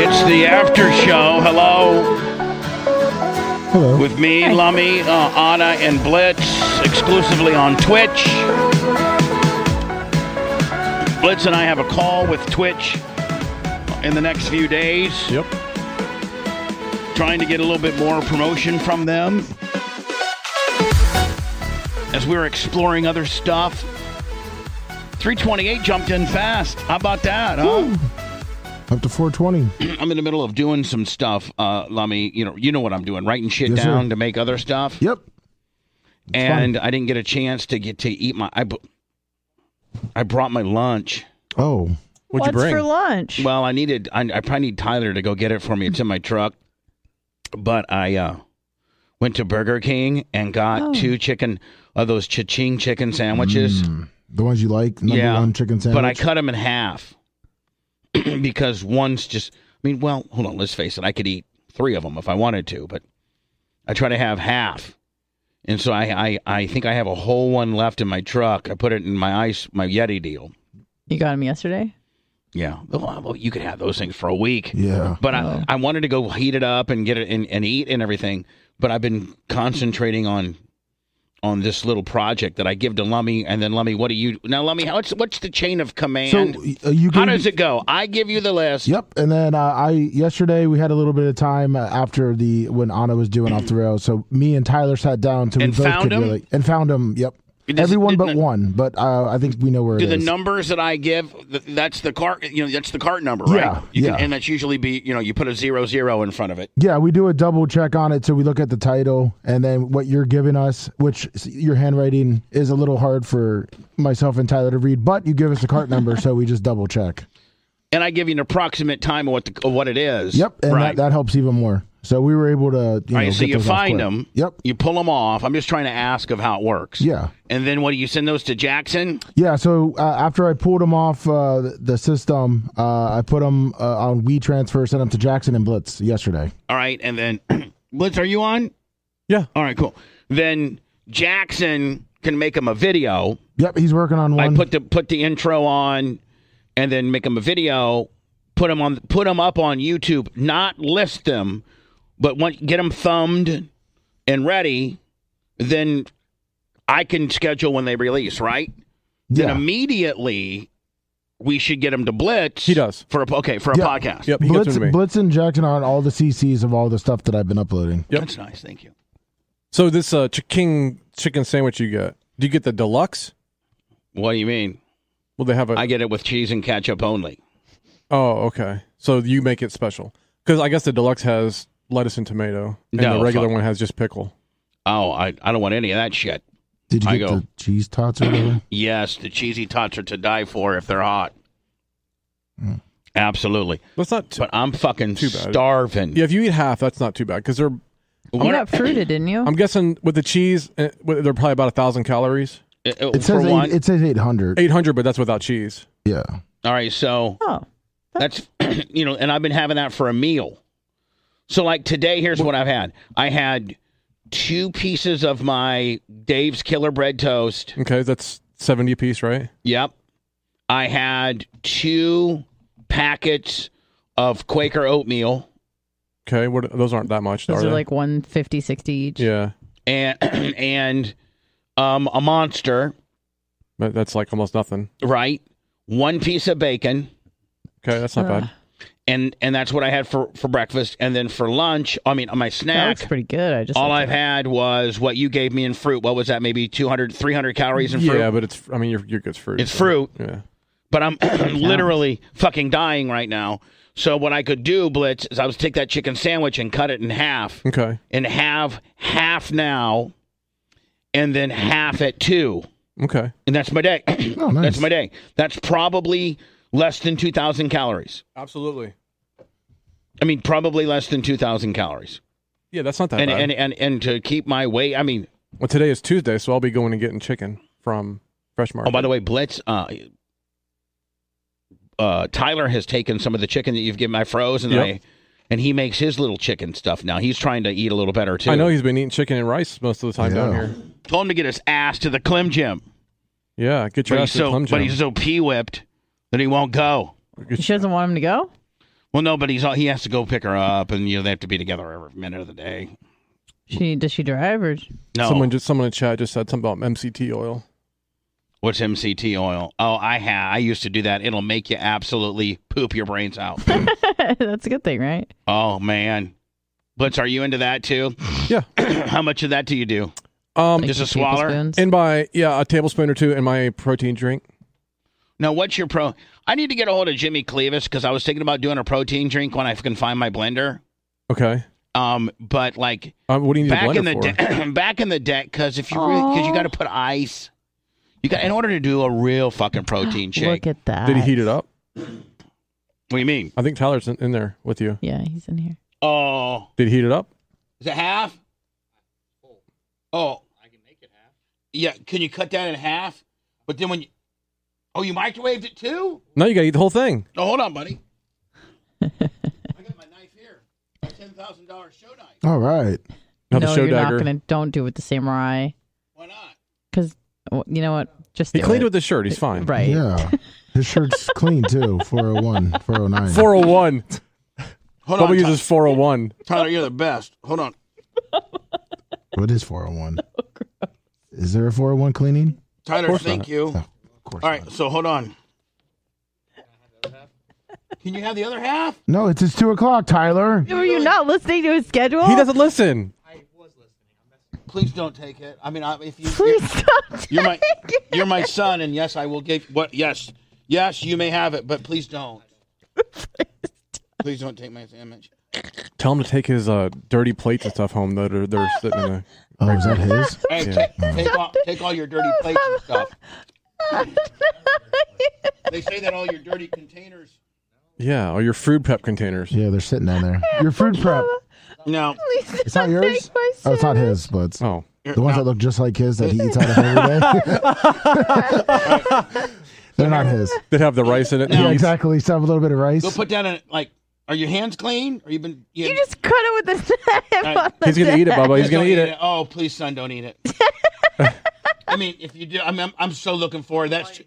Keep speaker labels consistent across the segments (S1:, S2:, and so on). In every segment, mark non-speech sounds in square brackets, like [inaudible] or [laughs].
S1: It's the after show. Hello.
S2: Hello.
S1: With me, Lummy, uh, Anna, and Blitz, exclusively on Twitch. Blitz and I have a call with Twitch in the next few days,
S2: Yep.
S1: trying to get a little bit more promotion from them. As we were exploring other stuff, 328 jumped in fast. How about that, huh?
S2: Up to 420.
S1: [clears throat] I'm in the middle of doing some stuff, uh, Lummy. You know, you know what I'm doing, writing shit
S2: Yes, sir.
S1: down to make other stuff.
S2: Yep.
S1: and I didn't get a chance to get to eat my. I, bu- I brought my lunch.
S2: Oh.
S3: What'd
S4: What's
S3: you bring?
S4: for lunch?
S1: Well, I needed. I, I probably need Tyler to go get it for me. It's in my truck. But I uh, went to Burger King and got
S4: Oh.
S1: two chicken of those cha-ching chicken sandwiches.
S2: The ones you like. Number
S1: Yeah,
S2: one chicken sandwich.
S1: But I cut them in half [clears throat] because one's just. I mean, well, hold on. Let's face it. I could eat three of them if I wanted to, but I try to have half, and so I, I, I think I have a whole one left in my truck. I put it in my ice, my Yeti deal.
S4: you got him yesterday?
S1: Yeah, well, well, you could have those things for a week.
S2: Yeah.
S1: But I, I wanted to go heat it up and get it and, and eat and everything. But I've been concentrating on on this little project that I give to Lummy, and then Lummy, what do you now, Lummy? How, what's what's the chain of command?
S2: So uh, you
S1: How
S2: gave-
S1: does it go? I give you the list.
S2: Yep, and then uh, I yesterday we had a little bit of time uh, after the when Anna was doing off the rails, so me and Tyler sat down to
S1: And
S2: we both
S1: found
S2: could
S1: him?
S2: really and found him. Yep,
S1: It is-
S2: everyone but
S1: didn't-
S2: one, but uh, I think we know where
S1: Do
S2: it
S1: the
S2: is.
S1: numbers that I give th- that's the cart you know that's the cart number, right?
S2: Yeah,
S1: You
S2: yeah.
S1: and that's usually be you know you put a zero zero in front of it.
S2: yeah, we do a double check on it, so we look at the title and then what you're giving us, which s- your handwriting is a little hard for myself and Tyler to read, but you give us the cart number, so we just double check.
S1: And I give you an approximate time of what the, of what it is.
S2: Yep, and
S1: right.
S2: that, that helps even more. So we were able to. You
S1: All
S2: know,
S1: right, so
S2: get
S1: you
S2: those off
S1: find
S2: quick.
S1: them.
S2: Yep.
S1: You pull them off. I'm just trying to ask of how it works.
S2: Yeah.
S1: And then what do you send those to Jackson?
S2: Yeah, so uh, after I pulled them off uh, th- the system, uh, I put them uh, on WeTransfer, sent them to Jackson and Blitz yesterday.
S1: All right, and then [clears throat] Blitz, are you on?
S3: Yeah.
S1: All right, cool. Then Jackson can make him a video.
S2: Yep, he's working on one.
S1: I put the put the intro on, and then make him a video. Put him on. Put him up on YouTube. Not list them, but want, get them thumbed and ready. Then I can schedule when they release. Right. Then
S2: yeah.
S1: immediately we should get him to Blitz.
S3: He does.
S1: for a okay for a
S2: Yeah.
S1: podcast.
S3: Yep. He
S2: Blitz,
S3: gives them to me.
S2: Blitz and Jackson are on all the CCs of all the stuff that I've been uploading.
S3: Yep.
S1: That's nice. Thank you.
S3: So this uh, chicken chicken sandwich you got? Do you get the deluxe?
S1: What do you mean?
S3: Will they have a?
S1: I get it with cheese and ketchup only.
S3: oh, okay. So you make it special because I guess the deluxe has lettuce and tomato, and
S1: No,
S3: the regular
S1: fuck.
S3: one has just pickle.
S1: Oh, I, I don't want any of that shit.
S2: Did you
S1: I
S2: get
S1: go.
S2: the cheese tots or whatever?
S1: Yes, the cheesy tots are to die for if they're hot.
S2: Hmm.
S1: Absolutely.
S3: That's not too.
S1: But I'm fucking
S3: Too bad.
S1: starving.
S3: yeah, if you eat half, that's not too bad because they're.
S4: You
S1: What-
S4: got fruited, didn't you?
S3: I'm guessing with the cheese, eh, with- they're probably about a thousand calories.
S1: uh, uh,
S2: It
S1: for
S2: says
S1: one.
S2: eight, it says eight hundred.
S3: Eight hundred, but that's without cheese.
S2: Yeah,
S1: All right, so
S4: oh,
S1: that's [clears throat] you know, and I've been having that for a meal. So like today, here's what I've had. I had two pieces of my Dave's Killer Bread toast.
S3: Okay, that's seventy a piece, right?
S1: Yep. I had two packets of Quaker oatmeal.
S3: Okay, what those aren't that much,
S4: those
S3: are
S4: are
S3: they?
S4: like 150, 60 each.
S3: yeah,
S1: and [clears throat] and um, a monster,
S3: but that's like almost nothing.
S1: right? One piece of bacon, Uh.
S3: Okay, that's not bad.
S1: and and that's what I had for for breakfast. And then for lunch, I mean, my
S4: That
S1: snack.
S4: looks pretty good. I just
S1: all
S4: looked
S1: I've
S4: at it.
S1: had was what you gave me in fruit. What was that? Maybe 200, 300 calories in fruit.
S3: Yeah, but it's. I mean, your your good's fruit.
S1: It's fruit,
S3: Yeah.
S1: but
S3: [clears throat]
S1: I'm [clears throat] literally fucking dying right now. So what I could do, Blitz, is I was take that chicken sandwich and cut it in half,
S3: Okay.
S1: and have half now, and then half at two.
S3: Okay.
S1: and that's my day. [clears throat]
S2: Oh, nice.
S1: That's my day. That's probably less than 2,000 calories.
S3: Absolutely.
S1: I mean, probably less than 2,000 calories.
S3: Yeah, that's not that
S1: And,
S3: bad.
S1: and, and, and to keep my weight, I mean,
S3: well, today is Tuesday, so I'll be going and getting chicken from Fresh Market.
S1: oh, by the way, Blitz, uh, uh, Tyler has taken some of the chicken that you've given. I froze and
S3: Yep.
S1: I, and he makes his little chicken stuff now. He's trying to eat a little better too.
S3: I know he's been eating chicken and rice most of the time down
S2: Yeah.
S3: here.
S1: Told him to get his ass to the Clem gym,
S3: Yeah, get your
S1: but
S3: ass
S1: he's
S3: to the
S1: so
S3: Plum
S1: but
S3: Jam.
S1: he's so pee whipped that he won't go.
S4: She doesn't want him to go?
S1: Well, no, but he's he has to go pick her up, and you know they have to be together every minute of the day.
S4: She Does she drive or?
S1: No,
S3: Someone just someone in chat just said something about MCT oil.
S1: what's MCT oil? Oh, I ha I used to do that. It'll make you absolutely poop your brains
S3: [laughs]
S1: out.
S4: [laughs] That's a good thing, right?
S1: oh man, Blitz, are you into that too?
S3: Yeah.
S1: [clears throat] How much of that do you do?
S3: Um,
S1: Just a
S4: two
S1: swaller?
S4: tablespoons.
S3: and by yeah, a tablespoon or two in my protein drink.
S1: Now, what's your pro? I need to get a hold of Jimmy Clevis because I was thinking about doing a protein drink when I can find my blender.
S3: Okay.
S1: Um, but like
S3: Um, what do you need a
S1: back
S3: blender
S1: in the
S3: for?
S1: de- [clears throat] back in the deck, because if you because you
S4: Aw.
S1: got to put ice, you got in order to do a real
S4: [gasps]
S1: fucking protein shake.
S4: Look at that.
S3: Did he heat it up?
S1: what do you mean?
S3: I think Tyler's in, in there with you.
S4: Yeah, he's in here.
S1: Oh,
S3: Did he heat it up?
S1: is it half? Oh, I can make it half. Yeah, can you cut that in half? But then when you, oh, you microwaved it too?
S3: No, you got to eat the whole thing.
S1: No, hold on, buddy. I got my knife here. My ten thousand dollar show knife.
S2: All right.
S3: Not
S4: no,
S3: the show
S4: you're
S3: dagger.
S4: not going to. Don't do it with the samurai.
S1: Why not?
S4: Because, you know what? Just
S3: He
S4: do
S3: cleaned it
S4: it.
S3: with his shirt. He's fine.
S4: Right.
S2: Yeah. His shirt's clean too. 401, 409.
S3: 401.
S1: Hold
S3: Probably oh uses 401.
S1: Tyler, you're the best. Hold on.
S2: What is
S3: [laughs]
S2: 401? Is there a 401 cleaning?
S1: Tyler,
S3: Oh, course
S1: thank
S3: not.
S1: you.
S2: No, of course
S1: All right, so hold on. Can you have the other half?
S2: No, it's it's two o'clock, Tyler.
S4: [laughs] Were you not [laughs] listening to his schedule?
S3: He doesn't listen.
S1: Please don't take it. I mean, I, if you
S4: Please
S1: [laughs]
S4: stop.
S1: you're, you're my you're my son, and yes, I will give what yes yes you may have it, but please don't. Please don't take my sandwich.
S3: Tell him to take his uh, dirty plates and stuff home that are they're sitting in there.
S2: [laughs] Oh, is Mm-hmm. that
S1: Hey,
S2: his?
S1: ta- take all take all your dirty plates and
S4: [laughs]
S1: stuff. They say that all your dirty containers.
S3: Yeah, or your food prep containers.
S2: Yeah, they're sitting down
S3: [laughs]
S2: there. Your food prep.
S1: No,
S2: It's not yours? Oh, it's not his, but it's-
S3: Oh,
S2: the ones that look just like his that he eats out of
S1: [laughs]
S2: every day. [laughs]
S4: [laughs]
S2: they're not his.
S3: that have the rice in it.
S1: Yeah,
S2: Yeah,
S3: He's-
S2: exactly. So have a little bit of
S1: Go
S2: rice.
S1: put down a like. Are your hands clean? Or you been?
S4: You just cut it with a
S1: All
S4: knife.
S1: right.
S4: on the
S3: He's gonna eat it,
S4: deck.
S3: Bubba. He's
S1: Just
S3: gonna
S1: don't
S3: eat it.
S1: Oh, please, son, don't eat it.
S4: [laughs]
S1: I mean, if you do, I mean, I'm, I'm so looking forward. That's too-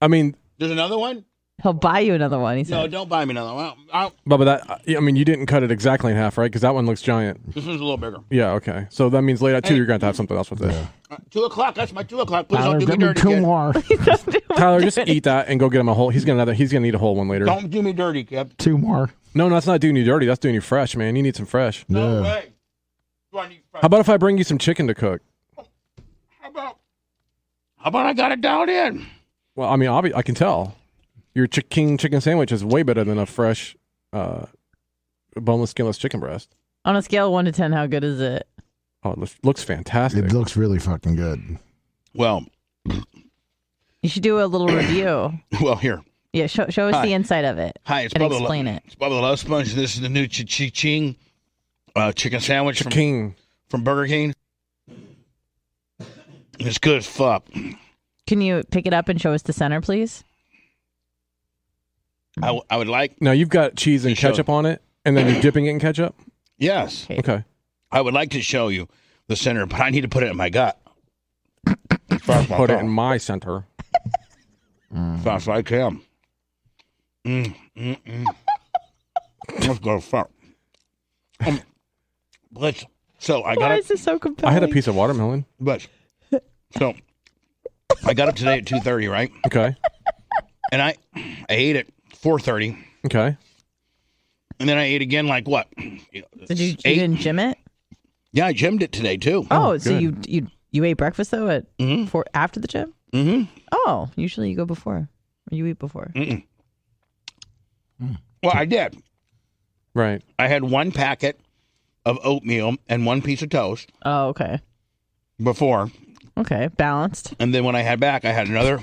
S3: I mean,
S1: there's another one.
S4: He'll buy you another one. He
S1: No,
S4: said.
S1: don't buy me another one. I'll, I'll,
S3: Bubba, that I mean, you didn't cut it exactly in half, right? Because that one looks giant.
S1: this one's a little bigger.
S3: Yeah. Okay. So that means late at two, you're gonna have to have something else with it.
S1: Uh, two o'clock. That's my two o'clock. Please
S2: Tyler,
S1: don't do me
S2: get me
S1: dirty.
S2: two
S1: Kid.
S2: more.
S3: [laughs] Tyler, just eat that and go get him a whole. He's gonna have- he's gonna need a whole one later.
S1: Don't do me dirty, kid.
S2: [laughs] Two more.
S3: No, no, that's not doing you dirty. That's doing you fresh, man. You need some fresh.
S1: No
S2: Yeah.
S1: way. Do I need
S3: How about if I bring you some chicken to cook?
S1: how about how about I got it down in?
S3: Well, I mean, obvi- I can tell your chi- king chicken sandwich is way better than a fresh, uh, boneless, skinless chicken breast.
S4: On a scale of one to ten, how good is it?
S3: Oh, it looks, looks fantastic.
S2: It looks really fucking good.
S1: Well,
S4: You should do
S3: [clears throat]
S4: a little review.
S1: well, here.
S4: Yeah, show, show us
S1: Hi.
S4: the inside of it.
S1: Hi, it's
S4: And
S1: Bubba. the
S4: explain it.
S1: It's Bubba the Love Sponge. This is the new chi chi ching uh, chicken sandwich from
S3: king.
S1: from Burger King. It's good as fuck.
S4: Can you pick it up and show us the center, please?
S1: I, w- I would like
S3: Now you've got cheese and
S1: Sure.
S3: ketchup on it, and then you're dipping it in ketchup.
S1: yes,
S3: Okay.
S1: I would like to show you the center, but I need to put it in my gut. As far as my
S3: Put it
S1: thumb,
S3: in my center.
S1: as far as I can. Mm, mm,
S3: [laughs]
S1: mm. Let's go fuck. Um, Blitz. So I got
S4: Why
S1: it.
S4: is this so compelling?
S3: I had a piece of watermelon.
S1: Blitz. So I got up today at two thirty, right?
S3: Okay.
S1: And I I ate at four thirty,
S3: Okay.
S1: and then I ate again like what?
S4: Did you, you
S1: Eight.
S4: didn't gym it?
S1: Yeah, I gymmed it today too.
S4: Oh, so
S3: good.
S4: you you you ate breakfast though at
S1: Mhm.
S4: for after the gym?
S1: Mm-hmm.
S4: Oh, usually you go before or you eat before.
S1: Well, I did.
S3: Right.
S1: I had one packet of oatmeal and one piece of toast
S4: Oh, okay,
S1: before,
S4: okay, balanced.
S1: and then when I had back, I had another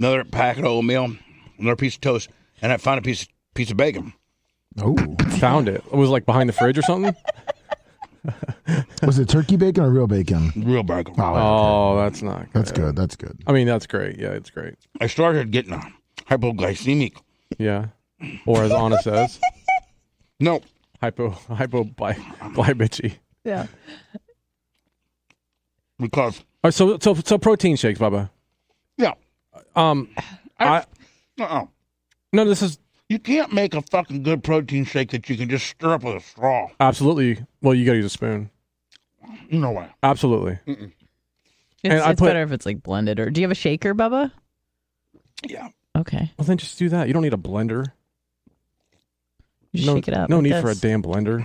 S1: another packet of oatmeal, another piece of toast, and I found a piece piece of bacon.
S2: Oh.
S3: Found it. It was like behind the fridge or something.
S2: Was it turkey bacon or real bacon?
S1: Real bacon.
S3: Oh, that's not. Good.
S2: That's good. That's good.
S3: I mean, that's great. Yeah, it's great.
S1: I started getting a hypoglycemic.
S3: Yeah. Or as Anna says,
S1: No,
S3: hypo hypo by by [laughs] bitchy.
S4: Yeah.
S1: because
S3: All right, so so so protein shakes, Bubba.
S1: yeah,
S3: Um, I
S1: Uh-uh.
S3: No, this is
S1: You can't make a fucking good protein shake that you can just stir up with a straw.
S3: absolutely. Well, you got to use a spoon.
S1: No way.
S3: Absolutely.
S4: It's,
S3: And I
S4: it's
S3: put-
S4: better if it's like blended. Or do you have a shaker, Bubba?
S1: Yeah.
S4: Okay,
S3: Well, then just do that. You don't need a blender.
S4: just
S3: no,
S4: shake it up.
S3: No
S4: like
S3: need for a
S4: this.
S3: damn blender.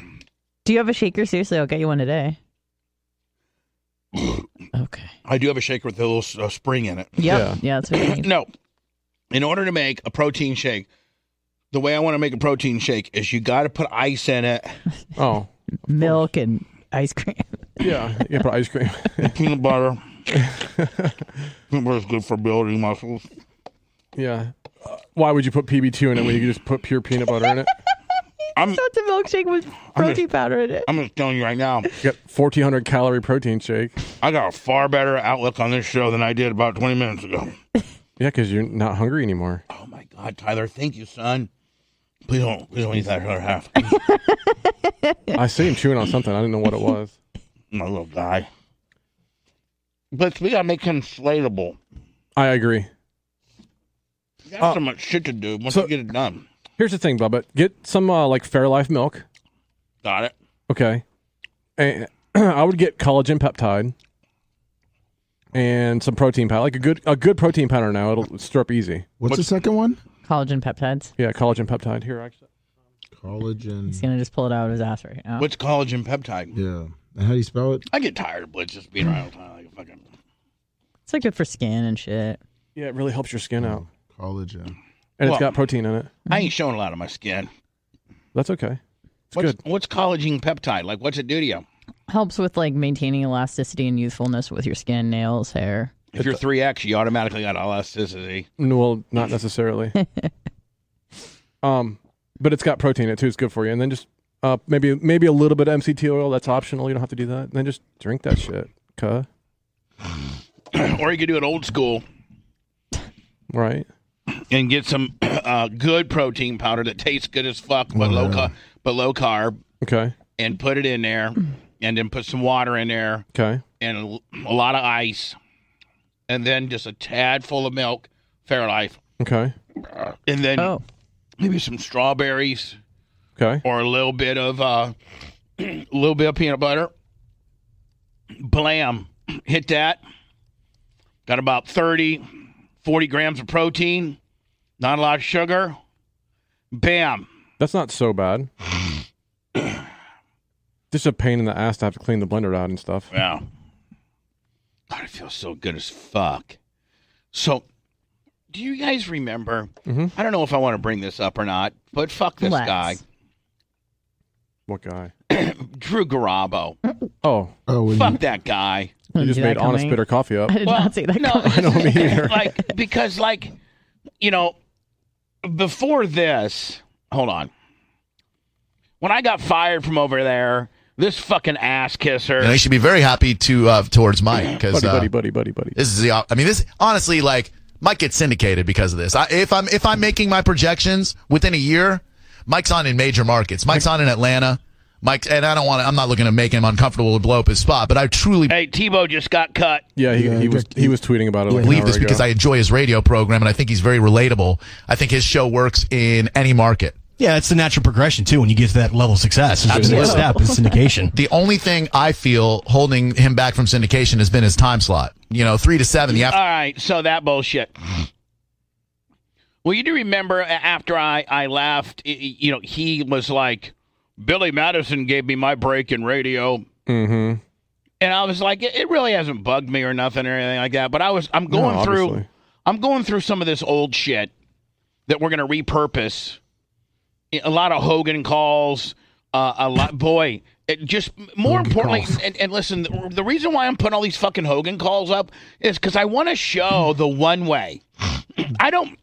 S4: Do you have a shaker? Seriously, I'll get you one today. okay.
S1: I do have a shaker with a little uh, spring in it.
S4: Yep. Yeah.
S3: Yeah.
S4: that's what you need.
S1: No. In order to make a protein shake, the way I want to make a protein shake is you got to put ice in it,
S3: Oh,
S4: Milk and ice cream. [laughs]
S3: yeah. You put ice
S1: [laughs]
S3: cream.
S1: peanut butter. peanut butter is good for building muscles.
S3: yeah. Uh, Why would you put PB2 in it when you could just put pure peanut butter
S4: [laughs]
S3: in it?
S1: I'm
S4: That's a milkshake with protein powder in it.
S1: I'm just telling you right now,
S3: You got 1400 calorie protein shake.
S1: I got a far better outlook on this show than I did about 20 minutes ago.
S3: Yeah, because you're not hungry anymore.
S1: Oh my God, Tyler, thank you, son. Please don't, please don't eat that other half.
S3: I see him chewing on something. I didn't know what it was.
S1: my little guy. But we gotta make him slatable.
S3: I agree. Uh,
S1: You got so much shit to do once
S3: so-
S1: you get it done.
S3: Here's the thing, Bubba. Get some uh, like Fairlife milk.
S1: Got it.
S3: Okay. And [clears throat] I would get collagen peptide and some protein powder. Like a good a good protein powder now. It'll stir up easy.
S2: What's, the second one?
S4: Collagen peptides.
S3: Yeah, collagen peptide. Here, actually.
S4: He's
S2: Collagen.
S4: gonna just pull it out of his ass right now.
S1: What's collagen peptide?
S2: Yeah. And how do you spell it?
S1: I get tired of Blitz just being around all the time like a fucking.
S4: It's like good for skin and shit.
S3: Yeah, it really helps your skin out.
S2: Collagen.
S3: And
S1: Well-
S3: it's got protein in it.
S1: I
S4: Mm-hmm.
S1: ain't showing a lot of my skin.
S3: That's okay. It's
S1: What's,
S3: good.
S1: what's collagen peptide? Like, what's it do to you?
S4: Helps with like maintaining elasticity and youthfulness with your skin, nails, hair.
S1: If you're 3X, you automatically got elasticity. [clears throat]
S3: No, Well, not necessarily. um, but it's got protein in it too. It's good for you. And then just uh, maybe maybe a little bit of MCT oil. That's optional. You don't have to do that. And then just drink that shit. Cuh.
S1: or you could do it old school
S3: Right.
S1: and get some [clears throat] uh, good protein powder that tastes good as fuck, but low ca- but low carb,
S3: Okay.
S1: and put it in there, and then put some water in there,
S3: Okay.
S1: and a, l- a lot of ice, and then just a tad full of milk, Fairlife,
S3: Okay.
S1: and then
S4: Oh,
S1: maybe some strawberries
S3: Okay.
S1: or a little bit of uh, [clears throat] a little bit of peanut butter. Blam, [clears throat] hit that. Got about 30, 40 grams of protein, not a lot of sugar. Bam.
S3: That's not so bad. Just a pain in the ass to have to clean the blender out and stuff.
S1: Yeah. God, it feels so good as fuck. So, do you guys remember?
S3: Mhm.
S1: I don't know if I want to bring this up or not, but fuck this
S4: Lex.
S1: guy,
S3: What guy?
S1: [clears throat] Drew Garabo.
S3: Oh,
S2: Oh, when
S1: fuck that guy.
S4: I
S3: you
S4: didn't
S3: just
S4: see Oh, that
S3: made honest
S4: coming.
S3: bitter coffee up.
S4: I did not see that.
S1: no,
S4: coming.
S3: [laughs] I
S1: [laughs]
S3: don't mean either.
S1: like because like you know before this, hold on. When I got fired from over there, this fucking ass kisser.
S5: And they should be very happy to uh, towards Mike because
S3: Buddy,
S5: uh,
S3: buddy, buddy, buddy, buddy.
S5: this is the. I mean, this honestly, like Mike gets syndicated because of this. I, if I'm if I'm making my projections within a year, Mike's on in major markets. Mike's on in Atlanta. Mike and I don't want to. I'm not looking to make him uncomfortable or blow up his spot, but I truly
S1: Hey, Tebow just got cut.
S3: Yeah, he,
S2: Yeah,
S3: he was
S2: just-
S3: he was tweeting about it. Like
S5: believe
S3: an
S5: this
S3: hour ago.
S5: because I enjoy his radio program and I think he's very relatable. I think his show works in any market.
S6: Yeah, it's the natural progression too. When you get to that level of success, it's just the next step is syndication.
S5: The only thing I feel holding him back from syndication has been his time slot. You know, three to seven. The after-
S1: All right, so that bullshit. Well, you do remember a- after I, I left, i- i- you know, he was like, Billy Madison gave me my break in radio.
S3: Mhm.
S1: And I was like, it, it really hasn't bugged me or nothing or anything like that. But I was, I'm
S3: No,
S1: going through,
S3: obviously.
S1: I'm going through some of this old shit that we're going to repurpose. A lot of Hogan calls, uh, a lot, boy. It just more importantly, and, and listen, the, the reason why I'm putting all these fucking Hogan calls up is because I want to show the one way. I don't.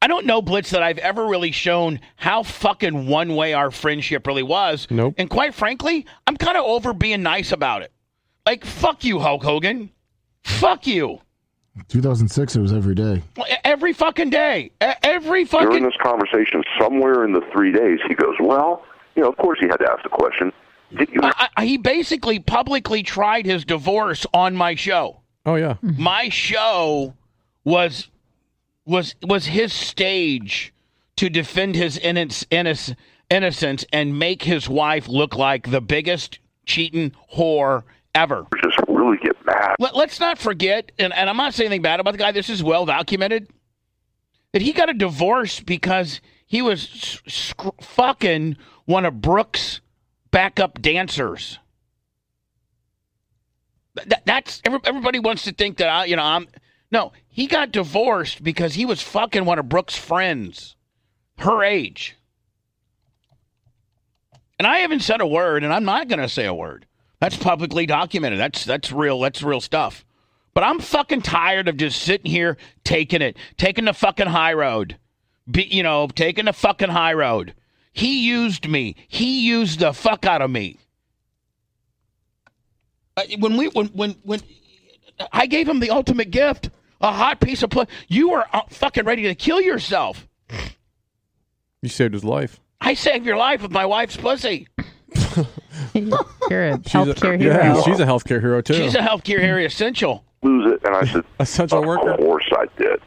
S1: I don't know, Blitz, that I've ever really shown how fucking one way our friendship really was.
S3: Nope.
S1: And quite frankly, I'm kind of over being nice about it. Like, fuck you, Hulk Hogan. Fuck you.
S2: 2006, it was every day.
S1: Every fucking day. E- Every
S7: during
S1: fucking.
S7: this conversation, somewhere in the three days, he goes, "Well, you know, of course he had to ask the question. Did you
S1: I, I, he basically publicly tried his divorce on my show.
S3: Oh yeah.
S1: My show was was was his stage to defend his innocence, innocence, innocence and make his wife look like the biggest cheating whore ever.
S7: Just really get mad.
S1: Let, us not forget, and, and I'm not saying anything bad about the guy. This is well documented that he got a divorce because he was s- sc- fucking one of Brooks' backup dancers. Th- th- that's every- everybody wants to think that I, you know, I'm no. He got divorced because he was fucking one of Brooks' friends, her age. And I haven't said a word, and I'm not going to say a word. That's publicly documented. That's that's real. That's real stuff. But I'm fucking tired of just sitting here taking it, taking the fucking high road. Be, you know, taking the fucking high road. He used me. He used the fuck out of me. Uh, When we when when when I gave him the ultimate gift, a hot piece of play. You were uh, fucking ready to kill yourself.
S3: You saved his life.
S1: I saved your life with my wife's pussy.
S4: You're
S3: [laughs]
S4: a healthcare
S3: a,
S4: hero.
S3: Yeah, she's a healthcare hero too. Mm-hmm.
S1: She's a healthcare area essential.
S7: Lose it, and I said,
S3: [laughs] Essential
S7: of
S3: worker.
S7: course I did.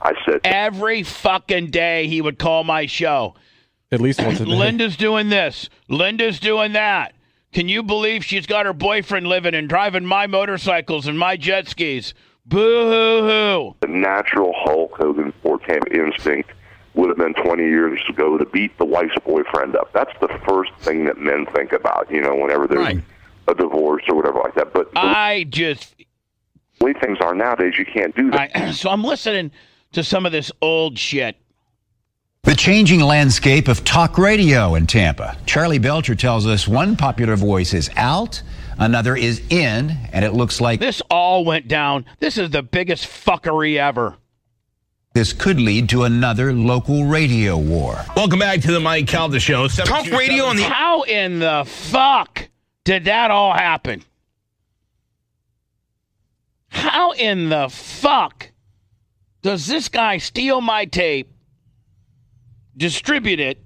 S7: I said,
S1: Every fucking day he would call my show.
S3: [laughs] At least once a day.
S1: Linda's doing this. Linda's doing that. Can you believe she's got her boyfriend living and driving my motorcycles and my jet skis? Boo hoo hoo.
S7: the natural Hulk Hogan Ford Camp instinct would have been 20 years ago to beat the wife's boyfriend up. That's the first thing that men think about, you know, whenever there's
S1: Right.
S7: a divorce or whatever like that. But
S1: I just,
S7: the way things are nowadays, you can't do that.
S1: I, [clears throat] so I'm listening to some of this old shit.
S8: The changing landscape of talk radio in Tampa. Charlie Belcher tells us one popular voice is out, another is in, and it looks like
S1: This all went down. This is the biggest fuckery ever.
S8: this could lead to another local radio war.
S9: Welcome back to the Mike Calda Show. Talk radio on the
S1: How in the fuck did that all happen? How in the fuck does this guy steal my tape, distribute it,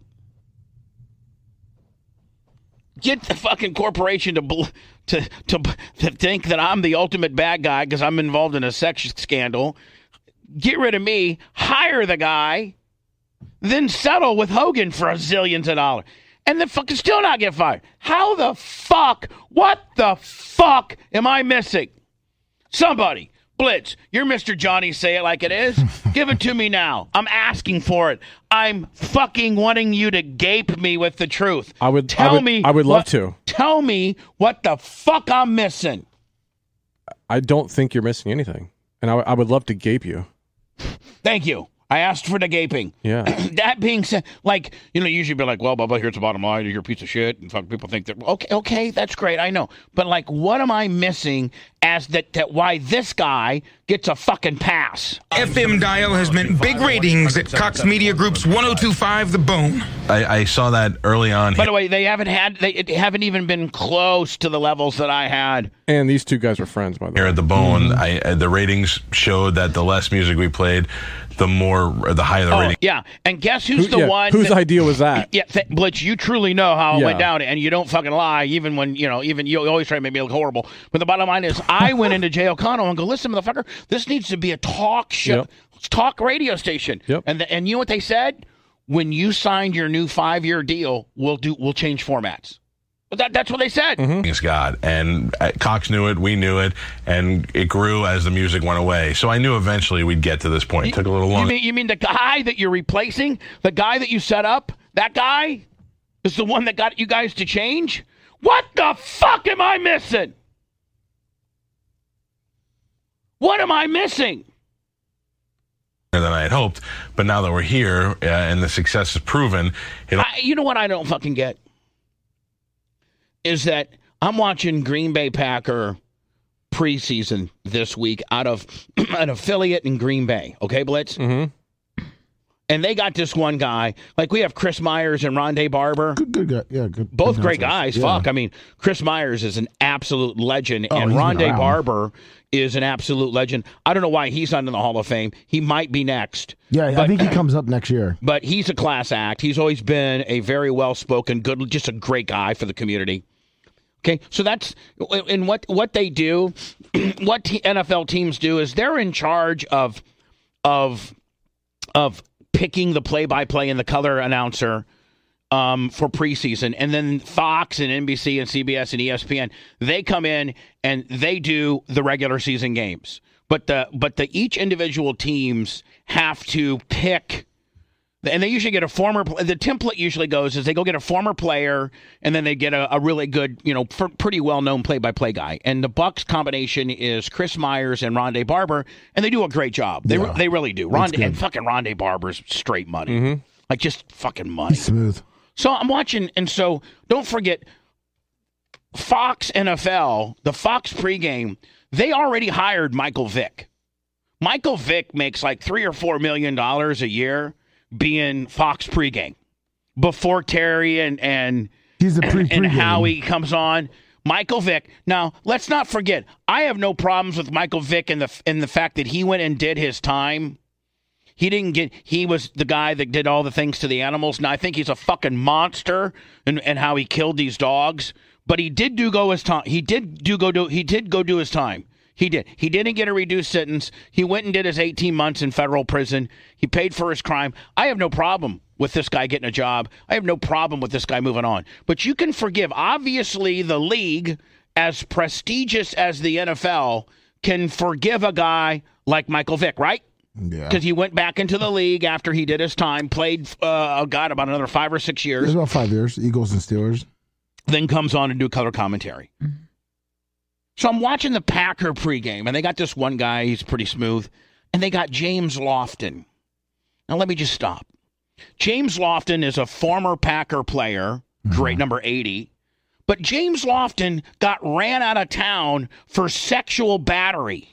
S1: get the fucking corporation to bel- to to, to think that I'm the ultimate bad guy because I'm involved in a sex scandal, get rid of me, hire the guy then settle with Hogan for a zillions of dollars. And the fucking still not get fired. How the fuck? What the fuck am I missing? Somebody, Blitz, you're Mr. Johnny, say it like it
S3: [laughs]
S1: is. Give it to me now. I'm asking for it. I'm fucking wanting you to gape me with the truth.
S3: I would- I
S1: tell
S3: would-
S1: me.
S3: I would love
S1: what-
S3: to.
S1: Tell me what the fuck I'm missing.
S3: I don't think you're missing anything, and I, w- I would love to gape you.
S1: Thank you. I asked for the gaping.
S3: Yeah.
S1: [clears throat] that being said, like you know, you usually be like, well, blah blah. Here's the bottom line. You're a piece of shit, and fuck people think that. Okay, okay, that's great. I know, but like, what am I missing as that? That why this guy gets a fucking pass?
S9: FM dial has meant big ratings at Cox Media Group's 1025 The Bone.
S6: I, I saw that early on.
S1: By the way, they haven't had. They it- haven't even been close to the levels that I had.
S3: And these two guys were friends, by the
S6: Here
S3: way. Mm-hmm.
S6: at the bone, I, uh, the ratings showed that the less music we played, the more, uh, the higher the
S1: Oh,
S6: rating.
S1: yeah. And guess who's the
S3: yeah,
S1: one?
S3: whose
S1: that-
S3: idea was that?
S1: [clears throat] Yeah, th- Blitz, you truly know how it went
S3: Yeah.
S1: down, and you don't fucking lie, even when, you know, even you always try to make me look horrible. But the bottom line is, I went into Jay
S3: [laughs]
S1: O'Connell and go, listen, motherfucker, this needs to be a talk show,
S3: Yep.
S1: talk radio station.
S3: Yep.
S1: And the, and you know what they said? When you signed your new five year deal, we'll do we'll change formats. But that, that's what they said.
S6: Thanks God. Mm-hmm. And uh, Cox knew it, we knew it, and it grew as the music went away. So I knew eventually we'd get to this point. It took a little
S1: You
S6: longer
S1: mean you mean the guy that you're replacing, the guy that you set up, that guy is the one that got you guys to change? What the fuck am I missing? What am I missing?
S6: than I had hoped. But now that we're here uh, and the success is proven, it
S1: I, you know what I don't fucking get is that I'm watching Green Bay Packer preseason this week out of [clears throat] an affiliate in Green Bay. Okay, Blitz.
S3: Mhm.
S1: And they got this one guy. Like we have Chris Myers and Rondé Barber.
S2: Good, good guy. Yeah, good.
S1: both
S2: good
S1: great
S2: announcers.
S1: guys. Fuck, I mean, Chris Myers is an absolute legend, and
S2: Oh, he's been
S1: Rondé
S2: around.
S1: Barber is an absolute legend. I don't know why he's not in the Hall of Fame. He might be next,
S2: Yeah, yeah I
S1: But-
S2: think he comes up next year.
S1: but he's a class act. He's always been a very well-spoken, good, just a great guy for the community. Okay, so that's and what what they do, [clears throat] what t- NFL teams do is they're in charge of of of picking the play-by-play and the color announcer um, for preseason, and then Fox and NBC and CBS and E ESPN they come in and they do the regular season games. But the but the each individual teams have to pick and they usually get a former. pl- The template usually goes is they go get a former player, and then they get a, a really good, you know, fr- pretty well known play by play guy. And the Bucks combination is Chris Myers and Rondé Barber, and they do a great job. They re- they really do. Rondé and fucking Rondé Barber's straight money, like just fucking money.
S2: Smooth.
S1: So I'm watching, and so don't forget Fox NFL, the Fox pregame, they already hired Michael Vick. Michael Vick makes like three or four million dollars a year being Fox pregame before Terry and and
S2: He's the pre
S1: and
S2: pre
S1: Howie comes on. Michael Vick. Now, let's not forget, I have no problems with Michael Vick and the and the fact that he went and did his time. He didn't get. He was the guy that did all the things to the animals. Now I think he's a fucking monster, and and how he killed these dogs. But he did do go his time. He did do go do. He did go do his time. He did. He didn't get a reduced sentence. He went and did his 18 months in federal prison. He paid for his crime. I have no problem with this guy getting a job. I have no problem with this guy moving on. But you can forgive. Obviously, the league, as prestigious as the NFL, can forgive a guy like Michael Vick, right?
S2: Yeah.
S1: because he went back into the league after he did his time, played, uh, oh God, about another five or six
S2: It was
S1: years,
S2: about five years. Eagles and Steelers.
S1: then comes on to do color commentary. So I'm watching the Packer pregame, and they got this one guy, he's pretty smooth, and they got James Lofton. Now, let me just stop. James Lofton is a former Packer player, great number 80. But James Lofton got ran out of town for sexual battery.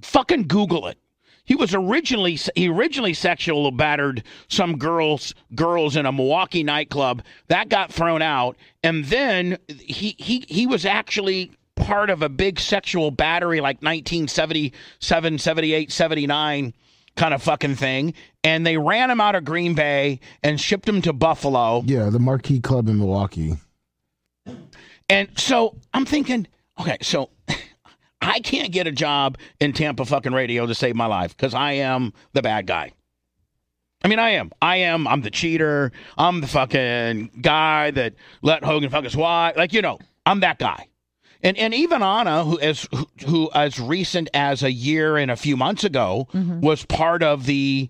S1: Fucking Google it. He was originally he originally sexual battered some girls girls in a Milwaukee nightclub that got thrown out, and then he he he was actually part of a big sexual battery like 1977, 78, 79 kind of fucking thing, and they ran him out of Green Bay and shipped him to Buffalo.
S2: Yeah, the marquee club in Milwaukee.
S1: And so I'm thinking, okay, so [laughs] I can't get a job in Tampa fucking radio to save my life because I am the bad guy. I mean, I am. I am. I'm the cheater. I'm the fucking guy that let Hogan fuck his wife. Like you know, I'm that guy. And and even Anna, who as who, who as recent as a year and a few months ago was part of the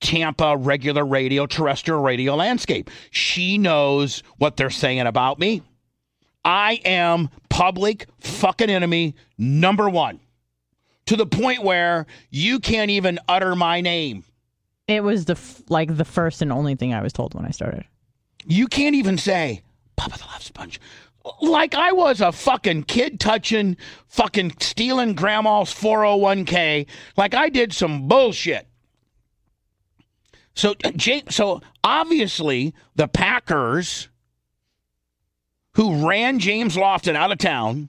S1: Tampa regular radio terrestrial radio landscape. She knows what they're saying about me. I am public fucking enemy number one. To the point where you can't even utter my name.
S4: It was the f- like the first and only thing I was told when I started.
S1: You can't even say Papa the Love Sponge. Like I was a fucking kid touching, fucking stealing grandma's 401k. Like I did some bullshit. So Jake, so obviously the Packers who ran James Lofton out of town,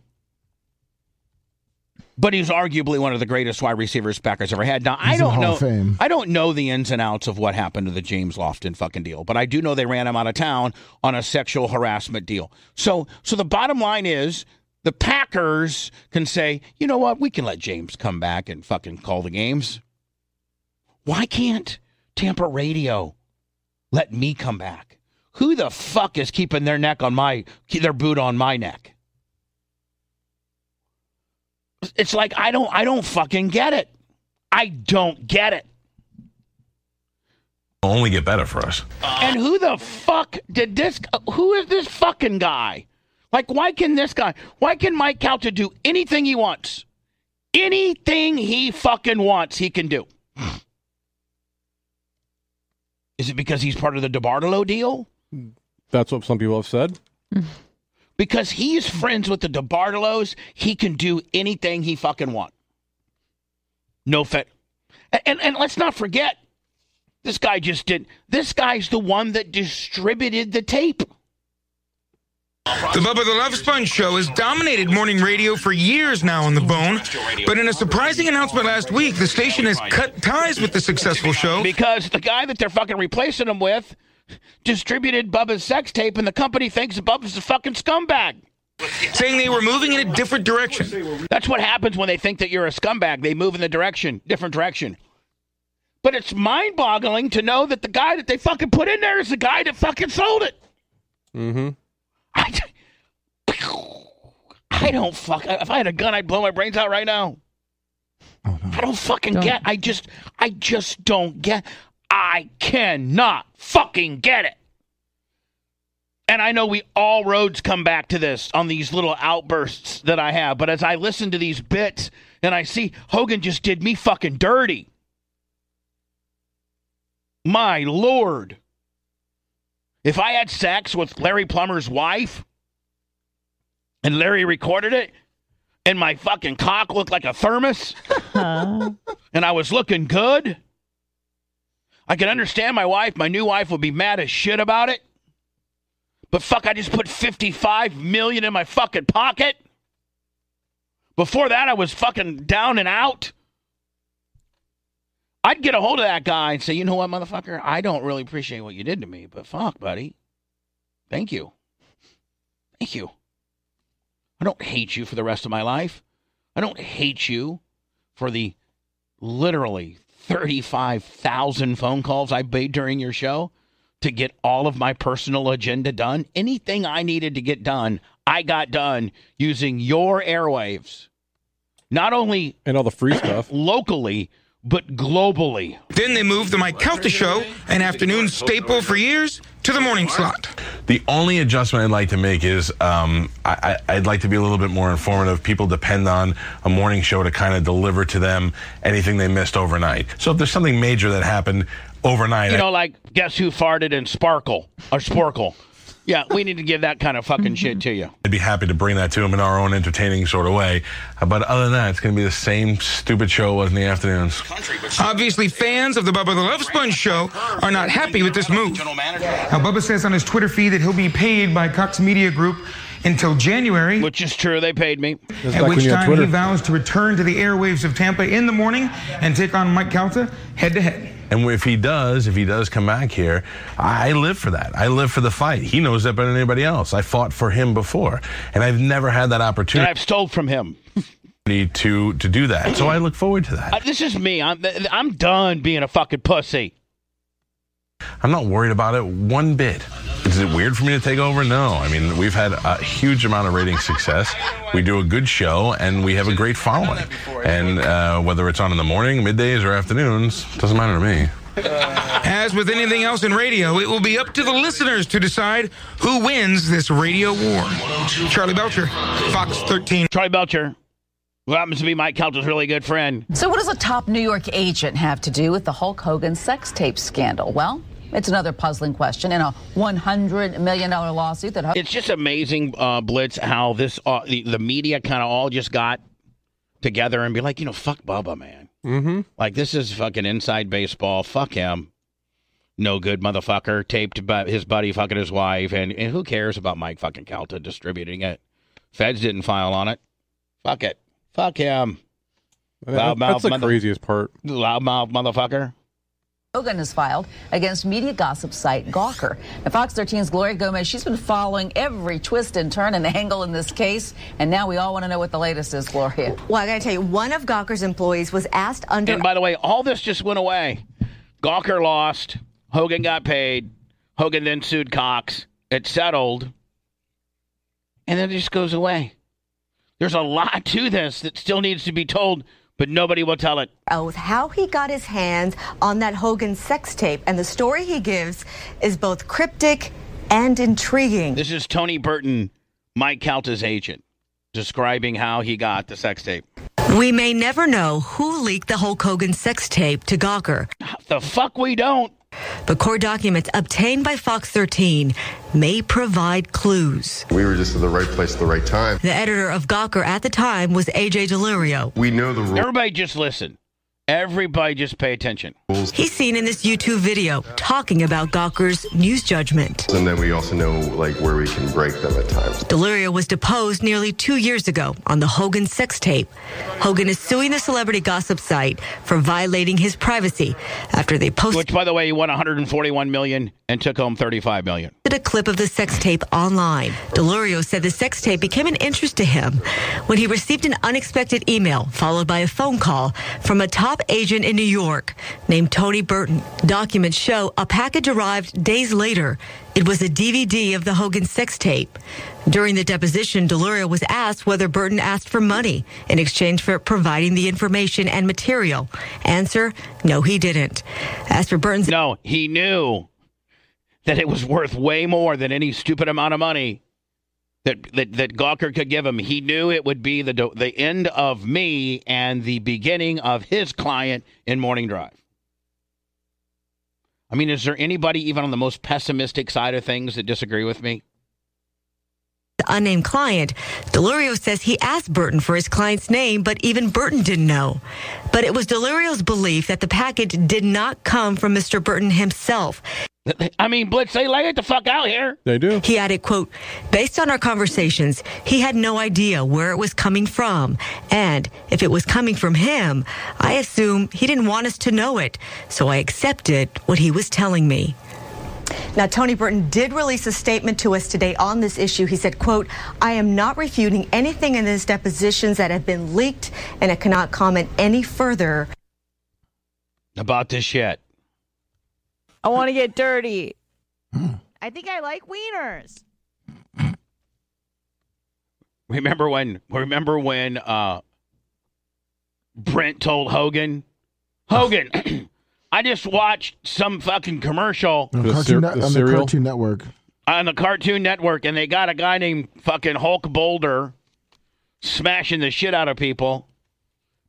S1: but he's arguably one of the greatest wide receivers Packers ever had. Now I
S2: He's in
S1: don't
S2: Hall
S1: know
S2: of Fame.
S1: I don't know the ins and outs of what happened to the James Lofton fucking deal, but I do know they ran him out of town on a sexual harassment deal. So so the bottom line is the Packers can say, you know what, we can let James come back and fucking call the games. Why can't Tampa Radio let me come back? Who the fuck is keeping their neck on my their boot on my neck? It's like I don't I don't fucking get it. I don't get it.
S6: It'll only get better for us.
S1: And who the fuck did this? Who is this fucking guy? Like, why can this guy? Why can Mike Calta do anything he wants? Anything he fucking wants, he can do. Is it because he's part of the DeBartolo deal?
S3: That's what some people have said.
S1: Because he's friends with the DeBartolos, he can do anything he fucking wants. No fit. And and let's not forget, this guy just did. This guy's the one that distributed the tape.
S9: The Bubba the Love Sponge Show has dominated morning radio for years now on the bone. But in a surprising announcement last week, the station has cut ties with the successful show.
S1: because the guy that they're fucking replacing him with distributed Bubba's sex tape, and the company thinks Bubba's a fucking scumbag.
S9: saying they were moving in a different direction.
S1: That's what happens when they think that you're a scumbag. They move in the direction, different direction. But it's mind boggling to know that the guy that they fucking put in there is the guy that fucking sold it.
S3: Mm-hmm.
S1: I, ju- I don't fuck. If I had a gun, I'd blow my brains out right now. I don't fucking
S10: Don't.
S1: get. I just, I just don't get. I cannot fucking get it. And I know we all roads come back to this on these little outbursts that I have. But as I listen to these bits and I see Hogan just did me fucking dirty. My lord. If I had sex with Larry Plummer's wife and Larry recorded it and my fucking cock looked like a thermos and I was looking good, I could understand my wife. My new wife would be mad as shit about it. But fuck, I just put 55 million in my fucking pocket. Before that, I was fucking down and out. I'd get a hold of that guy and say, you know what, motherfucker? I don't really appreciate what you did to me, but fuck, buddy. Thank you. Thank you. I don't hate you for the rest of my life. I don't hate you for the literally 35,000 phone calls I made during your show to get all of my personal agenda done. Anything I needed to get done, I got done using your airwaves. Not only
S3: And all the free stuff.
S1: [clears throat] locally, but globally.
S11: Then they moved the Mike Calta show, an afternoon staple for years, to the morning slot.
S6: The only adjustment I'd like to make is um, I, I- I'd like to be a little bit more informative. People depend on a morning show to kind of deliver to them anything they missed overnight. So if there's something major that happened overnight,
S1: you know, like guess who farted and Sparkle or Sporkle. Yeah, we need to give that kind of fucking shit to you.
S6: I'd be happy to bring that to them in our own entertaining sort of way. Uh, But other than that, it's going to be the same stupid show it was in the afternoons.
S11: Obviously, fans of the Bubba the Love Sponge show are not happy with this move. Now, Bubba says on his Twitter feed that he'll be paid by Cox Media Group until January,
S1: Which is true. They paid me.
S3: That's
S11: at
S3: back when
S11: which
S3: you had
S11: time he
S3: Twitter.
S11: vows to return to the airwaves of Tampa in the morning and take on Mike Calta head to head.
S6: And if he does, if he does come back here, I I live for that. I live for the fight. He knows that better than anybody else. I fought for him before, and I've never had that
S1: And
S6: opportunity
S1: I've stole from him.
S6: to to do that. So I look forward to that.
S1: Uh, this is me. I'm th- I'm done being a fucking pussy.
S6: I'm not worried about it one bit. Is it weird for me to take over? No. I mean, we've had a huge amount of rating success. We do a good show, and we have a great following. And uh, whether it's on in the morning, middays, or afternoons, doesn't matter to me.
S11: As with anything else in radio, it will be up to the listeners to decide who wins this radio war. Charlie Belcher, Fox 13.
S1: Troy Belcher, who happens to be Mike Calta's really good friend.
S12: So, what does a top New York agent have to do with the Hulk Hogan sex tape scandal? Well, it's another puzzling question in a $100 million lawsuit that.
S1: It's just amazing, uh, Blitz, how this uh, the, the media kind of all just got together and be like, you know, fuck Bubba, man.
S3: Mm-hmm.
S1: Like this is fucking inside baseball. Fuck him. No good motherfucker. Taped by his buddy fucking his wife, and, and who cares about Mike fucking Calta distributing it? Feds didn't file on it. Fuck it. Fuck him. Loud mouth
S3: that's the
S1: mother-
S3: craziest part.
S1: Loudmouth motherfucker.
S12: Hogan has filed against media gossip site Gawker. Now, Fox 13's Gloria Gomez, she's been following every twist and turn and angle in this case, and now we all want to know what the latest is, Gloria.
S13: Well, I got to tell you, one of Gawker's employees was asked under
S1: And by the way, all this just went away. Gawker lost. Hogan got paid. Hogan then sued Cox. It settled. And then it just goes away. There's a lot to this that still needs to be told, but nobody will tell it.
S13: oath Oh, how he got his hands on that Hogan sex tape, and the story he gives is both cryptic and intriguing.
S1: This is Tony Burton, Mike Calta's agent, describing how he got the sex tape.
S13: We may never know who leaked the Hulk Hogan sex tape to Gawker,
S1: The fuck we don't.
S13: but court documents obtained by Fox 13 may provide clues.
S14: We were just at the right place at the right time.
S13: The editor of Gawker at the time was AJ Delirio.
S14: We know the rules.
S1: Everybody just listen. Everybody just pay attention.
S13: He's seen in this YouTube video talking about Gawker's news judgment.
S14: And then we also know like where we can break them at times.
S13: Delirio was deposed nearly two years ago on the Hogan sex tape. Hogan is suing the celebrity gossip site for violating his privacy after they posted
S1: Which, by the way, he won 141 million and took home 35 million.
S13: posted a clip of the sex tape online. Delurio said the sex tape became an interest to him when he received an unexpected email followed by a phone call from a top agent in New York named Tony Burton. Documents show a package arrived days later. It was a DVD of the Hogan sex tape. During the deposition, Delurio was asked whether Burton asked for money in exchange for providing the information and material. Answer, no, he didn't. As for Burton's
S1: No, he knew that it was worth way more than any stupid amount of money that that, that Gawker could give him. He knew it would be the do- the end of me and the beginning of his client in Morning Drive. I mean, is there anybody even on the most pessimistic side of things that disagree with me?
S13: unnamed client, Delurio says he asked Burton for his client's name, but even Burton didn't know. But it was Delurio's belief that the package did not come from Mr. Burton himself.
S1: I mean, Blitz, they lay it the fuck out here.
S3: They do.
S13: He added, quote, based on our conversations, he had no idea where it was coming from. And if it was coming from him, I assume he didn't want us to know it. So I accepted what he was telling me.
S15: Now, Tony Burton did release a statement to us today on this issue. He said, quote, I am not refuting anything in these depositions that have been leaked, and I cannot comment any further.
S1: About this shit.
S16: I want to get dirty.
S1: Hmm.
S16: I think I like wieners.
S1: Remember when? Remember when? Uh, Brent told Hogan, Hogan, [clears throat] I just watched some fucking commercial
S2: On Cartoon, Net- on the Cartoon Network.
S1: on the Cartoon Network, and they got a guy named fucking Hulk Boulder smashing the shit out of people.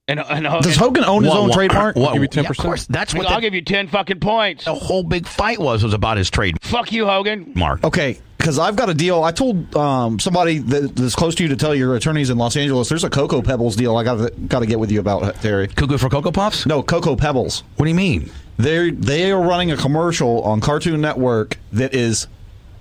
S1: And, and Hogan,
S17: Does Hogan own his
S1: Whoa,
S17: own
S1: whoa,
S17: trademark?
S1: whoa.
S17: Yeah, of course. That's what
S1: I'll
S17: the,
S1: give you ten fucking points.
S17: the whole big fight was was about his trademark.
S1: Fuck you, Hogan.
S17: Mark. Okay, because I've got a deal. I told um, somebody that, that's close to you to tell your attorneys in Los Angeles. There's a Cocoa Pebbles deal. I got got to get with you about Terry. Cuckoo for Cocoa Puffs? No, Cocoa Pebbles. What do you mean? They they are running a commercial on Cartoon Network that is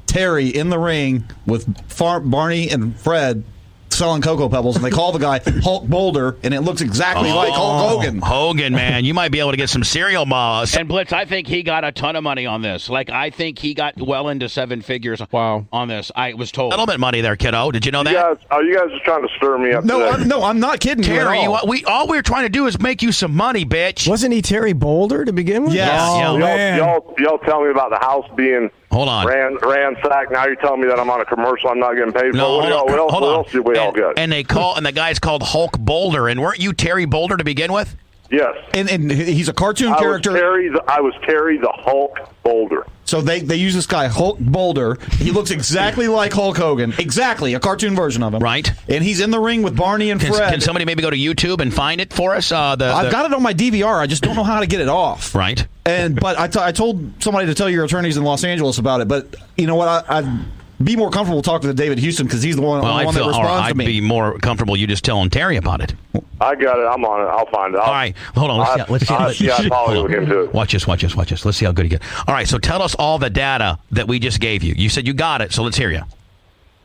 S17: Terry in the ring with Far- Barney and Fred. Selling Cocoa Pebbles, and they call the [laughs] guy Hulk Boulder, and it looks exactly like Hulk
S1: Oh,
S17: Hogan.
S1: Hogan, man.
S17: you might be able to get some cereal moss.
S1: And Blitz, I think he got a ton of money on this. Like I think he got well into seven figures. Wow. On this, I was told
S17: settlement money there, kiddo. Did you know
S1: that?
S7: Guys, are you guys just trying to stir me up?
S17: No,
S7: today?
S17: I'm, no, I'm not kidding you at
S7: Terry,
S17: all.
S7: what
S17: we all we're trying to do is make you some money, bitch. Wasn't he Terry Boulder to begin with? Yes.
S8: Oh,
S7: y'all, y'all, y'all tell me about the house being
S17: Oh, Hold on.
S7: ran ransacked. Now you're telling me that I'm on a commercial. I'm not getting paid
S17: No,
S7: for. What,
S17: hold
S7: do y'all,
S17: on,
S7: what else? what
S17: hold on.
S7: else did we all get?
S17: And they call and the guy's called Hulk Boulder. And weren't you Terry Boulder to begin with?
S7: Yes.
S17: And, and he's a cartoon
S7: I
S17: character.
S7: Was Terry the, I was Terry the Hulk Boulder.
S17: So they, they use this guy Hulk Boulder. He looks exactly like Hulk Hogan, exactly a cartoon version of him. Right. And he's in the ring with Barney and
S8: Can,
S17: Fred.
S8: can somebody maybe go to YouTube and find it for us? Uh, the,
S17: I've got it on my DVR. I just don't know how to get it off.
S8: Right.
S17: And but I, t- I told somebody to tell your attorneys in Los Angeles about it. But you know what? I, I'd be more comfortable talking to David Houston because he's the one,
S8: Well,
S17: the
S8: I
S17: one
S8: feel
S17: that
S8: all
S17: responds
S8: right,
S17: to
S8: I'd
S17: me.
S8: be more comfortable you just telling Terry about it.
S7: I got it. I'm on it. I'll find it. I'll,
S8: All right, hold on. Let's
S7: I,
S8: see. how- Let's see.
S7: I,
S8: let's-
S7: yeah, I probably
S8: hold
S7: will
S8: on.
S7: get into it.
S8: Watch this. Watch this. Watch this. Let's see how good he gets. All right. So tell us all the data that we just gave you. You said you got it. So let's hear you.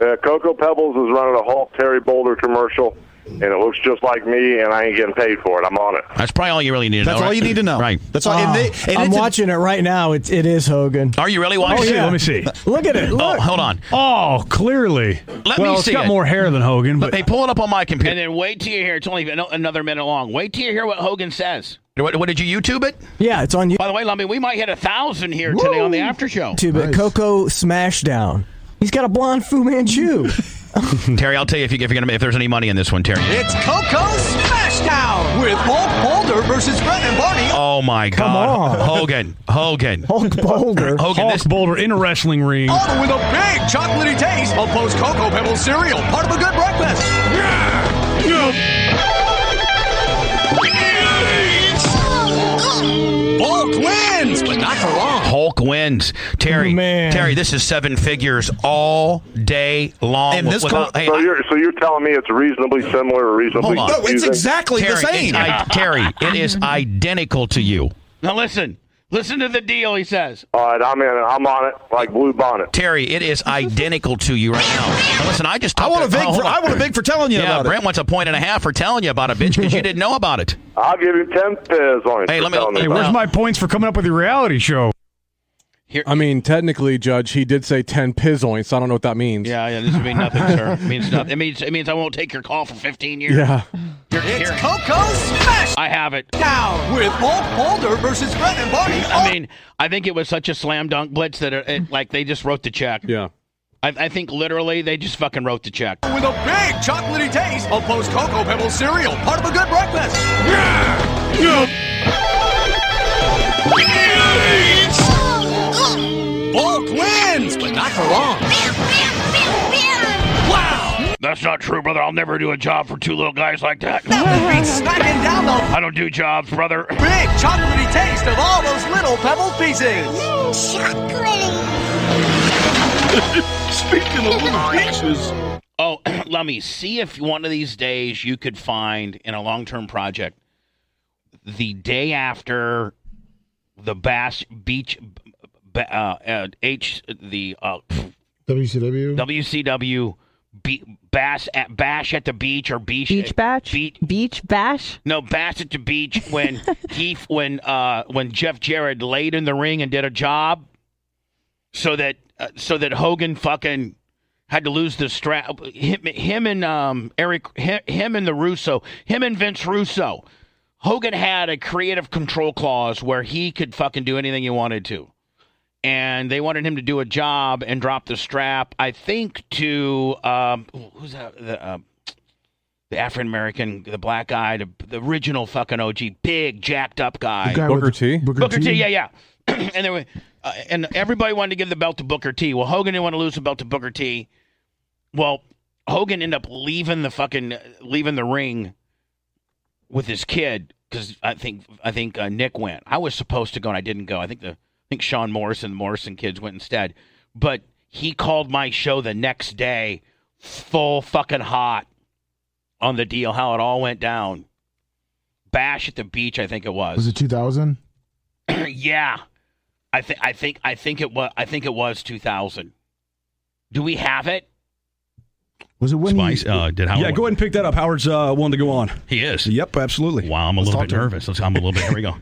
S7: Uh, Cocoa Pebbles is running a Hulk Terry Boulder commercial, and it looks just like me, and I ain't getting paid for it. I'm on it.
S8: That's probably all you really need to know.
S17: That's all
S8: right?
S17: you need to know.
S8: Right.
S17: That's all. and they- and
S18: Ah, I'm
S17: it's a-
S18: watching it right now. It, it is Hogan.
S8: Are you really watching
S18: oh,
S8: it?
S18: yeah.
S8: Let me see.
S18: Look at it.
S8: Oh,
S18: Look.
S8: hold on.
S18: Oh, clearly.
S8: Let
S18: well,
S8: me
S18: it's
S8: see
S18: got
S8: it.
S18: more hair than Hogan, but
S8: Let me pull it up on my computer.
S1: And then wait till you hear. It's only been another minute long. Wait till you hear what Hogan says.
S8: What, what did you YouTube it?
S18: yeah, it's on you.
S1: By the way, Lummy, we might hit a thousand here today on the after show.
S18: YouTube. it. Coco Smashdown. He's got a blonde Fu Manchu.
S8: Terry, I'll tell you if you if, you're gonna, if there's any money in this one, Terry.
S14: It's Coco Smashdown with Hulk Boulder versus Fred and Barney.
S8: Oh my God,
S14: on.
S8: Hogan, Hogan,
S18: Hulk Boulder,
S8: [laughs] Hogan,
S18: Hulk
S8: this,
S18: Boulder in a wrestling ring.
S14: Boulder with a big chocolatey taste of post Cocoa Pebble cereal, part of a good breakfast. Hulk wins, but not for long.
S8: Hulk wins. Terry, Terry, this is seven figures all day long.
S7: And this
S8: without- hey,
S7: so you're so you're telling me it's reasonably similar or reasonably
S8: hold on.
S7: confusing?
S8: Terry, it's I, Terry, it
S17: [laughs]
S8: is identical to you.
S1: Now listen, listen to the deal. He says.
S7: All right, I'm in. it. I'm on it like blue bonnet.
S8: Terry, it is identical to you right now. Now listen, I just
S17: I want a
S8: talked to-
S17: big.
S8: oh, hold
S17: for,
S8: on.
S17: I want a big for telling you
S8: yeah,
S17: about
S8: Brent wants a point and a half for telling you about it,
S17: [laughs]
S8: bitch, because you didn't know about it.
S7: I'll give you ten fizz on it.
S8: Hey,
S7: for
S8: let me-
S7: telling
S8: hey,
S7: about
S18: Where's
S7: it.
S18: my points for coming up with a reality show?
S3: I mean, technically, Judge, he did say 10 pizzoints. so I don't know what that means.
S1: Yeah, yeah, this would mean nothing,
S3: [laughs]
S1: sir. It means nothing. It means it means I won't take your call for 15 years.
S3: Yeah.
S1: You're, it's Coco Smash. I have it.
S14: Now with Walt Mulder versus Brendan Barney.
S1: I mean, I think it was such a slam dunk blitz that uh, it, it- like they just wrote the check.
S3: Yeah.
S1: I, I think literally they just fucking wrote the check.
S14: With a big chocolatey taste of post Cocoa Pebbles cereal, part of a good breakfast. Yeah. Walt wins, but not for long.
S1: That's not true, brother. I'll never do a job for two little guys like that.
S14: Smacking down the
S1: I don't do jobs, brother.
S14: big chocolatey taste of all those little pebble
S19: [laughs]
S14: pieces.
S1: Speaking of little pieces. Oh, [clears throat] let me see if one of these days you could find in a long term project the day after the Bass Beach uh, uh, H the uh,
S2: WCW.
S1: WCW be- Bass at Bash at the Beach or Beach Beach
S4: Bash
S1: Beach
S4: Beach Bash.
S1: No, Bass at the Beach
S4: [laughs]
S1: when he when uh when Jeff Jarrett laid in the ring and did a job so that uh, so that Hogan fucking had to lose the strap him, him and um Eric him, him and the Russo him and Vince Russo Hogan had a creative control clause where he could fucking do anything he wanted to and they wanted him to do a job and drop the strap. I think to um, who's that? The, uh, the African American, the black guy, the, the original fucking OG, big jacked up guy,
S3: guy with Booker the- T?
S1: Booker,
S3: Booker
S1: T.
S3: T?
S1: Yeah, yeah. [clears throat] and there were, uh, and everybody wanted to give the belt to Booker T. Well, Hogan didn't want to lose the belt to Booker T. Well, Hogan ended up leaving the fucking uh, leaving the ring with his kid because I think I think uh, Nick went. I was supposed to go and I didn't go. I think the I think Sean Morris and the Morrison kids went instead. But he called my show the next day, full fucking hot on the deal, how it all went down. Bash at the beach, I think it was.
S2: Was it 2000?
S1: yeah, I think I think I think it was I think it was 2000. Do we have it?
S2: Was it when
S19: Spice? Uh, did Howard
S6: yeah, go ahead and pick that up. Howard's uh, willing to go on.
S19: He is.
S6: Yep, absolutely.
S19: Wow, I'm a
S6: Let's
S19: little
S6: talk
S19: bit
S6: to him.
S19: nervous. Let's, I'm a little bit. Here we go.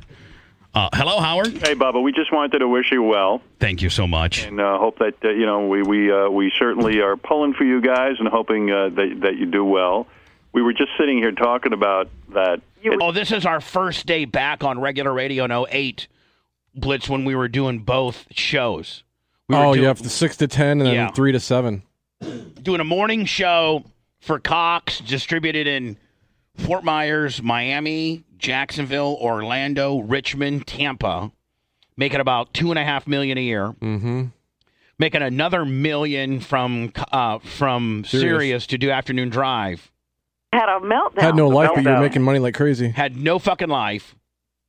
S19: Uh, hello, Howard.
S20: Hey, Bubba. We just wanted to wish you well,
S19: Thank you so much.
S20: and uh, hope that uh, you know we we uh, we certainly are pulling for you guys, and hoping uh, that that you do well. We were just sitting here talking about that.
S1: oh, this is our first day back on regular radio in 08 Blitz when we were doing both shows. We
S3: oh,
S1: were
S3: yeah,
S1: doing,
S3: from 6 to 10 and then
S1: Yeah.
S3: 3 to 7.
S1: doing a morning show for Cox, distributed in Fort Myers, Miami, Jacksonville, Orlando, Richmond, Tampa, making about two and a half million a year.
S3: Mm-hmm.
S1: Making another million from uh, from Sirius.
S3: Sirius.
S1: to do afternoon drive.
S21: Had a meltdown.
S3: Had no life, but you were making money like crazy.
S1: Had no fucking life,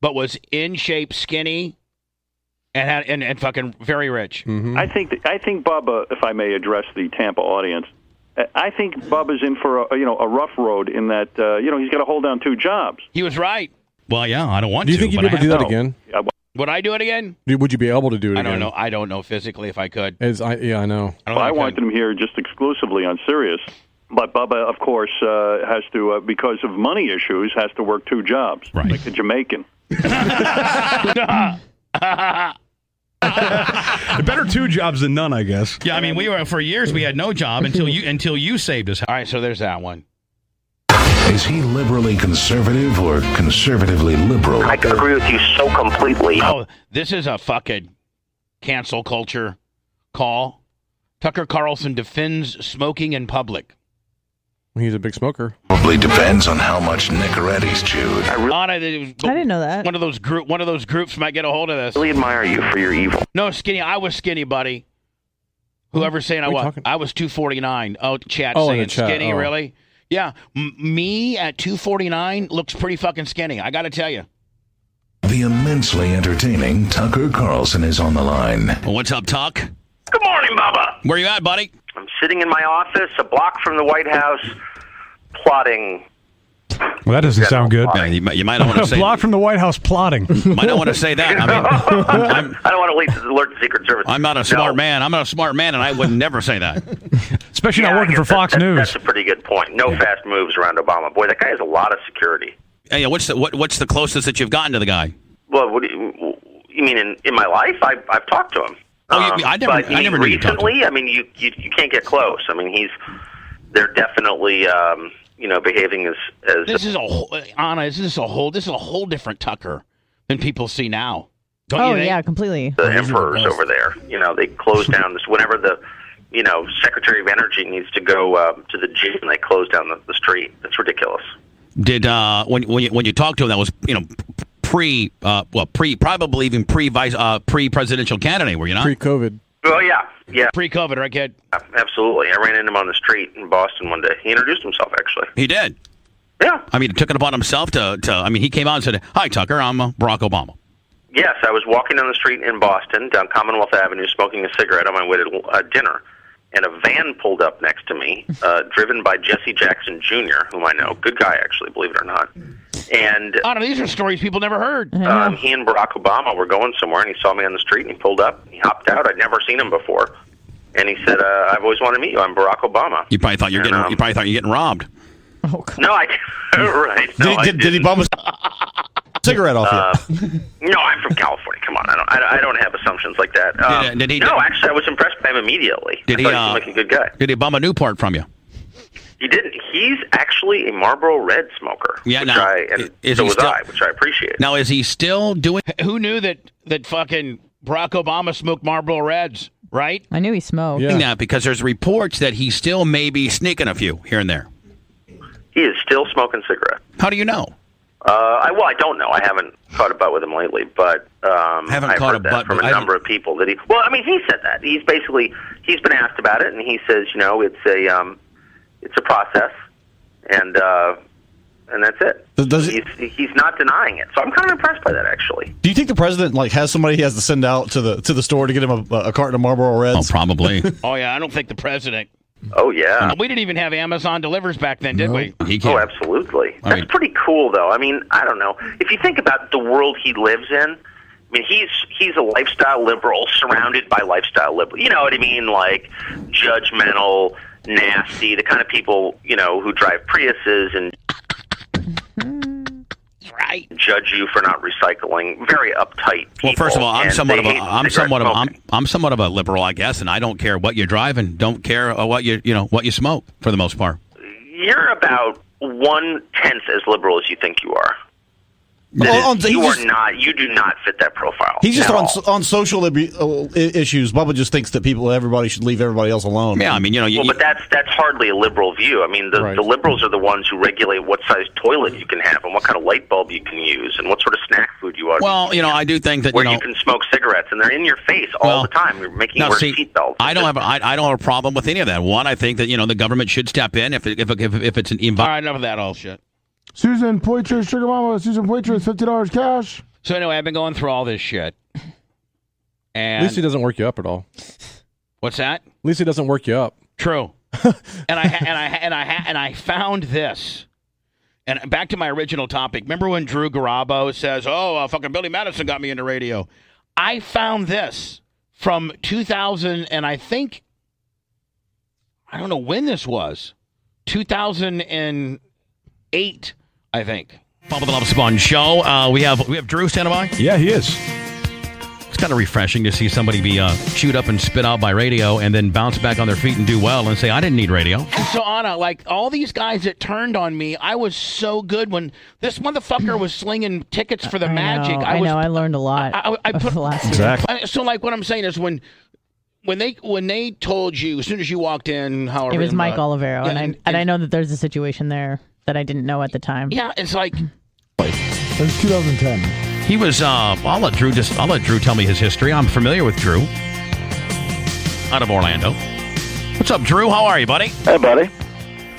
S1: but was in shape, skinny, and had and, and fucking very rich.
S3: Mm-hmm.
S20: I think that, I think Bubba, if I may address the Tampa audience, I- I think Bubba's in for a you know a rough road in that uh, you know he's got to hold down two jobs.
S1: He was right.
S19: Well, yeah, I don't want
S3: Do you
S19: to.
S3: think you'd
S19: but
S3: be able
S19: I
S3: to do
S19: have
S3: that again?
S1: Would I do it again?
S3: Dude, would you be able to do it
S1: I
S3: again?
S1: don't know. I don't know physically if I could.
S3: It's, I, yeah, I know.
S1: don't think
S20: I
S1: I
S20: wanted him here just exclusively on Sirius. But Bubba, of course, uh, has to uh, because of money issues, has to work two jobs, right. like a Jamaican.
S6: [laughs] Better two jobs than none, I guess.
S19: Yeah, I mean, we were for years we had no job until you until you saved us. All
S1: right, so there's that one.
S22: Is he liberally conservative or conservatively liberal? I agree with you so completely.
S1: Oh, this is a fucking cancel culture call. Tucker Carlson defends smoking in public.
S3: He's a big smoker.
S22: Probably depends on how much Nicoretti's chewed.
S1: Not I didn't know that. One of those group, one of those groups might get a hold of this.
S22: really admire you for your evil.
S1: No, skinny. I was skinny, buddy. Whoever's saying I
S3: What are
S1: was,
S3: you
S1: I was two forty nine. Oh, chat
S3: Oh, in
S1: saying
S3: the chat,
S1: skinny,
S3: oh.
S1: really? Yeah, M- me at two forty nine looks pretty fucking skinny. I got to
S19: [laughs]
S1: tell you.
S22: The immensely entertaining Tucker Carlson is on the line.
S19: What's up, Tuck?
S22: Good morning, Bubba.
S19: Where you at, buddy?
S22: I'm sitting in my office, a block from the White House,
S20: [laughs]
S22: plotting.
S6: Well, that doesn't sound good.
S22: Yeah,
S19: you, might- you might
S6: [laughs]
S19: not want to say.
S6: Block from the White House plotting.
S19: Might not want to say that. I mean, I'm,
S22: I don't want to lead alert the Secret Service.
S19: I'm not a smart man. I'm not a smart man, and I would never
S22: [laughs]
S19: say that.
S6: [laughs] Especially
S22: Yeah, I
S6: not working
S22: guess
S6: for
S22: that-
S6: Fox
S22: that-
S6: News.
S22: That's a pretty good point. No fast moves around Obama. Boy, that guy has a lot of security.
S19: Hey, what's the what, what's the closest that you've gotten to the guy?
S22: Well, what do you, you mean in, in my life? I, I've talked to him. Um,
S20: Oh, you- I never-
S22: but,
S20: I never knew you talked to
S22: recently. I mean, you, you you can't get close. I mean, he's they're definitely um, you know behaving as as
S1: This is a whole, Anna. This is a whole. This is a whole different Tucker than people see now. Don't
S4: oh
S1: you think?
S4: yeah, completely.
S22: the emperors over there. You know, they close down this whenever the you know Secretary of Energy needs to go uh, to the gym. They close down the, the street. That's ridiculous.
S20: Did uh, when when you, when you talked to him, that was you know pre uh, well pre probably even pre vice uh, pre presidential candidate, were you not?
S3: Pre COVID.
S22: Oh yeah, yeah.
S1: Pre-COVID, right, kid?
S22: Absolutely. I ran into him on the street in Boston one day. He introduced himself actually.
S20: He did.
S22: Yeah.
S20: I mean, he took it upon himself to, to I mean, he came out and said, "Hi, Tucker. I'm uh, Barack Obama."
S22: Yes, I was walking down the street in Boston, down Commonwealth Avenue, smoking a cigarette on my way to uh, dinner, and a van pulled up next to me, uh, driven by Jesse Jackson Jr., whom I know, good guy actually, believe it or not. And
S1: Anna, these are stories people never heard.
S22: um, he and Barack Obama were going somewhere, and he saw me on the street, and he pulled up, and he hopped out. I'd never seen him before, and he said, uh, "I've always wanted to meet you. I'm Barack Obama."
S20: You probably thought you're getting you probably thought you're getting robbed.
S22: No, I [laughs] right.
S17: Did,
S22: no,
S17: he,
S22: I
S17: did, did he bum
S8: [laughs]
S17: a cigarette off you?
S7: Uh,
S22: No, I'm from California. Come on, I don't. I, I don't have assumptions like that. Um,
S20: Did, uh, did he-
S22: no, actually, I was impressed by him immediately. I
S20: Did he,
S22: thought
S20: uh,
S22: he seemed like a good guy.
S20: Did he bum a Newport from you?
S22: He didn't. He's actually a Marlboro Red smoker.
S20: Yeah,
S22: which
S20: now,
S22: I, and
S20: is
S22: so
S20: he
S22: was
S20: still-
S22: I, which I appreciate.
S20: Now is he still doing?
S1: [laughs] Who knew that that fucking Barack Obama smoked Marlboro Reds? Right?
S4: I knew he smoked.
S20: Now, because there's reports that he still may
S19: [laughs]
S20: be sneaking a few here and there.
S22: He is still smoking cigarettes.
S20: How do you know?
S22: Uh, I well, I don't know. I haven't caught a butt with him lately, but um,
S20: Haven't
S22: I've
S20: caught
S22: heard
S20: a
S22: that
S20: butt,
S22: from
S20: but
S22: a
S20: I
S22: number of people that he. Well, I mean, he said that he's basically he's been asked about it, and he says, you know, it's a um, it's a process, and uh, and that's it. he's, he's not denying it, so I'm kind of impressed by that actually.
S17: Do you think the president like has somebody he has to send out to the to the store to get him a, a carton of Marlboro Reds?
S20: Oh,
S17: [laughs]
S20: probably.
S1: Oh yeah, I don't think the president. Uh,
S22: Oh yeah.
S1: We didn't even have Amazon delivers back then, did we?
S22: Oh, absolutely. That's pretty cool, though. I mean, I don't know if you think about the world he lives in. I mean, he's he's a lifestyle liberal surrounded by lifestyle liberal. You know what I mean? Like judgmental, nasty, the kind of people you know who drive Priuses and
S1: right
S22: judge you for not recycling. Very uptight. People,
S20: Well, first of all, I'm
S22: and
S20: somewhat
S22: they
S20: of a
S22: hate
S20: I'm
S22: cigarette
S20: somewhat of a,
S22: smoking.
S20: I'm I'm somewhat of a liberal, I guess, and I don't care what you drive and don't care uh, what you you know what you smoke for the most part.
S22: You're about one tenth as liberal as you think you are. That
S17: Well,
S22: is,
S17: on-
S22: you
S17: he's
S22: are
S17: just-
S22: not. You do not fit that profile.
S17: He's just
S22: at
S17: on
S22: all.
S17: on social ibu- uh, i- issues. Bubba just thinks that people everybody should leave everybody else alone.
S20: Yeah, I mean, you know, you,
S22: well, but that's that's hardly a liberal view. I mean, the, the liberals are the ones who regulate what size toilet you can have and what kind of light bulb you can use and what sort of snack food you ought.
S20: Well, you know, I do think that
S22: where
S20: you know.
S22: can smoke cigarettes and they're in your face all
S20: Well,
S22: the time. You're making you
S20: no,
S22: wear
S20: see,
S22: seatbelts.
S20: I don't have a, I, I don't have a problem with any of that. One, I think that you know the government should step in if it, if, it- if if it's an environment.
S1: All right, enough of that all shit.
S2: Susan Poitras, Sugar Mama, Susan Poitras, fifty dollars cash.
S1: So anyway, I've been going through all this shit. And
S3: At least he doesn't work you up at all.
S1: what's that?
S3: At least he doesn't work you up.
S1: True. and I ha- and I ha- and I ha- and I found this. And back to my original topic. Remember when Drew Garabo says, "Oh, uh, fucking Billy Madison got me into radio." I found this from 2000 and I think I don't know when this was. 2008, I think.
S20: Bubba the Love Sponge show. Uh, we have we have Drew standing by.
S23: Yeah, he is.
S20: It's kind of refreshing to see somebody be uh, chewed up and spit out by radio, and then bounce back on their feet and do well, and say, "I didn't need radio."
S1: And so Anna, like all these guys that turned on me, I was so good when this motherfucker was slinging tickets for the
S4: I
S1: Magic.
S4: Know,
S1: I
S4: I,
S1: was
S4: know. I learned a lot.
S1: I, I put
S4: the last year.
S1: I- so, like, what I'm saying is when when they when they told you as soon as you walked in, however
S4: It was Mike
S1: uh,
S4: Olivero,
S1: yeah,
S4: and I and, I know that there's a situation there that I didn't know at the time.
S1: yeah, it's like
S2: It was 2010.
S20: He was. Uh, I'll let Drew just. I'll let Drew tell me his history. I'm familiar with Drew, out of Orlando. What's up, Drew? How are you, buddy?
S5: Hey, buddy.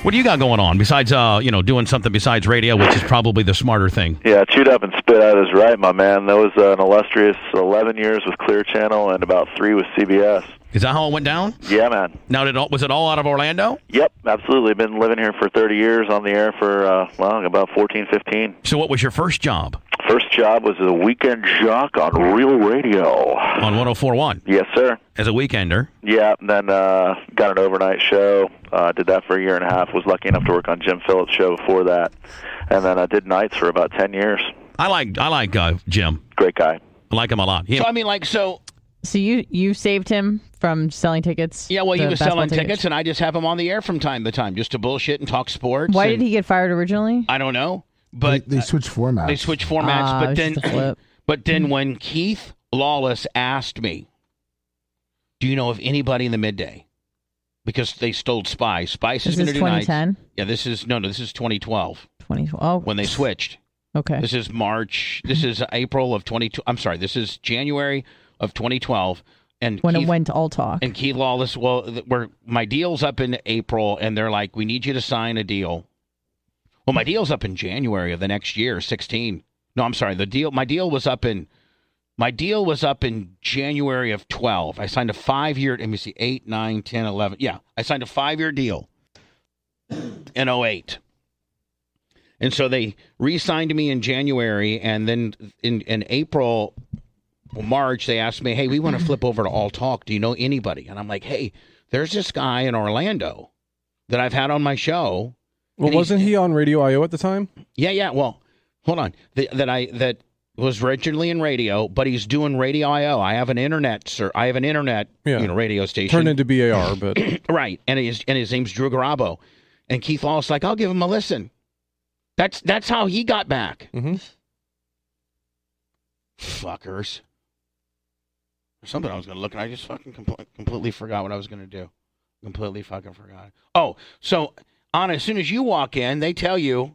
S20: What do you got going on besides, uh, you know, doing something besides radio, which is probably the smarter thing?
S5: Yeah, chewed up and spit out is right, my man. That was uh, an illustrious 11 years with Clear Channel and about three with CBS.
S20: Is that how it went down?
S5: Yeah, man.
S20: Now, did it all, was it all out of Orlando?
S5: Yep, absolutely. Been living here for 30 years, on the air for uh, long, about 14, 15.
S20: So, what was your first job
S5: First job was a weekend jock on Real Radio.
S20: on 104.1
S5: Yes, sir.
S20: as a weekender?
S5: Yeah, and then uh, got an overnight show. Uh, did that for a year and a half. Was lucky enough to work on Jim Phillips' show before that, and then I did nights for about 10 years.
S20: I like I like uh, Jim.
S5: Great guy.
S20: I like him a lot. He,
S1: so. I mean, like, so
S4: So you you saved him from selling tickets.
S1: Yeah, well, he
S4: The
S1: was
S4: basketball
S1: selling tickets, and I just have him on the air from time to time just to bullshit and talk sports.
S4: Why
S1: and-
S4: did he get fired originally?
S1: I don't know, but
S2: they, they switch formats.
S1: they switched formats.
S4: Ah,
S1: but
S4: it was
S1: then,
S4: just a flip.
S1: [clears throat]
S4: Mm-hmm.
S1: but then when Keith Lawless asked me, "Do you know of anybody in the midday?" Because they stole Spy. Spice
S4: This
S1: is going to
S4: is
S1: do nights.
S4: 2010?
S1: Yeah, this is no, no. This is 2012
S4: 2012.
S1: when they switched.
S4: oh, Okay.
S1: This is March. This is April of 22. I'm sorry. This is January of 2012. And
S4: when
S1: Keith-
S4: it went all talk.
S1: and Key Lawless, well, th- we're, my deal's up in April, and they're like, we need you to sign a deal. Well, my deal's up in January of the next year, 16. No, I'm sorry. The deal, my deal was up in, my deal was up in January of 12. I signed a five year, let me see, 8, 9, 10, 11. Yeah, I signed a five year deal in 08. And so they re signed me in January, and then in, in April, well, March, they asked me, "Hey, we want to flip over to All Talk. Do you know anybody?" And I'm like, "Hey, there's this guy in Orlando that I've had on my show."
S3: [laughs] Well,
S1: And he's-
S3: wasn't he on Radio IO at the time?
S1: Yeah, yeah. Well, hold on. Th- that I that was originally in radio, but he's doing radio IO. I have an internet, sir. I have an internet,
S3: Yeah.
S1: you know, radio station.
S3: Turned
S1: [clears throat]
S3: into BAR, but
S1: right, and his and his name's Drew Garabo, and Keith Lawless like, "I'll give him a listen." That's that's how he got back.
S3: Mm-hmm.
S1: Fuckers. There's something I was gonna look at. I just fucking compl- completely forgot what I was gonna do. Completely fucking forgot. Oh, so Anna, as soon as you walk in, they tell you.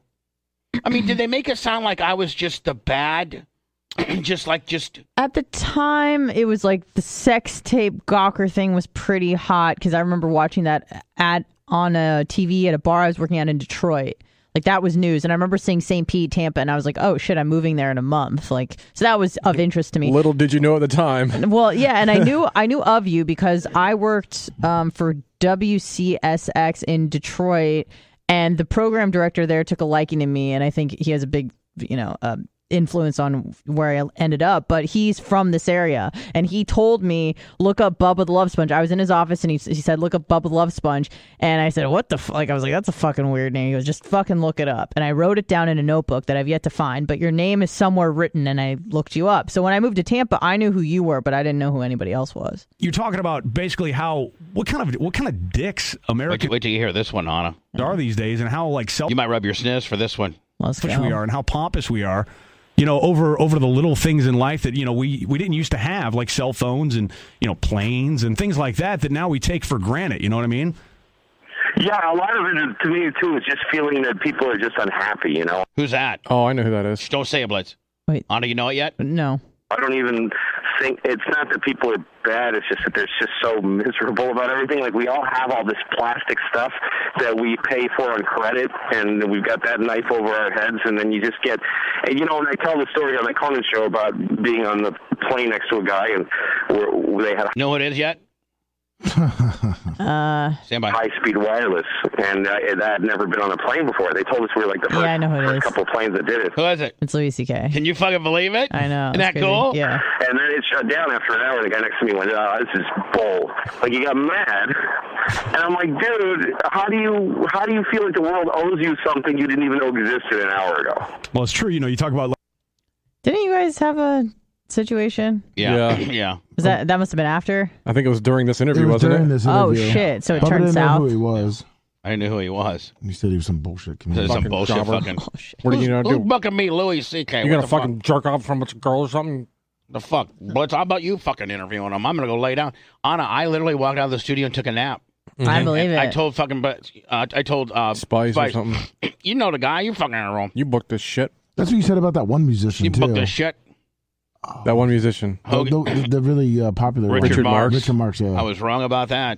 S1: I mean, did they make it sound like I was just the bad, [clears throat] just like just
S4: At the time, it was like the sex tape Gawker thing was pretty hot because I remember watching that ad on a TV at a bar I was working at in Detroit. Like that was news, and I remember seeing St. Pete, Tampa, and I was like, "Oh shit, I'm moving there in a month." Like, so that was of interest to me.
S3: little did you know at the time.
S4: [laughs] Well, yeah,
S3: [laughs]
S4: and I knew I knew of you because I worked um, for WCSX in Detroit, and the program director there took a liking to me, and I think he has a big, you know. Uh, influence on where I ended up, but he's from this area, and he told me look up Bubba the Love Sponge. I was in his office, and he, he said look up Bubba the Love Sponge, and I said what the f-? like I was like that's a fucking weird name. He goes just fucking look it up, and I wrote it down in a notebook that I've yet to find, but your name is somewhere written, and I looked you up. So when I moved to Tampa, I knew who you were, but I didn't know who anybody else was.
S14: You're talking about basically how what kind of what kind of dicks Americans
S1: wait, wait till you hear this one, Anna.
S14: are these days, and how like self
S1: You might rub your sniz for this one.
S14: selfish we are, and how pompous we are. You know, over over the little things in life that you know we we didn't used to have, like cell phones and you know planes and things like that, that now we take for granted. You know what I mean?
S15: Yeah, a lot of it to me too is just feeling that people are just unhappy. You know,
S1: Who's that?
S3: Oh, I know who that is.
S1: Don't say it, Blitz.
S4: Wait,
S1: Anna, you know it yet?
S4: No.
S15: I don't even think it's not that people are bad. It's just that they're just so miserable about everything. Like we all have all this plastic stuff that we pay for on credit, and we've got that knife over our heads, and then you just get, and you know. And I tell the story on the Conan show about being on the plane next to a guy, and where they had
S1: know what it is yet?
S4: Uh,
S1: high
S15: speed wireless, and uh, and I had never been on a plane before. They told us we were like the first,
S4: Yeah, I know who it is.
S15: couple planes that did it.
S1: Who is it?
S4: It's Louis C.K.
S1: Can you fucking believe it?
S4: I know.
S15: Isn't
S4: it's
S15: that
S4: crazy.
S15: cool?
S4: Yeah.
S15: And then it shut down after an hour. The guy next to me went, "Ah, this is bull." Like he got mad, and I'm like, "Dude, how do you how do you feel like the world owes you something you didn't even know existed an hour ago?"
S14: Well, it's true. You know, you talk about like,
S4: Didn't you guys have a situation?
S1: Yeah, yeah.
S14: Oh.
S4: Was that that must have been after?
S3: I think it was during this interview,
S2: It was
S3: wasn't
S2: during
S4: [laughs]
S3: it?
S2: this
S4: Oh,
S2: interview.
S4: shit, so it
S2: Bubba
S4: turned
S2: didn't
S4: south?
S2: Know who he was?
S1: I knew who he was.
S2: He said he was some bullshit comedian.
S1: Some bullshit
S2: [laughs]
S1: fucking.
S4: Oh,
S1: [laughs]
S3: What are you
S1: Who's
S3: gonna do?
S1: bucking me, Louis C.K.?
S3: You
S1: What
S3: gonna
S1: the fuck?
S3: fucking jerk off from a girl or something?
S1: The fuck? Blitz, how about you fucking interviewing him? I'm going to go lay down. Anna, I literally walked out of the studio and took a nap.
S4: I
S1: And-
S4: believe
S1: and I
S4: it.
S1: told fucking, but uh, I told uh,
S3: Mm-hmm. Spice or something.
S1: [clears throat] You know the guy. You fucking in a room.
S3: You booked this shit.
S2: That's what you said about that one musician
S1: You
S2: too.
S1: booked this shit.
S3: That one musician.
S2: The, the- the really uh, popular one.
S1: Richard Marx.
S2: Richard Marx. Yeah.
S1: I was wrong about that.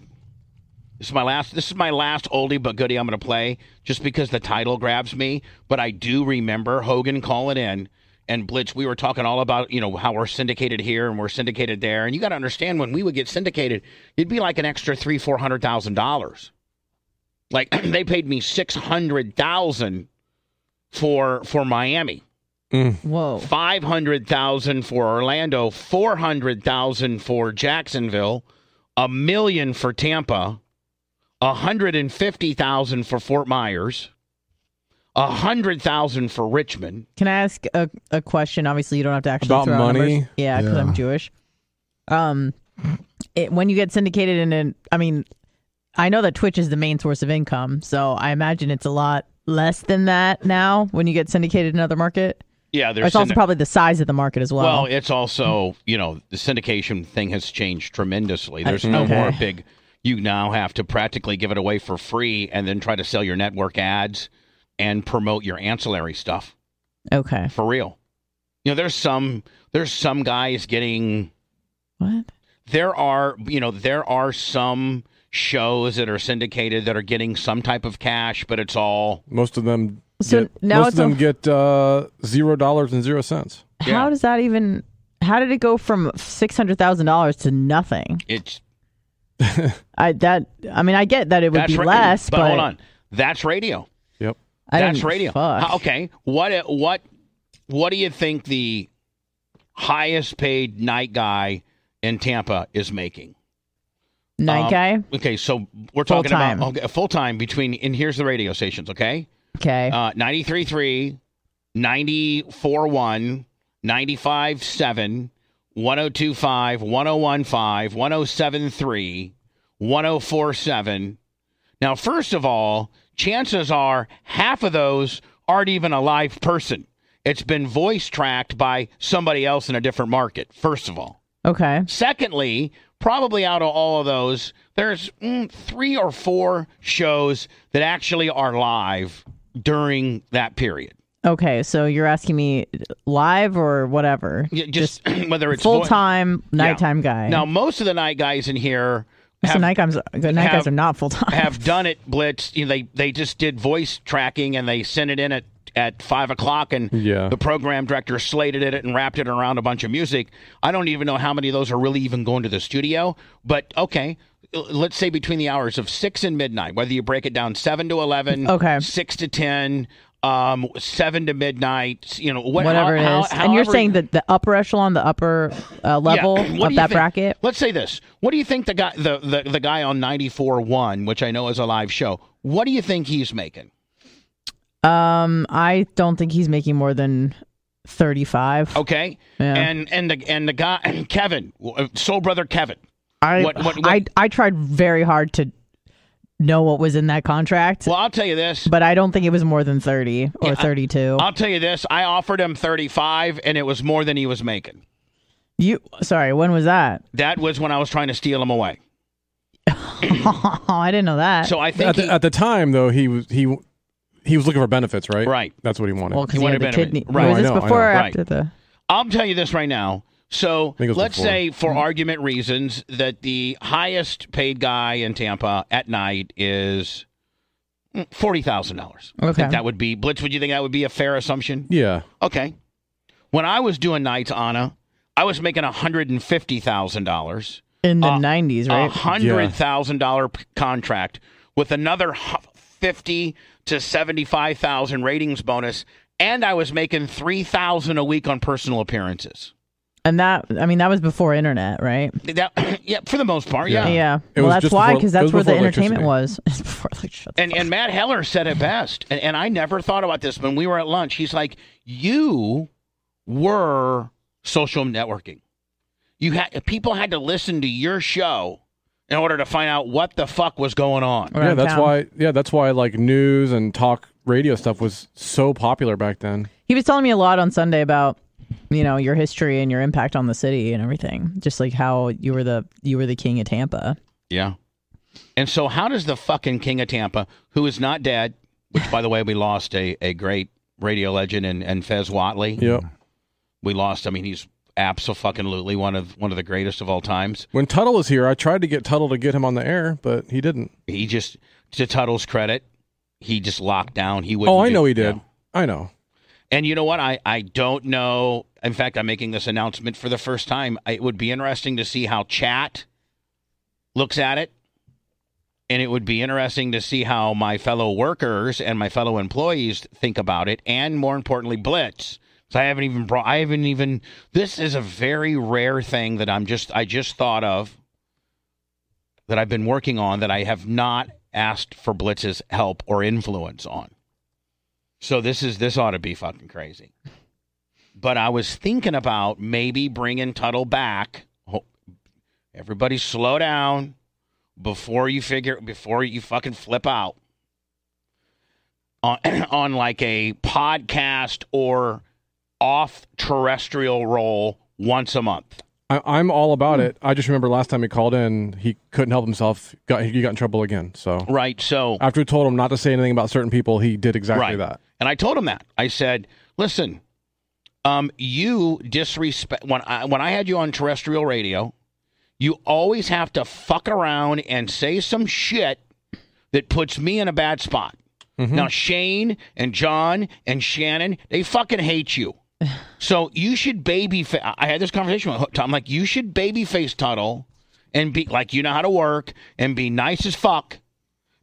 S1: This is my last. This is my last oldie but goodie. I'm going to play just because the title grabs me. But I do remember Hogan calling in and Blitz. We were talking all about you know how we're syndicated here and we're syndicated there. And you got to understand when we would get syndicated, it'd be like an extra three four hundred thousand dollars. Like [clears throat] they paid me six hundred thousand for for Miami.
S4: Whoa.
S1: Five hundred thousand for Orlando, four hundred thousand for Jacksonville, a million for Tampa, a hundred and fifty thousand for Fort Myers, a hundred thousand for Richmond.
S4: Can I ask a, a question? Obviously, you don't have to actually
S1: About
S4: throw out
S1: money?
S4: numbers. Yeah, because
S1: Yeah.
S4: I'm Jewish. um, it, when you get syndicated in an, I mean, I know that Twitch is the main source of income, so I imagine it's a lot less than that now when you get syndicated in another market.
S1: Yeah,
S4: Or
S1: there's
S4: it's also probably the size of the market as well.
S1: Well, it's also you know the syndication thing has changed tremendously.
S4: I-
S1: There's no
S4: okay.
S1: more big. You now have to practically give it away for free and then try to sell your network ads and promote your ancillary stuff
S4: okay.
S1: for real. You know, there's some there's some guys getting
S4: what?
S1: There are you know there are some shows that are syndicated that are getting some type of cash, but it's all
S3: most of them.
S4: So
S3: get,
S4: now
S3: most
S4: it's
S3: of them
S4: on-
S3: get uh, zero dollars and zero cents.
S4: How does that even? How did it go from six hundred thousand dollars to nothing?
S1: It's
S4: I that I mean I get that it would
S1: That's
S4: be
S1: ra-
S4: less, but,
S1: hold on, that's radio.
S3: Yep,
S4: I
S1: that's
S4: didn't-
S1: radio.
S4: fuck.
S1: How- okay, what what what do you think the highest paid night guy in Tampa is making?
S4: night
S1: Um,
S4: guy.
S1: Okay, so we're talking
S4: Full-time.
S1: about okay, full time between and here's the radio stations. Okay,
S4: Okay,
S1: uh, 93.3, 94.1, 95.7, 102.5, 101.5, 107.3, 104.7. Now, first of all, chances are half of those aren't even a live person. It's been voice tracked by somebody else in a different market, first of all.
S4: okay.
S1: Secondly, probably out of all of those, there's mm, three or four shows that actually are live during that period.
S4: Okay, so you're asking me live or whatever?
S1: Y- Just, [clears throat] whether it's
S4: full
S1: vo-
S4: time,
S1: Yeah.
S4: nighttime guy.
S1: Now, most of the night guys in here
S4: so night [laughs] guys, night guys
S1: have-
S4: are not full [laughs] time.
S1: have done it blitz. You know, they they just did voice tracking and they sent it in at at five o'clock and
S3: Yeah.
S1: the program director slated it and wrapped it around a bunch of music. I don't even know how many of those are really even going to the studio, but okay. L- Let's say between the hours of six and midnight, whether you break it down seven to eleven,
S4: Okay.
S1: six to ten, um, seven to midnight, you know, what,
S4: whatever
S1: how-
S4: it is.
S1: how-
S4: and you're
S1: however-
S4: saying that the upper echelon, the upper uh, level
S1: yeah. What do
S4: of
S1: you
S4: that
S1: think-
S4: bracket.
S1: Let's say this. What do you think the guy the, the, the guy on 94.1, which I know is a live show, what do you think he's making?
S4: Um, I don't think he's making more than thirty-five.
S1: Okay?
S4: Yeah.
S1: And and the and the guy [clears throat] and Kevin, uh, soul brother Kevin.
S4: I,
S1: what, what, what-
S4: I I tried very hard to know what was in that contract. Well,
S1: I'll tell you this,
S4: but I don't think it was more than thirty or
S1: Yeah, I-
S4: thirty-two.
S1: I'll tell you this, I offered him 35 and it was more than he was making.
S4: you sorry, when was that? [laughs]
S1: That was when I was trying to steal him away.
S4: Oh, I didn't know that.
S1: So I
S3: at,
S1: think
S3: the,
S1: he-
S3: at the time though, he was he he was looking for benefits, right?
S1: Right.
S3: That's what he wanted.
S4: Well, 'cause He he wanted had the benefits. kidney- was
S3: I
S4: this
S3: know, I
S4: before or
S3: know.
S4: after the-
S1: I'll tell you this right now. So
S3: it was
S1: let's
S3: before. Mm-hmm.
S1: say, for argument reasons, that the highest paid guy in Tampa at night is mm, forty thousand dollars.
S3: Okay.
S1: that would be Blitz. Would you think that would be a fair assumption?
S3: Yeah.
S1: Okay. When I was doing nights, Anna, I was making hundred and fifty thousand dollars. Uh,
S4: in the nineties,
S1: A
S4: right?
S1: hundred thousand dollar contract with another hu- fifty to seventy five thousand ratings bonus, and I was making three thousand a week on personal appearances.
S4: And that I mean that was before internet, right?
S1: That, [clears throat] yeah, for the most part, Oh, yeah,
S4: Yeah. Well, that's why, because that's where the entertainment was. [laughs]
S1: And and Matt Heller said it best, and, and I never thought about this when we were at lunch. He's like, you were social networking. You had people had to listen to your show in order to find out what the fuck was going on.
S3: Yeah, that's why. Yeah, that's why like news and talk radio stuff was so popular back then.
S4: He was telling me a lot on Sunday about you know your history and your impact on the city and everything, just like how you were the you were the king of Tampa.
S1: Yeah. And so, how does the fucking King of Tampa, who is not dead, which by the way, we lost a, a great radio legend and, and Fez Watley.
S3: Yep.
S1: We lost. I mean, he's absolutely one of one of the greatest of all times.
S3: When Tuttle was here, I tried to get Tuttle to get him on the air, but he didn't.
S1: He just, to Tuttle's credit, he just locked down. He would.
S3: Oh, I know he did. I know.
S1: And you know what? I, I don't know. In fact, I'm making this announcement for the first time. I- It would be interesting to see how chat looks at it. And it would be interesting to see how my fellow workers and my fellow employees think about it. And more importantly, Blitz. So I haven't even brought, I haven't even, this is a very rare thing that I'm just, I just thought of that I've been working on that I have not asked for Blitz's help or influence on. So this is this ought to be fucking crazy. But I was thinking about maybe bringing Tuttle back, ho- Everybody slow down before you figure before you fucking flip out on [clears throat] on like a podcast or off terrestrial roll once a month.
S3: I, I'm all about it. I just remember last time he called in, he couldn't help himself. Got he got in trouble again. So
S1: Right. So
S3: after we told him not to say anything about certain people, he did exactly
S1: right.
S3: that.
S1: And I told him that. I said, "Listen, um, you disrespect when I when I had you on terrestrial radio, you always have to fuck around and say some shit that puts me in a bad spot."
S3: Mm-hmm.
S1: Now Shane and John and Shannon, they fucking hate
S3: [sighs]
S1: you. so you should baby. Fa- I had this conversation with Tom. Like you should babyface Tuttle and be like you know how to work and be nice as fuck.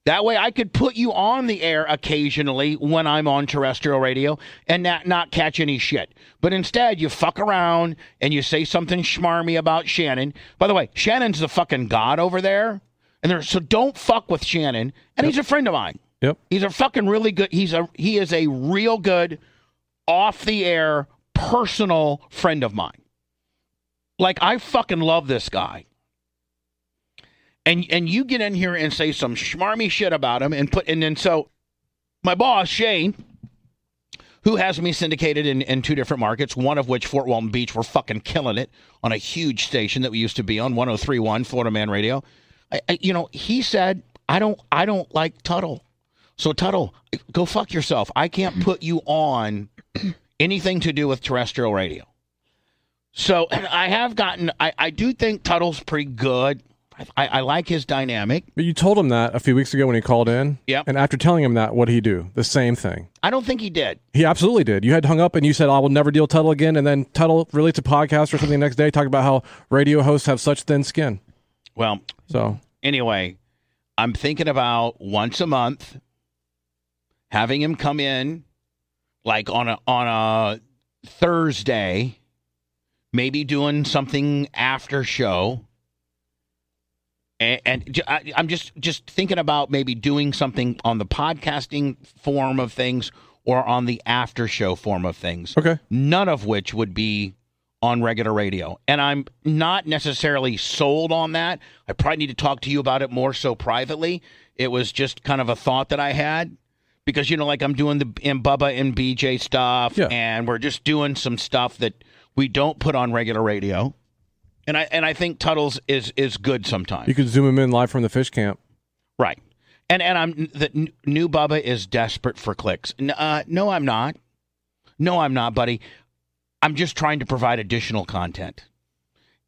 S1: That way, I could put you on the air occasionally when I'm on terrestrial radio and not, not catch any shit. But instead, you fuck around and you say something schmarmy about Shannon. By the way, Shannon's the fucking god over there. And there, so don't fuck with Shannon. And he's a friend of mine.
S3: Yep.
S1: He's a fucking really good. He's a he is a real good off the air personal friend of mine. Like I fucking love this guy and and you get in here and say some schmarmy shit about him and put and then so my boss Shane who has me syndicated in, in two different markets, one of which Fort Walton Beach, we're fucking killing it on a huge station that we used to be on, 1031 Florida Man Radio. I, I, you know, he said, I don't I don't like Tuttle. So Tuttle, go fuck yourself. I can't put you on [clears throat] anything to do with terrestrial radio. So [clears throat] I have gotten I, I do think Tuttle's pretty good. I, I like his dynamic.
S3: But you told him that a few weeks ago when he called in.
S1: Yep.
S3: And after telling him that, what did he do? The same thing.
S1: I don't think he did.
S3: He absolutely did. You had hung up and you said, I will never deal Tuttle again. And then Tuttle relates a podcast or something the next day, talking about how radio hosts have such thin skin.
S1: Well,
S3: So
S1: anyway, I'm thinking about once a month having him come in like on a on a Thursday, maybe doing something after show. And, and ju- I, I'm just just thinking about maybe doing something on the podcasting form of things or on the after show form of things.
S3: Okay.
S1: None of which would be on regular radio. And I'm not necessarily sold on that. I probably need to talk to you about it more so privately. It was just kind of a thought that I had because you know like I'm doing the and Bubba and BJ stuff and we're just doing some stuff that we don't put on regular radio. And I and I think Tuttles is is good sometimes.
S3: you could zoom him in live from the fish camp.
S1: Right. And and I'm the n- new Bubba is desperate for clicks. N- uh, no, I'm not. No, I'm not, buddy. I'm just trying to provide additional content,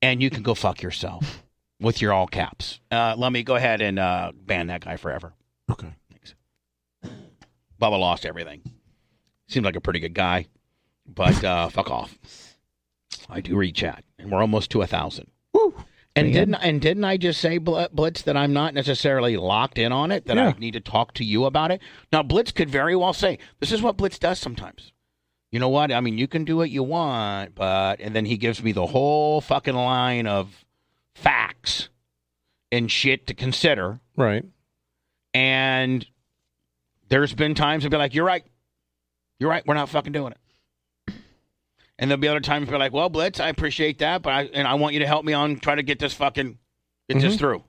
S1: and you can go fuck yourself with your all caps. Uh, let me go ahead and uh, ban that guy forever.
S2: Okay.
S1: Thanks. Bubba lost everything. Seemed like a pretty good guy, but uh, fuck off. I do read chat, and we're almost to a thousand. And didn't and didn't I just say Bl- Blitz that I'm not necessarily locked in on it that I need to talk to you about it? Now Blitz could very well say this is what Blitz does sometimes. You know what? I mean, you can do what you want, but and then he gives me the whole fucking line of facts and shit to consider.
S3: Right.
S1: And there's been times I've been like, "You're right, you're right. We're not fucking doing it." [clears throat] And there'll be other times be like, "Well, Blitz, I appreciate that, but I and I want you to help me on try to get this fucking get this
S3: Mhm.
S1: through."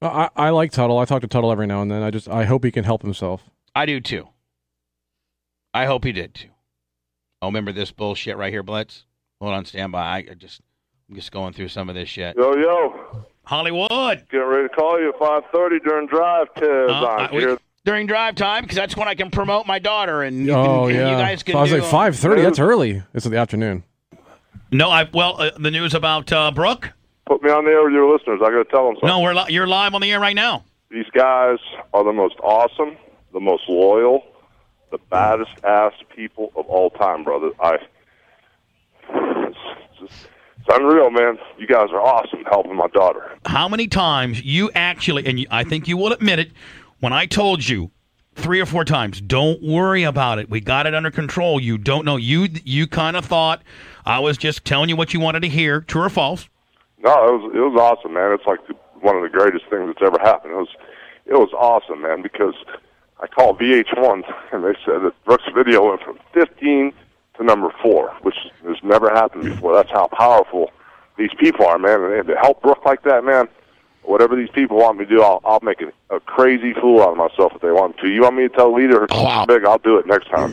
S3: I, I like Tuttle. I talk to Tuttle every now and then. I just I hope he can help himself.
S1: I do too. I hope he did too. Oh, remember this bullshit right here, Blitz? Hold on, standby. I I just I'm just going through some of this shit.
S9: Yo, yo.
S1: Hollywood.
S9: Getting ready to call you at 5.30 during drive test.
S1: Uh, we- during drive time, because that's when I can promote my daughter, and you,
S3: oh
S1: can,
S3: yeah.
S1: you guys can.
S3: So I was
S1: do
S3: like five thirty. That's early. It's in the afternoon.
S20: No, I well uh, the news about uh, Brooke.
S9: Put me on the air with your listeners. I got to tell them something.
S20: No, we're li- you're live on the air right now.
S9: These guys are the most awesome, the most loyal, the baddest ass people of all time, brother. I. It's, just- it's unreal, man. You guys are awesome helping my daughter.
S20: How many times you actually and you, I think you will admit it when I told you three or four times, don't worry about it. We got it under control. You don't know you you kind of thought I was just telling you what you wanted to hear, true or false?
S9: No, it was it was awesome, man. It's like the, one of the greatest things that's ever happened. It was it was awesome, man, because I called VH1 and they said that Brooks Video went from 15 to number four, which has never happened before. That's how powerful these people are, man. And to help Brooke like that, man, whatever these people want me to do, I'll, I'll make a, a crazy fool out of myself if they want to. You want me to tell leader big? I'll do it next time.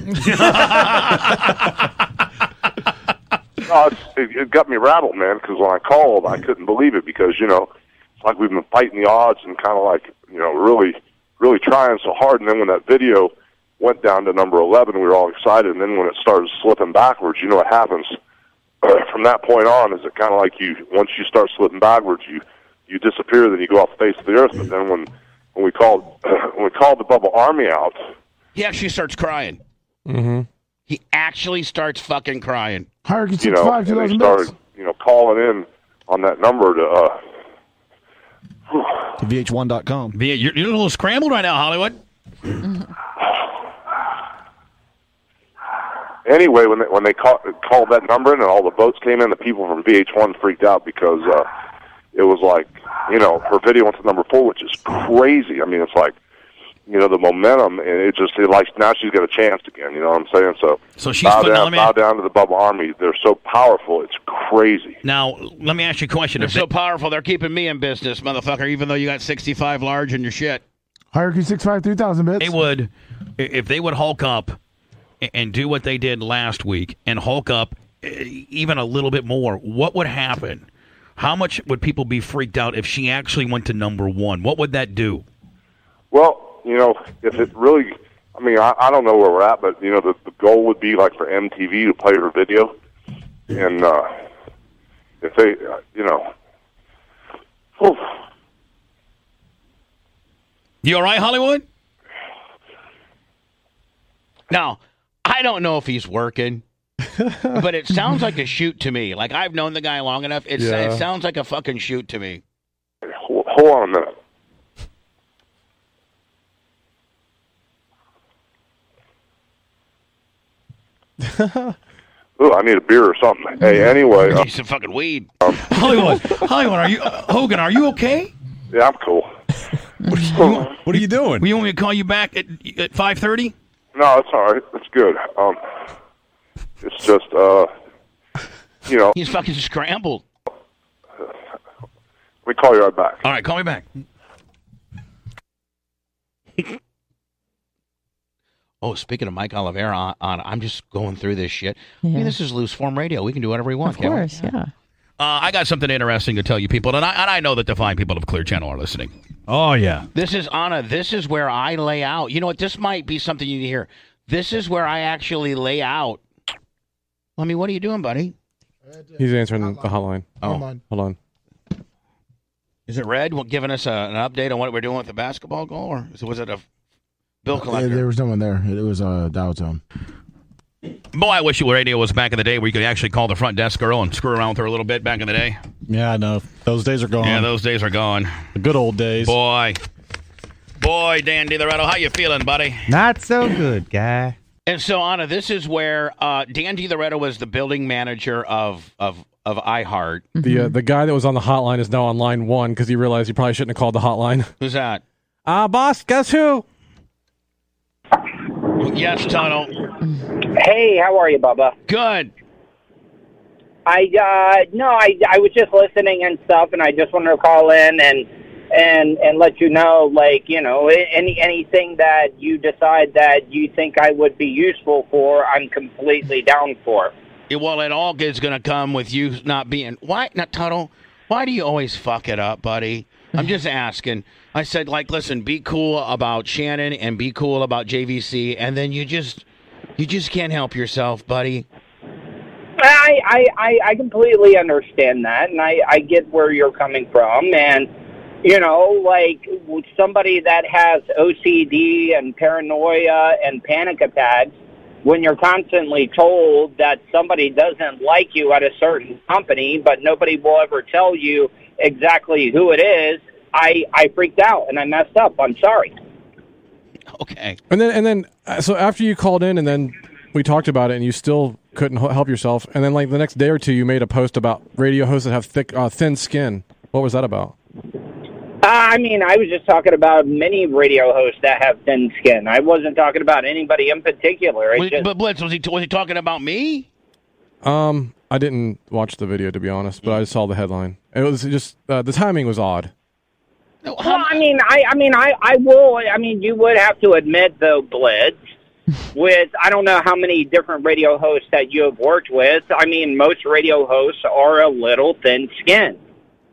S9: no, it's, it, it got me rattled, man. Because when I called, I couldn't believe it because you know, it's like we've been fighting the odds and kind of like you know, really, really trying so hard. And then when that video went down to number eleven, we were all excited. And then when it started slipping backwards, you know what happens? [clears throat] From that point on, is it kind of like you once you start slipping backwards, you you disappear, then you go off the face of the earth. But then when when we called [clears throat] when we called the bubble army out,
S1: He actually starts crying.
S3: Mm-hmm.
S1: He actually starts fucking crying.
S2: Hierarchy
S9: you know, and they started you know calling in on that number to. Uh,
S17: VH1.com.
S20: Yeah, you're, you're a little scrambled right now, Hollywood.
S9: anyway, when they, when they call, called that number in and all the votes came in, the people from VH1 freaked out because uh, it was like, you know, her video went to number four, which is crazy. I mean, it's like, you know, the momentum, and it just, it like, now she's got a chance again, you know what I'm saying? So,
S20: so she's
S9: bow,
S20: putting
S9: down,
S20: on me-
S9: bow down to the Bubble Army. They're so powerful, it's crazy.
S20: Now, let me ask you a question.
S1: They're
S20: If
S1: so powerful, they're keeping me in business, motherfucker. Even though you got sixty-five large in your shit,
S2: Hierarchy six five three thousand bits.
S20: they would if they would hulk up a- and do what they did last week and hulk up eh, even a little bit more what would happen how much would people be freaked out if she actually went to number one what would that do
S9: Well, you know, if it really, I mean, I, I don't know where we're at, but you know, the, the goal would be like for MTV to play her video, and uh, if they, uh, you know, oof.
S20: you all right hollywood
S1: now I don't know if he's working, but it sounds like a shoot to me. Like I've known the guy long enough. It's,
S9: Yeah.
S1: It sounds like a fucking shoot to me.
S9: hold, hold on a [laughs] minute. Ooh, I need a beer or something. Hey,
S1: [laughs]
S9: anyway, uh,
S1: Piece of fucking weed.
S20: hollywood hollywood are you uh, hogan are you okay
S9: yeah, I'm cool.
S23: What are you doing?
S20: We want me to call you back at at five thirty.
S9: No, it's all right. It's good. Um, it's just uh, you know,
S1: He's fucking scrambled.
S9: we call you right back.
S20: All right, call me back.
S1: [laughs] Oh, speaking of Mike Oliveira, on, on I'm just going through this shit. I mean, this is loose form radio. We can do whatever we want.
S4: Of course, yeah.
S20: Uh, I got something interesting to tell you people, and I, and I know that the fine people of Clear Channel are listening.
S23: Oh yeah.
S1: This is Anna. This is where I lay out. You know what? This might be something you need to hear. This is where I actually lay out. I mean, what are you doing, buddy?
S3: He's answering the hotline. Mm-hmm.
S1: Oh.
S3: hold on.
S1: Is it Red wa- giving us a, an update on what we're doing with the basketball goal, or is it- was it a bill
S2: Yeah,
S1: collector?
S2: there was no one there. It was uh, Dow Zone.
S20: Boy, I wish radio was back in the day where you could actually call the front desk girl and screw around with her a little bit back in the day.
S17: Yeah, I know. Those days are gone.
S20: Yeah, those days are gone.
S17: The good old days.
S20: Boy. Boy, Dan DiLoretto, how you feeling, buddy?
S12: Not so good, guy.
S1: And so, Anna, this is where uh, Dan DiLoretto was the building manager of of of iHeart.
S3: The uh, the guy that was on the hotline is now on line one because he realized he probably shouldn't have called the hotline.
S1: Who's that?
S3: Ah, boss, guess who?
S1: Yes, Tunnel.
S24: Hey, how are you, Bubba?
S1: Good.
S24: I uh no, I I was just listening and stuff, and I just wanted to call in and and and let you know, like you know, a- any anything that you decide that you think I would be useful for, I'm completely down for.
S1: It, well, it all is going to come with you not being. Why, not Tuttle? Why do you always fuck it up, buddy? I'm just asking. I said, like, listen, be cool about Shannon and be cool about JVC, and then you just, you just can't help yourself, buddy.
S24: I I I, I completely understand that, and I I get where you're coming from, and you know, like with somebody that has OCD and paranoia and panic attacks. When you're constantly told that somebody doesn't like you at a certain company, but nobody will ever tell you exactly who it is, I I freaked out and I messed up. I'm sorry.
S1: Okay.
S3: And then and then uh, so after you called in and then we talked about it and you still couldn't h- help yourself and then like the next day or two you made a post about radio hosts that have thick uh, thin skin. What was that about?
S24: Uh, I mean, I was just talking about many radio hosts that have thin skin. I wasn't talking about anybody in particular. It's
S1: But Blitz, was he was he talking about me?
S3: Um, I didn't watch the video to be honest, but I saw the headline. It was just uh, the timing was odd.
S24: Well, I mean, I, I mean, I, I will. I mean, you would have to admit, though, Blitz, with I don't know how many different radio hosts that you have worked with. I mean, most radio hosts are a little thin-skinned.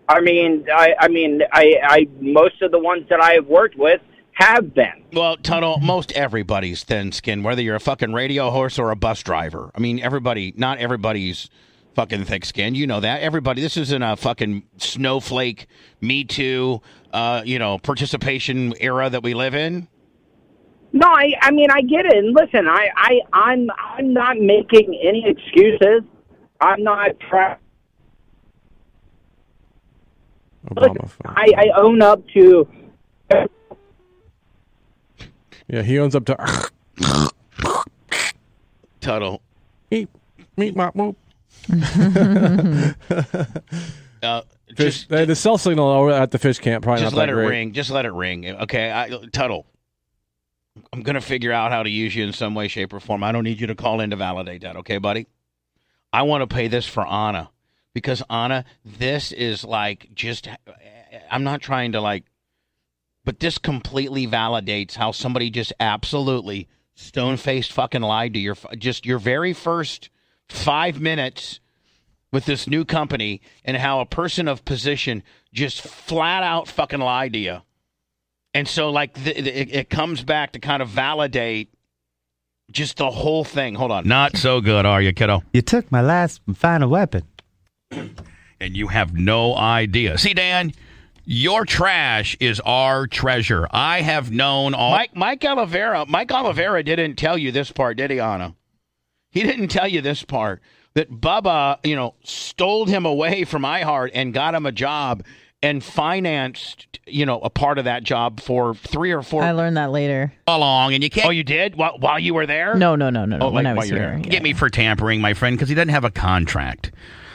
S24: I mean, I, I mean, I, I most of the ones that I have worked with have been.
S1: Well, Tuttle, most everybody's thin skinned, whether you're a fucking radio horse or a bus driver. I mean, everybody, not everybody's fucking thick skinned. You know that. Everybody, this isn't a fucking snowflake, me too, uh, you know, participation era that we live in.
S24: No, I, I mean I get it. And listen, I, I, I'm, I'm not making any excuses. I'm not trying.
S3: Obama.
S24: I, I own up to.
S3: Yeah, he owns up to.
S1: [laughs]
S3: [laughs]
S1: Tuttle.
S3: Meet, meet my whoop.
S1: Uh,
S3: Fish, the- the cell signal over at the fish camp probably
S1: just
S3: not
S1: let
S3: that
S1: it
S3: great.
S1: ring. Just let it ring. Okay, I, Tuttle. I'm gonna figure out how to use you in some way, shape, or form. I don't need you to call in to validate that. Okay, buddy. I want to pay this for Anna because Anna, this is like just. I'm not trying to like, but this completely validates how somebody just absolutely stone faced fucking lied to your f- just your very first five minutes with this new company and how a person of position just flat out fucking lied to you. And so, like, th- th- it, it comes back to kind of validate just the whole thing. Hold on.
S20: Not so good, are you, kiddo?
S12: You took my last and final weapon.
S20: and you have no idea. See, Dan, your trash is our treasure. I have known all.
S1: Mike Mike Oliveira Mike Oliveira didn't tell you this part, did he, Anna? He didn't tell you this part that Bubba, you know, stole him away from iHeart and got him a job and financed, you know, a part of that job for three or four
S4: I learned that later.
S20: along, and you can't.
S1: Oh, you did while, while you were there?
S4: No, no, no, no, no.
S20: Oh,
S4: when
S20: like
S4: I was
S20: while you're
S4: here.
S20: there. Get me for tampering, my friend, because he doesn't have a contract.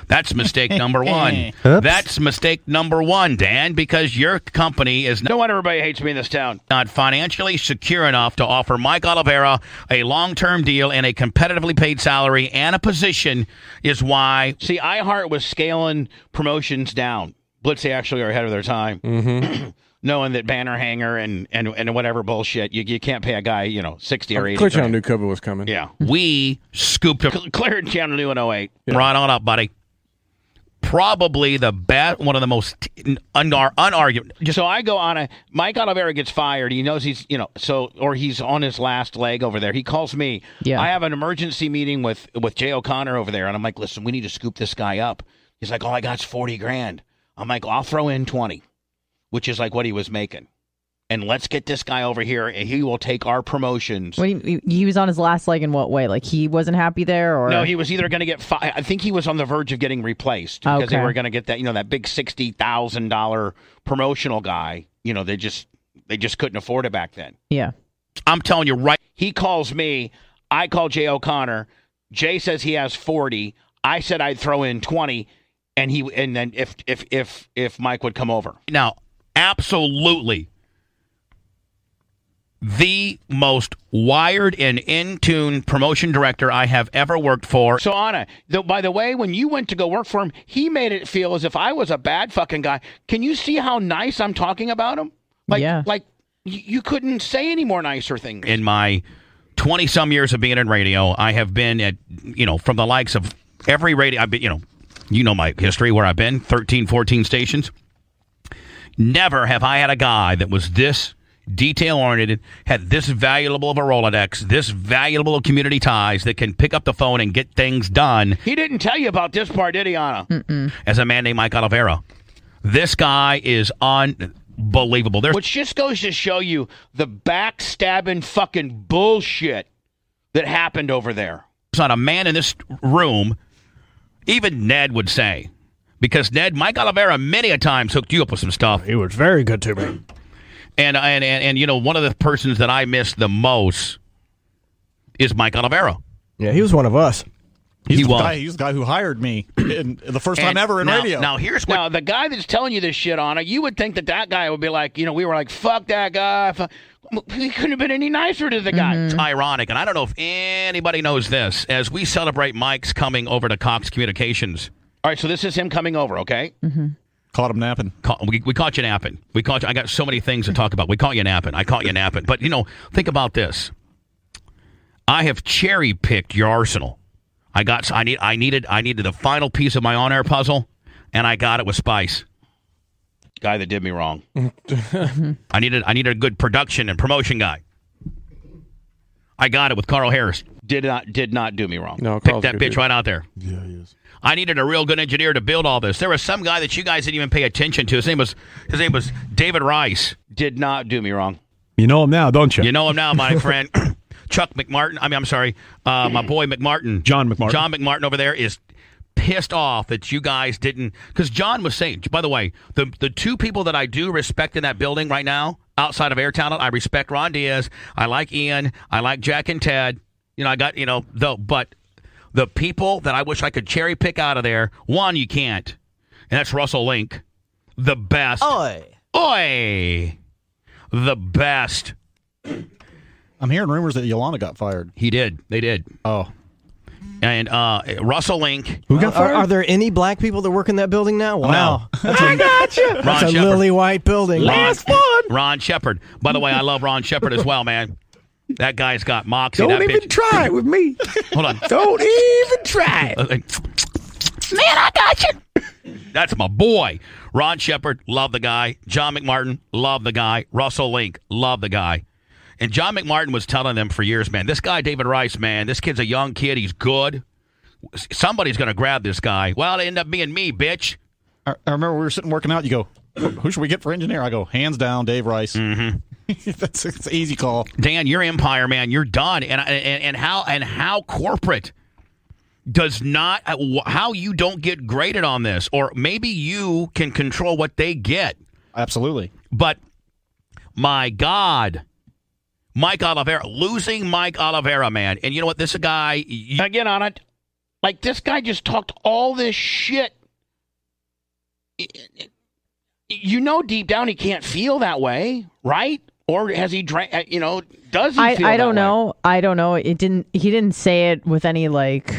S20: That's
S4: [laughs]
S20: mistake number one. That's mistake number one, Dan, because your company is not.
S1: No wonder everybody hates me in this town.
S20: Not financially secure enough to offer Mike Oliveira a long-term deal and a competitively paid salary and a position is why.
S1: See, iHeart was scaling promotions down. Blitzy actually are ahead of their time, [clears throat] knowing that banner hanger and, and, and whatever bullshit you, you can't pay a guy you know sixty or eighty.
S3: Clear Channel knew COVID was coming. [laughs]
S1: Yeah,
S20: [laughs] we scooped him.
S1: Clear Channel knew in 08.
S20: Right on up, buddy. Probably the best, one of the most unar- unarguable.
S1: so I go on a Mike Oliveira gets fired. He knows he's you know so or he's on his last leg over there. He calls me.
S20: Yeah.
S1: I have an emergency meeting with with Jay O'Connor over there, and I'm like, listen, we need to scoop this guy up. He's like, all I got's forty grand. I'm like, I'll throw in twenty, which is like what he was making, and let's get this guy over here, and he will take our promotions.
S4: What do you, he was on his last leg in what way? Like he wasn't happy there, or
S1: No, he was either going to get. Fi- I think he was on the verge of getting replaced because they
S4: Okay.
S1: were going to get that, you know, that big sixty thousand dollar promotional guy. You know, they just they just couldn't afford it back then.
S4: yeah.
S20: I'm telling you right.
S1: He calls me. I call Jay O'Connor. Jay says he has forty. I said I'd throw in twenty, and he and then if if if if Mike would come over.
S20: Now, absolutely the most wired and in tune promotion director I have ever worked for.
S1: So Anna, though, by the way, when you went to go work for him, he made it feel as if I was a bad fucking guy. Can you see how nice I'm talking about him? Like,
S20: Yeah.
S1: like y- you couldn't say any more nicer things.
S20: in my 20 some years of being in radio, I have been at, you know, from the likes of every radio, I've been, you know, you know my history where I've been 13, 14 stations. Never have I had a guy that was this detail oriented, had this valuable of a Rolodex, this valuable of community ties that can pick up the phone and get things done
S1: He didn't tell you about this part, did he, Anna?
S20: as a man named Mike Oliveira. This guy is unbelievable. There's
S1: Which just goes to show you the backstabbing fucking bullshit that happened over there.
S20: There's not a man in this room, even Ned would say, because Ned, Mike Oliveira, many a times hooked you up with some stuff. He was very good to me. And and and, and you know, one of the persons that I miss the most is Mike Oliveira.
S18: Yeah, he was one of us.
S20: He
S17: the
S20: was.
S17: guy- he's the guy who hired me [coughs] in, the first time
S20: And
S17: ever in
S20: now-
S17: radio.
S20: now here's
S1: Now, the guy that's telling you this shit, Anna, you would think that that guy would be like, you know, we were like, fuck that guy. Fuck.
S25: He couldn't have been any nicer to the guy.
S1: It's ironic, and I don't know if anybody knows this. As we celebrate Mike's coming over to Cox Communications,
S25: All right, so this is him coming over, okay?
S1: caught him napping. we, we caught you napping. We caught you. I got so many things to talk about. We caught you napping. I caught you napping. But you know, think about this. I have cherry picked your arsenal. I got. I need. I needed. I needed the final piece of my on-air puzzle, and I got it with Spice.
S25: Guy that did me wrong.
S1: I needed I needed a good production and promotion guy. I got it with Carl Harris.
S25: Did not did not do me wrong.
S1: No,
S25: Carl's
S1: picked
S25: a
S1: that
S25: good
S1: bitch
S25: dude.
S1: right out there. Yeah, he is. I needed a real good engineer to build all this. There was some guy that you guys didn't even pay attention to. His name was his name was David Rice.
S25: Did not do me wrong.
S26: You know him now, don't you?
S1: You know him
S26: [laughs]
S1: now, my friend [clears throat] Chuck McMartin. I mean, I'm sorry, uh, my boy McMartin, John McMartin. John McMartin over there is pissed off that you guys didn't because John was saying. By the way, the the two people that I do respect in that building right now, outside of Air Talent, I respect Ron Diaz. I like Ian. I like Jack and Ted. You know, I got you know though, but the people that I wish I could cherry pick out of there, one you can't, and that's Russell Link, the best. Oi, oi, the best.
S17: I'm hearing rumors that Yolanda got fired.
S1: He did. They did.
S17: Oh.
S1: And uh, Russell Link. Uh,
S14: are, are there any black people that work in that building now? Wow.
S20: [laughs]
S1: I got you.
S14: That's a lily white building.
S1: one. Ron Shepard. By the way, I love Ron Shepard as well, man. That guy's got moxie.
S14: Don't
S1: that
S14: even
S1: bitch.
S14: try it with me.
S1: Hold on.
S14: Don't even try it.
S1: Man, I got you. [laughs] That's my boy. Ron Shepard, love the guy. John McMartin, love the guy. Russell Link, love the guy. And John McMartin was telling them for years, man, this guy, David Rice, man, this kid's a young kid. He's good. Somebody's going to grab this guy. Well, it ended up being me, bitch.
S17: I, I remember we were sitting working out. You go, who should we get for engineer? I go, hands down, Dave Rice. Mm-hmm. [laughs] That's it's an
S20: [laughs]
S17: easy call.
S1: Dan, your empire, man, you're done. And and, and how and how corporate does not uh, how you don't get graded on this, or maybe you can control what they get.
S17: Absolutely.
S1: But my God, Mike Oliveira losing Mike Oliveira, man, and you know what? This is a guy you,
S25: again on it. Like this guy just talked all this shit. You know, deep down, he can't feel that way, right? Or has he drank? You know, does he?
S4: I,
S25: feel
S4: I
S25: that
S4: don't
S25: way?
S4: know. I don't know. It didn't. He didn't say it with any like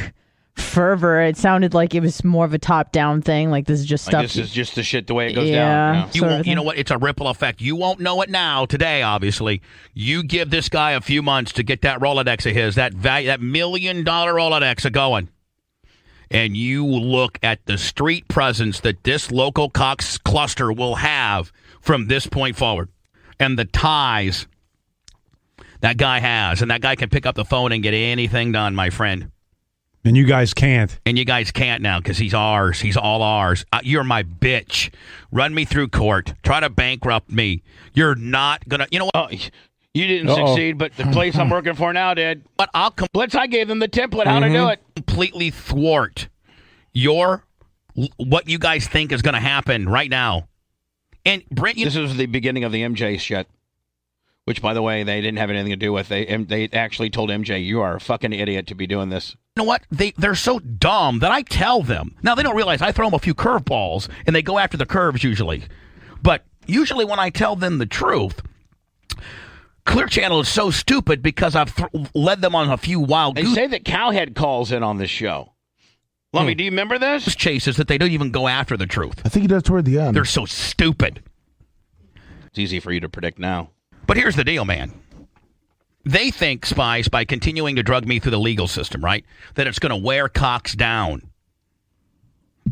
S4: fervor. It sounded like it was more of a top-down thing. Like this is just
S25: Like,
S4: stuff.
S25: this is just the shit the way it goes
S4: Yeah.
S25: down.
S1: You
S4: sort
S1: won't,
S4: of
S1: you know
S4: thing.
S1: what? It's a ripple effect. You won't know it now today, obviously. You give this guy a few months to get that Rolodex of his, that value, that million dollar Rolodex of going, and you look at the street presence that this local Cox cluster will have from this point forward, and the ties that guy has, and that guy can pick up the phone and get anything done, my friend.
S26: And you guys can't.
S1: And you guys can't now because he's ours. He's all ours. Uh, you're my bitch. Run me through court. Try to bankrupt me. You're not gonna. You know what?
S25: Oh, You didn't succeed, but the place I'm working for now did.
S1: But I'll com-
S25: Blitz, I gave them the template how to do it.
S1: Completely thwart your what you guys think is gonna happen right now. And Brent,
S25: this was the beginning of the MJ shit, which, by the way, they didn't have anything to do with. They M- they actually told MJ, "You are a fucking idiot to be doing this."
S1: You know what? They they're so dumb that I tell them. Now they don't realize I throw them a few curveballs and they go after the curves usually. But usually when I tell them the truth, Clear Channel is so stupid because I've th- led them on a few wild.
S25: They say that Cowhead calls in on this show. Lummy, do you remember this?
S1: Hmm. Chases that they don't even go after the truth.
S2: I think he does toward the end.
S1: They're so stupid.
S25: It's easy for you to predict now.
S1: But here's the deal, man. They think spies by continuing to drug me through the legal system, right? That it's going to wear Cox down,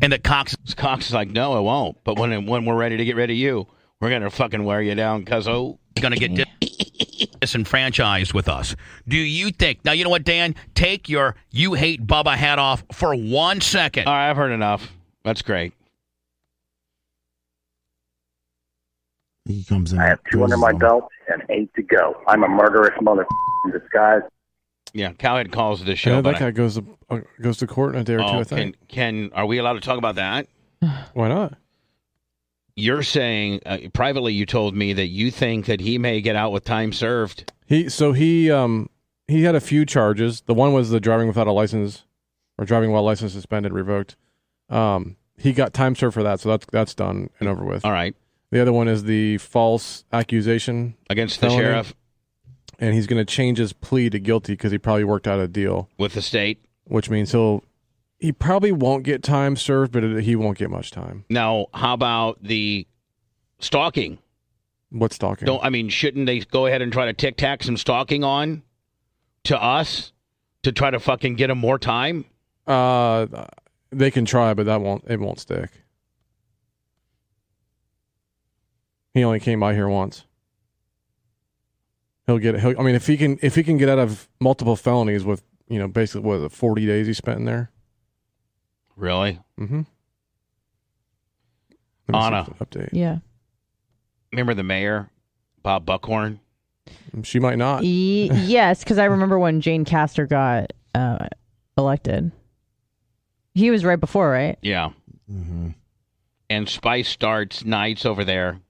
S1: and that Cox
S25: Cox is like, "No, it won't." But when when we're ready to get rid of you, we're gonna fucking wear you down, cuz oh,
S1: gonna get
S25: [laughs]
S1: dis- disenfranchised with us. Do you think? Now you know what, Dan? Take your you hate Bubba hat off for one second.
S25: All right, I've heard enough. That's great.
S2: He comes in.
S15: I have two under my belt and eight to go. I'm a murderous mother in disguise.
S25: Yeah, Cowhead calls the
S3: Yeah,
S25: show.
S3: that
S25: But
S3: guy
S25: I,
S3: goes to, uh, goes to court in a day or two.
S25: oh,
S3: I think.
S25: can, can are we allowed to talk about that?
S3: Why not?
S25: You're saying uh, privately you told me that you think that he may get out with time served.
S3: He so he um he had a few charges. The one was the driving without a license or driving while license suspended revoked. Um, he got time served for that, so that's that's done and over with. All
S25: right.
S3: The other one is the false accusation
S25: Against the sheriff.
S3: and he's going to change his plea to guilty because he probably worked out a deal
S1: with the state,
S3: which means he'll he probably won't get time served, but it, he won't get much time.
S1: Now, how about the stalking?
S3: What's stalking?
S1: Don't I mean? Shouldn't they go ahead and try to tick tack some stalking on to us to try to fucking get him more time?
S3: Uh, they can try, but that won't it won't stick. He only came by here once. He'll get. He'll, I mean, if he can, if he can get out of multiple felonies with you know basically what is it, forty days he spent in there.
S1: Really?
S3: Mm-hmm. Let me see
S1: Anna,
S3: if the Update.
S4: Yeah.
S1: remember the mayor, Bob Buckhorn?
S3: She might not. [laughs]
S4: E- yes, because I remember when Jane Castor got uh, elected. He was right before, right?
S1: Yeah. And Spice starts nights over there,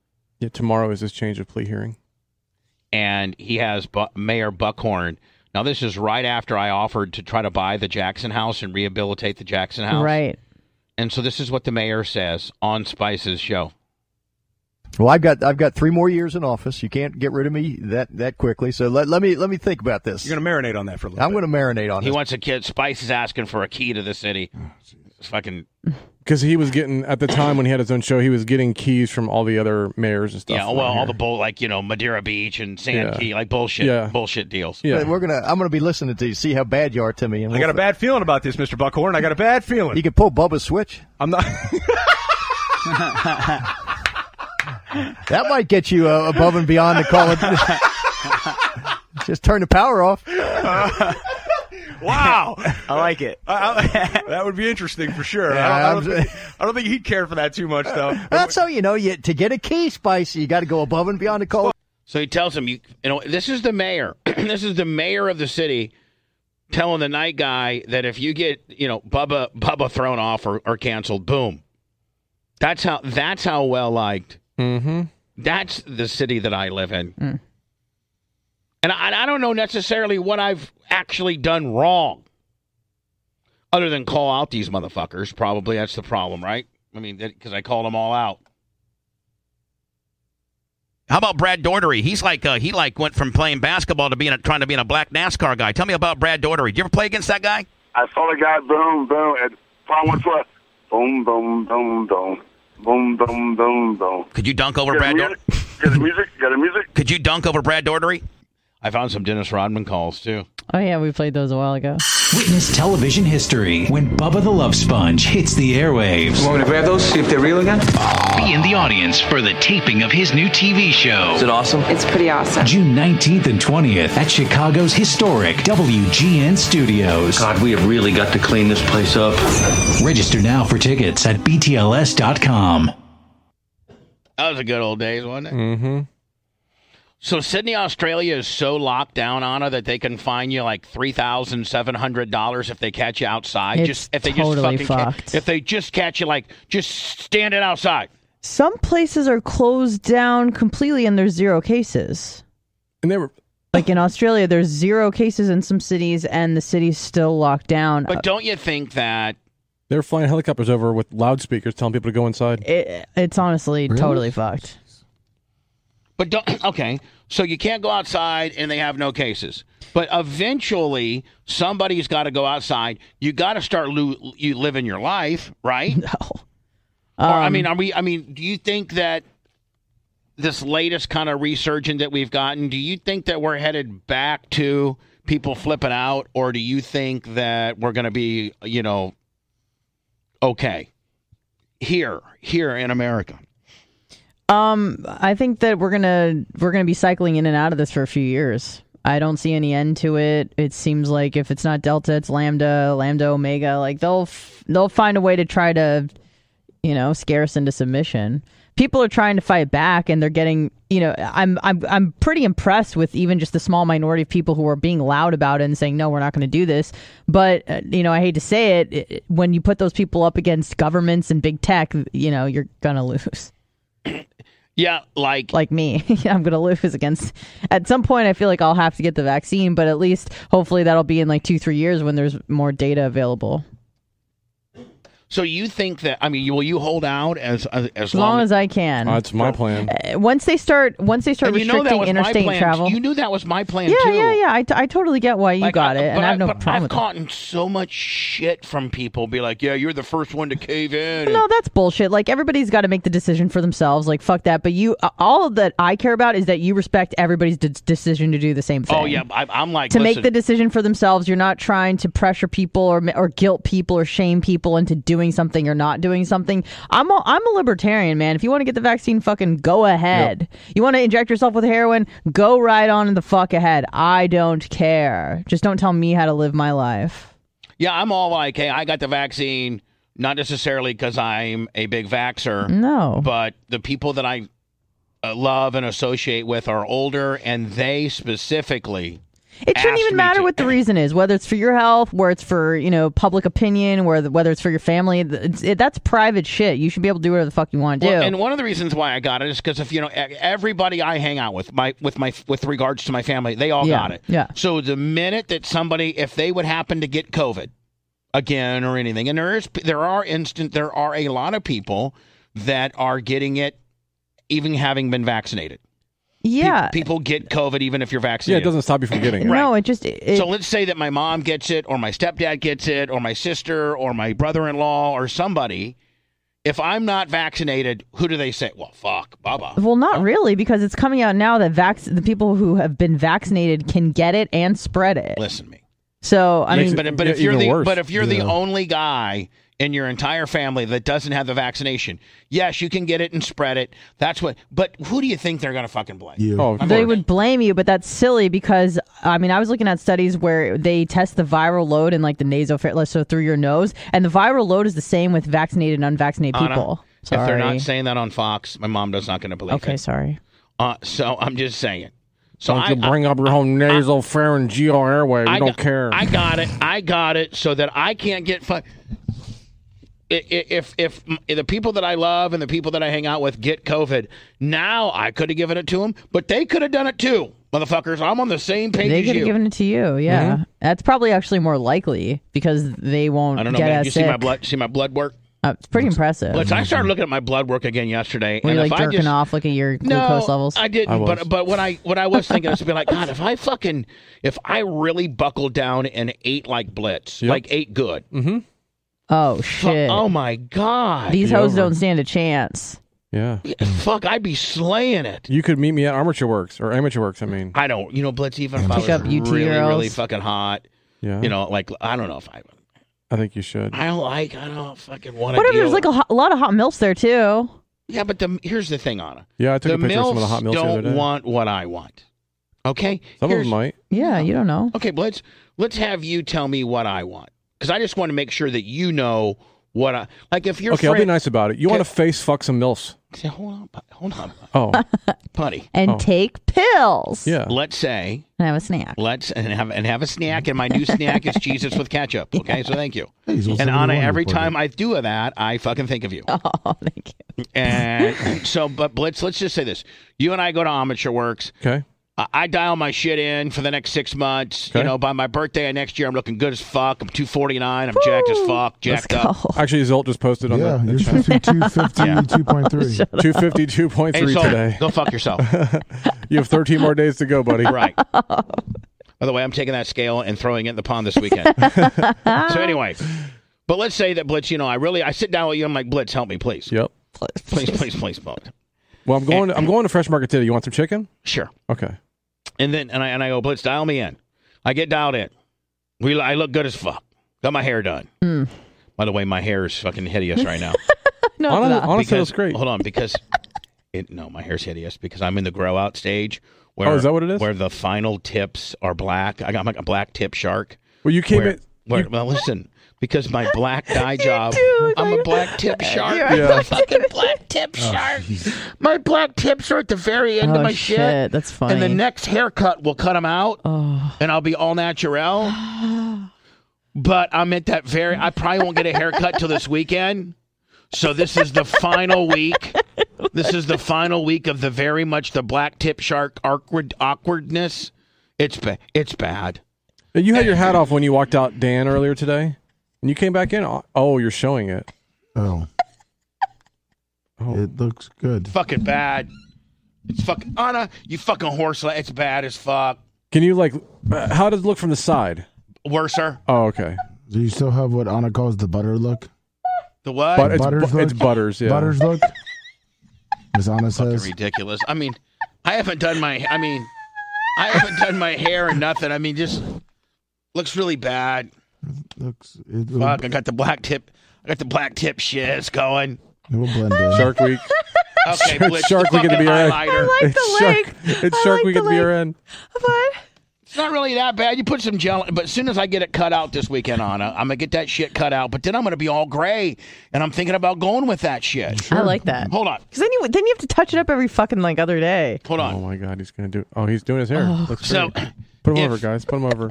S3: Yeah, tomorrow is his change of plea hearing.
S1: and he has Bu- Mayor Buckhorn. Now, this is right after I offered to try to buy the Jackson House and rehabilitate the Jackson House.
S4: Right.
S1: And so this is what the mayor says on Spice's show.
S13: Well, I've got I've got three more years in office. You can't get rid of me that that quickly. So let, let me let me think about this. You're going to marinate on that for a little. I'm going to marinate on
S1: He
S13: this.
S1: wants a kid. Spice is asking for a key to the city. It's fucking
S3: Because he was getting at the time when he had his own show, he was getting keys from all the other mayors and stuff.
S1: yeah.
S3: around
S1: Well, all
S3: here.
S1: the bull like you know Madeira Beach and Sand
S3: Yeah.
S1: Key, like bullshit,
S13: Yeah.
S1: bullshit deals.
S13: But We're gonna I'm gonna be listening to you, see how bad you are to me. And
S16: I got a bad feeling about this, Mr. Buckhorn. I got a bad feeling.
S13: You can pull Bubba's switch.
S16: I'm not.
S13: [laughs] That might get you uh, above and beyond the call. of- [laughs] Just turn the power [laughs] off.
S16: [laughs] wow.
S13: I like it.
S16: [laughs] that would be interesting for sure.
S13: Yeah,
S16: I, don't, I, don't
S13: I'm-
S16: think, I don't think he'd care for that too much, though.
S13: That's how you know you to get a key, Spicy. You got to go above and beyond the call.
S1: So he tells him, you, you know, this is the mayor. [clears throat] this is the mayor of the city telling the night guy that if you get, you know, Bubba Bubba thrown off or, or canceled, boom. That's how that's how well liked.
S3: Mm-hmm.
S1: That's the city that I live in. And I, and I don't know necessarily what I've actually done wrong. Other than call out these motherfuckers, probably that's the problem, right? I mean, because I called them all out.
S20: How about Brad Daugherty? He's like uh, he like went from playing basketball to being a, trying to being a black NASCAR guy. Tell me about Brad Daugherty. Did you ever play against that guy?
S9: I saw the guy boom, boom, and Tom went for boom, boom, boom, boom, boom, boom, boom, boom.
S20: Could you dunk over
S9: Get
S20: Brad?
S9: a
S20: Daugherty?
S9: music, get a music, get a
S20: [laughs]
S9: music.
S20: Could you dunk over Brad Daugherty?
S1: I found some Dennis Rodman calls too.
S4: Oh yeah, we played those a while ago.
S19: Witness television history when Bubba the Love Sponge hits the airwaves.
S27: You want me to grab those, see if they're real again?
S19: Be in the audience for the taping of his new TV show.
S27: Is it awesome?
S19: It's pretty awesome. June 19th and 20th at Chicago's historic WGN Studios. God, we have really got to clean this place up. Register now for tickets at BTLS.com.
S1: That was a good old days, wasn't it?
S3: Mm-hmm.
S1: So Sydney, Australia is so locked down, Anna, that they can fine you like three thousand seven hundred dollars if they catch you outside.
S4: It's
S1: just if they
S4: totally
S1: just fucking ca-
S4: fucked.
S1: if they just catch you like just standing outside.
S4: Some places are closed down completely, and there's zero cases.
S3: And they were
S4: like in Australia, there's zero cases in some cities, and the city's still locked down.
S1: But don't you think that
S3: They were flying helicopters over with loudspeakers telling people to go inside.
S4: It, it's honestly
S3: Really?
S4: totally fucked.
S1: But don't [clears throat] okay. So you can't go outside and they have no cases. But eventually somebody's got to go outside. You got to start lo- you living your life, right?
S4: [laughs] No.
S1: Or, I
S4: Um,
S1: mean, are we I mean, do you think that this latest kind of resurgent that we've gotten, do you think that we're headed back to people flipping out or do you think that we're going to be, you know, okay here here in America?
S4: Um, I think that we're gonna we're gonna be cycling in and out of this for a few years. I don't see any end to it. It seems like if it's not Delta, it's Lambda, Lambda Omega. Like they'll f- they'll find a way to try to, you know, scare us into submission. People are trying to fight back, and they're getting. You know, I'm I'm I'm pretty impressed with even just the small minority of people who are being loud about it and saying no, we're not going to do this. But uh, you know, I hate to say it, it, it- when you put those people up against governments and big tech, you know, you're gonna lose
S1: Yeah, like
S4: like me [laughs] i'm gonna lose against at some point i feel like i'll have to get the vaccine but at least hopefully that'll be in like two three years when there's more data available
S1: So you think that? I mean, you- will you hold out as as, as
S4: As long as I can.
S1: plan.
S4: Uh, Once they start, once they start
S1: And you know that
S4: restricting
S1: was my
S4: interstate
S1: plan.
S4: travel.
S1: You knew that was my plan
S4: yeah,
S1: too.
S4: yeah, yeah. I, t- I totally get why you
S1: Like,
S4: got
S1: I-
S4: it, and
S1: but
S4: I have no
S1: but
S4: problem
S1: I've
S4: with it.
S1: gotten so much shit from people. Be like, yeah, you're the first one to cave in.
S4: No, that's bullshit. Like everybody's got to make the decision for themselves. Like fuck that. But you, uh, all that I care about is that you respect everybody's d- decision to do the same thing.
S1: oh yeah, I, I'm like
S4: to
S1: listen,
S4: make the decision for themselves. You're not trying to pressure people or ma- or guilt people or shame people into doing something or not doing something. I'm a, I'm a libertarian, man. If you want to get the vaccine, fucking go ahead. You want to inject yourself with heroin, go right on in the fuck ahead. I don't care. Just don't tell me how to live my life.
S1: Yeah, I'm all like, hey, I got the vaccine, not necessarily because I'm a big vaxxer.
S4: No.
S1: But the people that I uh, love and associate with are older, and they specifically.
S4: It shouldn't even matter
S1: [laughs]
S4: what the reason is, whether it's for your health, where it's for you know public opinion, where whether it's for your family. It's, it, that's private shit. You should be able to do whatever the fuck you want to do.
S1: Well, and one of the reasons why I got it is because if you know e- everybody I hang out with, my with my with regards to my family, they all
S4: Yeah,
S1: got it.
S4: yeah.
S1: So the minute that somebody, if they would happen to get COVID again or anything, and there is there are instant there are a lot of people that are getting it, even having been vaccinated.
S4: yeah.
S1: People get COVID even if you're
S3: Yeah, it
S1: vaccinated.
S3: doesn't stop you from getting it.
S4: No, it just it,
S1: so let's say that my mom gets it, or my stepdad gets it, or my sister, or my brother in law, or somebody. If I'm not vaccinated, who do they say? Well, fuck, Baba.
S4: Well, not really, because it's coming out now that vac- the people who have been vaccinated can get it and spread it.
S1: Listen to me.
S4: So I mean,
S1: but, but if you're the but if you're the only guy in your entire family that doesn't have the vaccination, yes, you can get it and spread it. That's what. But who do you think they're gonna fucking blame? You. Oh,
S4: they would blame you, but that's silly because I mean I was looking at studies where they test the viral load in like the nasopharynx, so through your nose, and the viral load is the same with vaccinated and unvaccinated people.
S1: If
S4: Sorry.
S1: they're not saying that on Fox, my mom does not gonna believe it.
S4: okay, sorry.
S1: Uh, so I'm just saying. So
S3: So don't
S1: I,
S3: you bring up your whole nasal pharyngeal airway. We
S1: I
S3: don't
S1: got-
S3: care.
S1: I got it. I got it. So that I can't get fu- I- i- If if m- the people that I love and the people that I hang out with get COVID, now I could have given it to them, but they could have done it too, motherfuckers. I'm on the same page
S4: They
S1: as
S4: could
S1: you.
S4: have given it to you, yeah.
S1: Mhm.
S4: That's probably actually more likely because they won't
S1: I don't know.
S4: get
S1: man.
S4: as
S1: you
S4: sick.
S1: see my blood? See my blood work?
S4: Uh, it's pretty impressive.
S1: Let's- I started looking at my blood work again yesterday,
S4: Were you
S1: and
S4: like
S1: if I
S4: jerking
S1: just
S4: off, looking at your glucose levels?
S1: I didn't, but but when I when I was thinking, I was be like, God, if I fucking if I really buckled down and ate like Blitz, like ate good. Mm-hmm.
S4: Oh shit!
S1: oh my god!
S4: These
S3: Be
S4: hoes
S3: over.
S4: don't stand a chance.
S3: yeah.
S1: [laughs] Fuck, I'd be slaying it. Mm,
S3: You could meet me at Armature Works or Amateur Works. I mean,
S1: I don't. You know, Blitz. Even if I was
S3: Pick up UT
S1: really really
S3: girls.
S1: fucking hot,
S3: Yeah.
S1: You know, like I don't know if I.
S3: I think you should.
S1: I don't like. I don't fucking want to.
S4: Whatever. There's like a, ho- a lot of hot milfs there too.
S1: Yeah, but the here's the thing, Anna.
S3: Yeah, I took
S1: the
S3: a picture of some of the hot
S1: MILFs
S3: milfs the other
S1: don't
S3: day.
S1: want what I want. Okay,
S3: Some of
S1: Here's-
S3: them might.
S4: Yeah, you don't know.
S1: Okay, but let's let's have you tell me what I want because I just want to make sure that you know what I like. If you're
S3: okay, I'll be nice about it. You want to face fuck some milfs?
S1: hold on, pu- hold on,
S3: Oh,
S1: putty,
S4: And
S1: Oh.
S4: take pills.
S3: Yeah.
S1: Let's say
S4: And have a snack.
S1: let's and have and have a snack. And my new snack
S4: [laughs]
S1: is Jesus with ketchup. Okay, so thank you.
S4: He's also
S1: And
S4: the
S1: Anna,
S4: one who
S1: every
S4: reported.
S1: time I do that, I fucking think of you.
S4: [laughs] Oh, thank
S1: you. And so, but let's let's just say this: you and I go to Amateur Works.
S3: Okay.
S1: I- I dial my shit in for the next six months. You
S3: Okay.
S1: know, by my birthday next year, I'm looking good as fuck. I'm 249. I'm jacked as fuck. [laughs] Jacked up.
S3: Actually, Zolt just posted on
S1: Yeah,
S3: the,
S1: you're
S3: the chat.
S4: [laughs]
S2: 52.3. Shut up.
S3: 252.3
S1: Hey, Zolt,
S3: today.
S1: Go fuck yourself.
S3: [laughs] you have 13 more days to go, buddy.
S1: [laughs] Right. By the way, I'm taking that scale and throwing it in the pond this weekend. so anyway, but let's say that Blitz, you know, I really I sit down with you. I'm like, Blitz, help me, please.
S3: Yep.
S1: Please, please, please, Blitz.
S3: Well, I'm going. I'm going to Fresh Market today. You want some chicken?
S1: Sure.
S3: Okay.
S1: And then and I and I go, Blitz, dial me in. I get dialed in. We I look good as fuck. Got my hair done.
S4: Hmm.
S1: By the way, my hair is fucking hideous right now.
S4: [laughs] No, it's not.
S1: Because- Hold on, because it, no, my hair's hideous because I'm in the grow out stage. Where,
S3: Oh, is that what it is?
S1: Where the final tips are black. I got I'm like a black tip shark.
S3: Well, you came
S1: where,
S3: in-
S1: Where, well, listen, because my
S4: [laughs]
S1: black dye job. I'm a black tip shark.
S7: You're a Yeah. black
S4: [laughs]
S1: fucking black tip
S3: Oh,
S1: shark. my black tips are at the very end
S4: Oh,
S1: of my shit.
S4: shit, that's
S1: And the
S4: funny. Oh.
S1: next haircut will cut them out, and I'll be all
S4: [gasps]
S1: natural. [gasps] but I'm at that very. I probably won't get a haircut till this weekend. So this is the final week. This is the final week of the very much the black tip shark awkward awkwardness. It's ba- it's bad.
S3: You had your hat off when you walked out, Dan, earlier today. and you came back in. Oh, oh, you're showing it. Oh.
S2: Oh. It looks good.
S1: Fucking bad. It's fucking Anna. You fucking horse. la- It's bad as fuck.
S3: Can you like? uh, How does it look from the side?
S1: Worser.
S3: Oh, okay.
S2: Do you still have what Anna calls the butter look?
S1: The what?
S3: But it's bu- it's butters, yeah.
S2: Butters
S1: [laughs]
S2: look. As Anna says,
S1: ridiculous. I mean, I haven't done my. I mean, I haven't done my hair and nothing. I mean, just looks really bad.
S2: looks. It, will
S1: Fuck. I got the black tip. I got the black tip shits
S3: [laughs]
S1: going.
S2: blend in.
S3: Shark Week.
S1: Okay,
S3: Shark-
S1: Blitz,
S3: Shark
S1: the
S3: Week at the
S1: fucking
S3: BRN.
S1: highlighter. I like the
S3: it's Shark,
S1: lake.
S3: It's
S1: I
S3: Shark
S1: like
S3: Week
S1: the
S3: at the
S1: lake.
S3: BRN.
S1: It's not really that bad. You put some gel, but as soon as I get it cut out this weekend, Anna, I'm gonna get that shit cut out. But then I'm gonna be all gray, and I'm thinking about going with that shit.
S4: I like that.
S1: Hold on.
S4: Because then you then you have to touch it up every fucking like other day.
S1: Hold on.
S3: Oh my God, he's gonna do. Oh, he's doing his hair.
S4: Oh.
S3: Looks
S1: So,
S3: great. put him
S1: if-
S3: over, guys. Put
S1: [laughs]
S3: him over.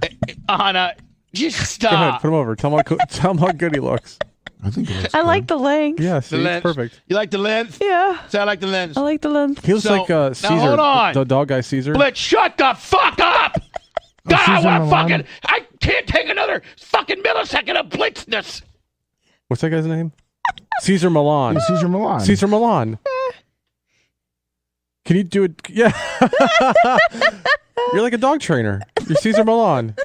S1: Anna, just
S3: Go ahead,
S1: stop.
S3: put him over. Tell him how, co- tell him how good he looks.
S2: I think it
S4: I like the length.
S3: Yes,
S1: The
S3: he's
S1: length.
S3: perfect.
S1: You like the length?
S4: Yeah.
S1: So I like the length.
S4: I like the length.
S3: He looks
S1: So-
S3: like uh, Caesar.
S1: Now hold on.
S3: The dog guy Caesar.
S1: Blitz, shut the fuck up! God, I
S3: Caesar
S1: want
S3: Milan.
S1: fucking. I can't take another fucking millisecond of blitzness.
S3: What's that guy's name? Caesar Milan.
S2: Hey, Caesar Milan.
S3: Caesar Milan.
S4: Eh.
S3: Can you do it? Yeah. You're like a dog trainer. You're Caesar Milan.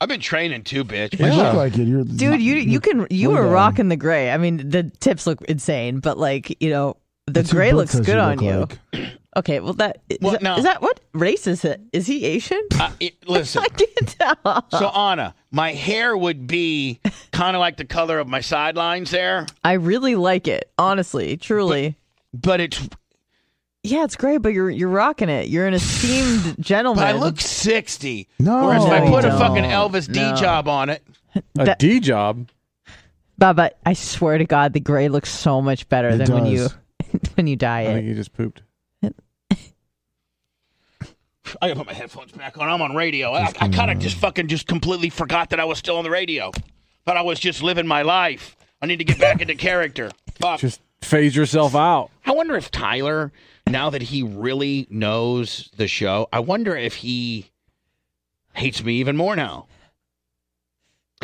S1: I've been training too, bitch.
S2: You look like it. You're
S4: Dude, you you can you were rocking the gray. I mean, the tips look insane, but like you know, the
S2: That's what
S4: gray
S2: Brooke
S4: looks
S2: says
S4: good
S2: you
S4: on
S2: look
S4: you.
S2: like.
S4: [clears throat] Okay, well that is,
S1: Well,
S4: that,
S1: now-
S4: is that what race is it? Is he Asian?
S1: [laughs] Uh, it, listen.
S4: I can't [laughs] tell.
S1: So Anna, my hair would be kind of like the color of my sidelines there,
S4: I really like it, honestly, truly.
S1: but it's
S4: yeah, it's great, but you're you're rocking it. You're
S1: [sighs]
S4: an esteemed gentleman.
S1: but I look sixty.
S4: No,
S1: Whereas if I
S4: you
S1: put a
S4: don't.
S1: fucking Elvis
S4: No.
S1: D job on it,
S3: A
S4: That-
S3: D job.
S4: Baba, I swear to God, the gray looks so much better
S3: It
S4: than when you
S3: does.
S4: [laughs] when you dye
S3: I think
S4: it.
S3: he just pooped.
S1: I gotta put my headphones back on. I'm on radio. I, I kind of just fucking just completely forgot that I was still on the radio, but I was just living my life. I need to get back into character. Fuck.
S3: Just phase yourself out.
S1: I wonder if Tyler, now that he really knows the show, I wonder if he hates me even more now.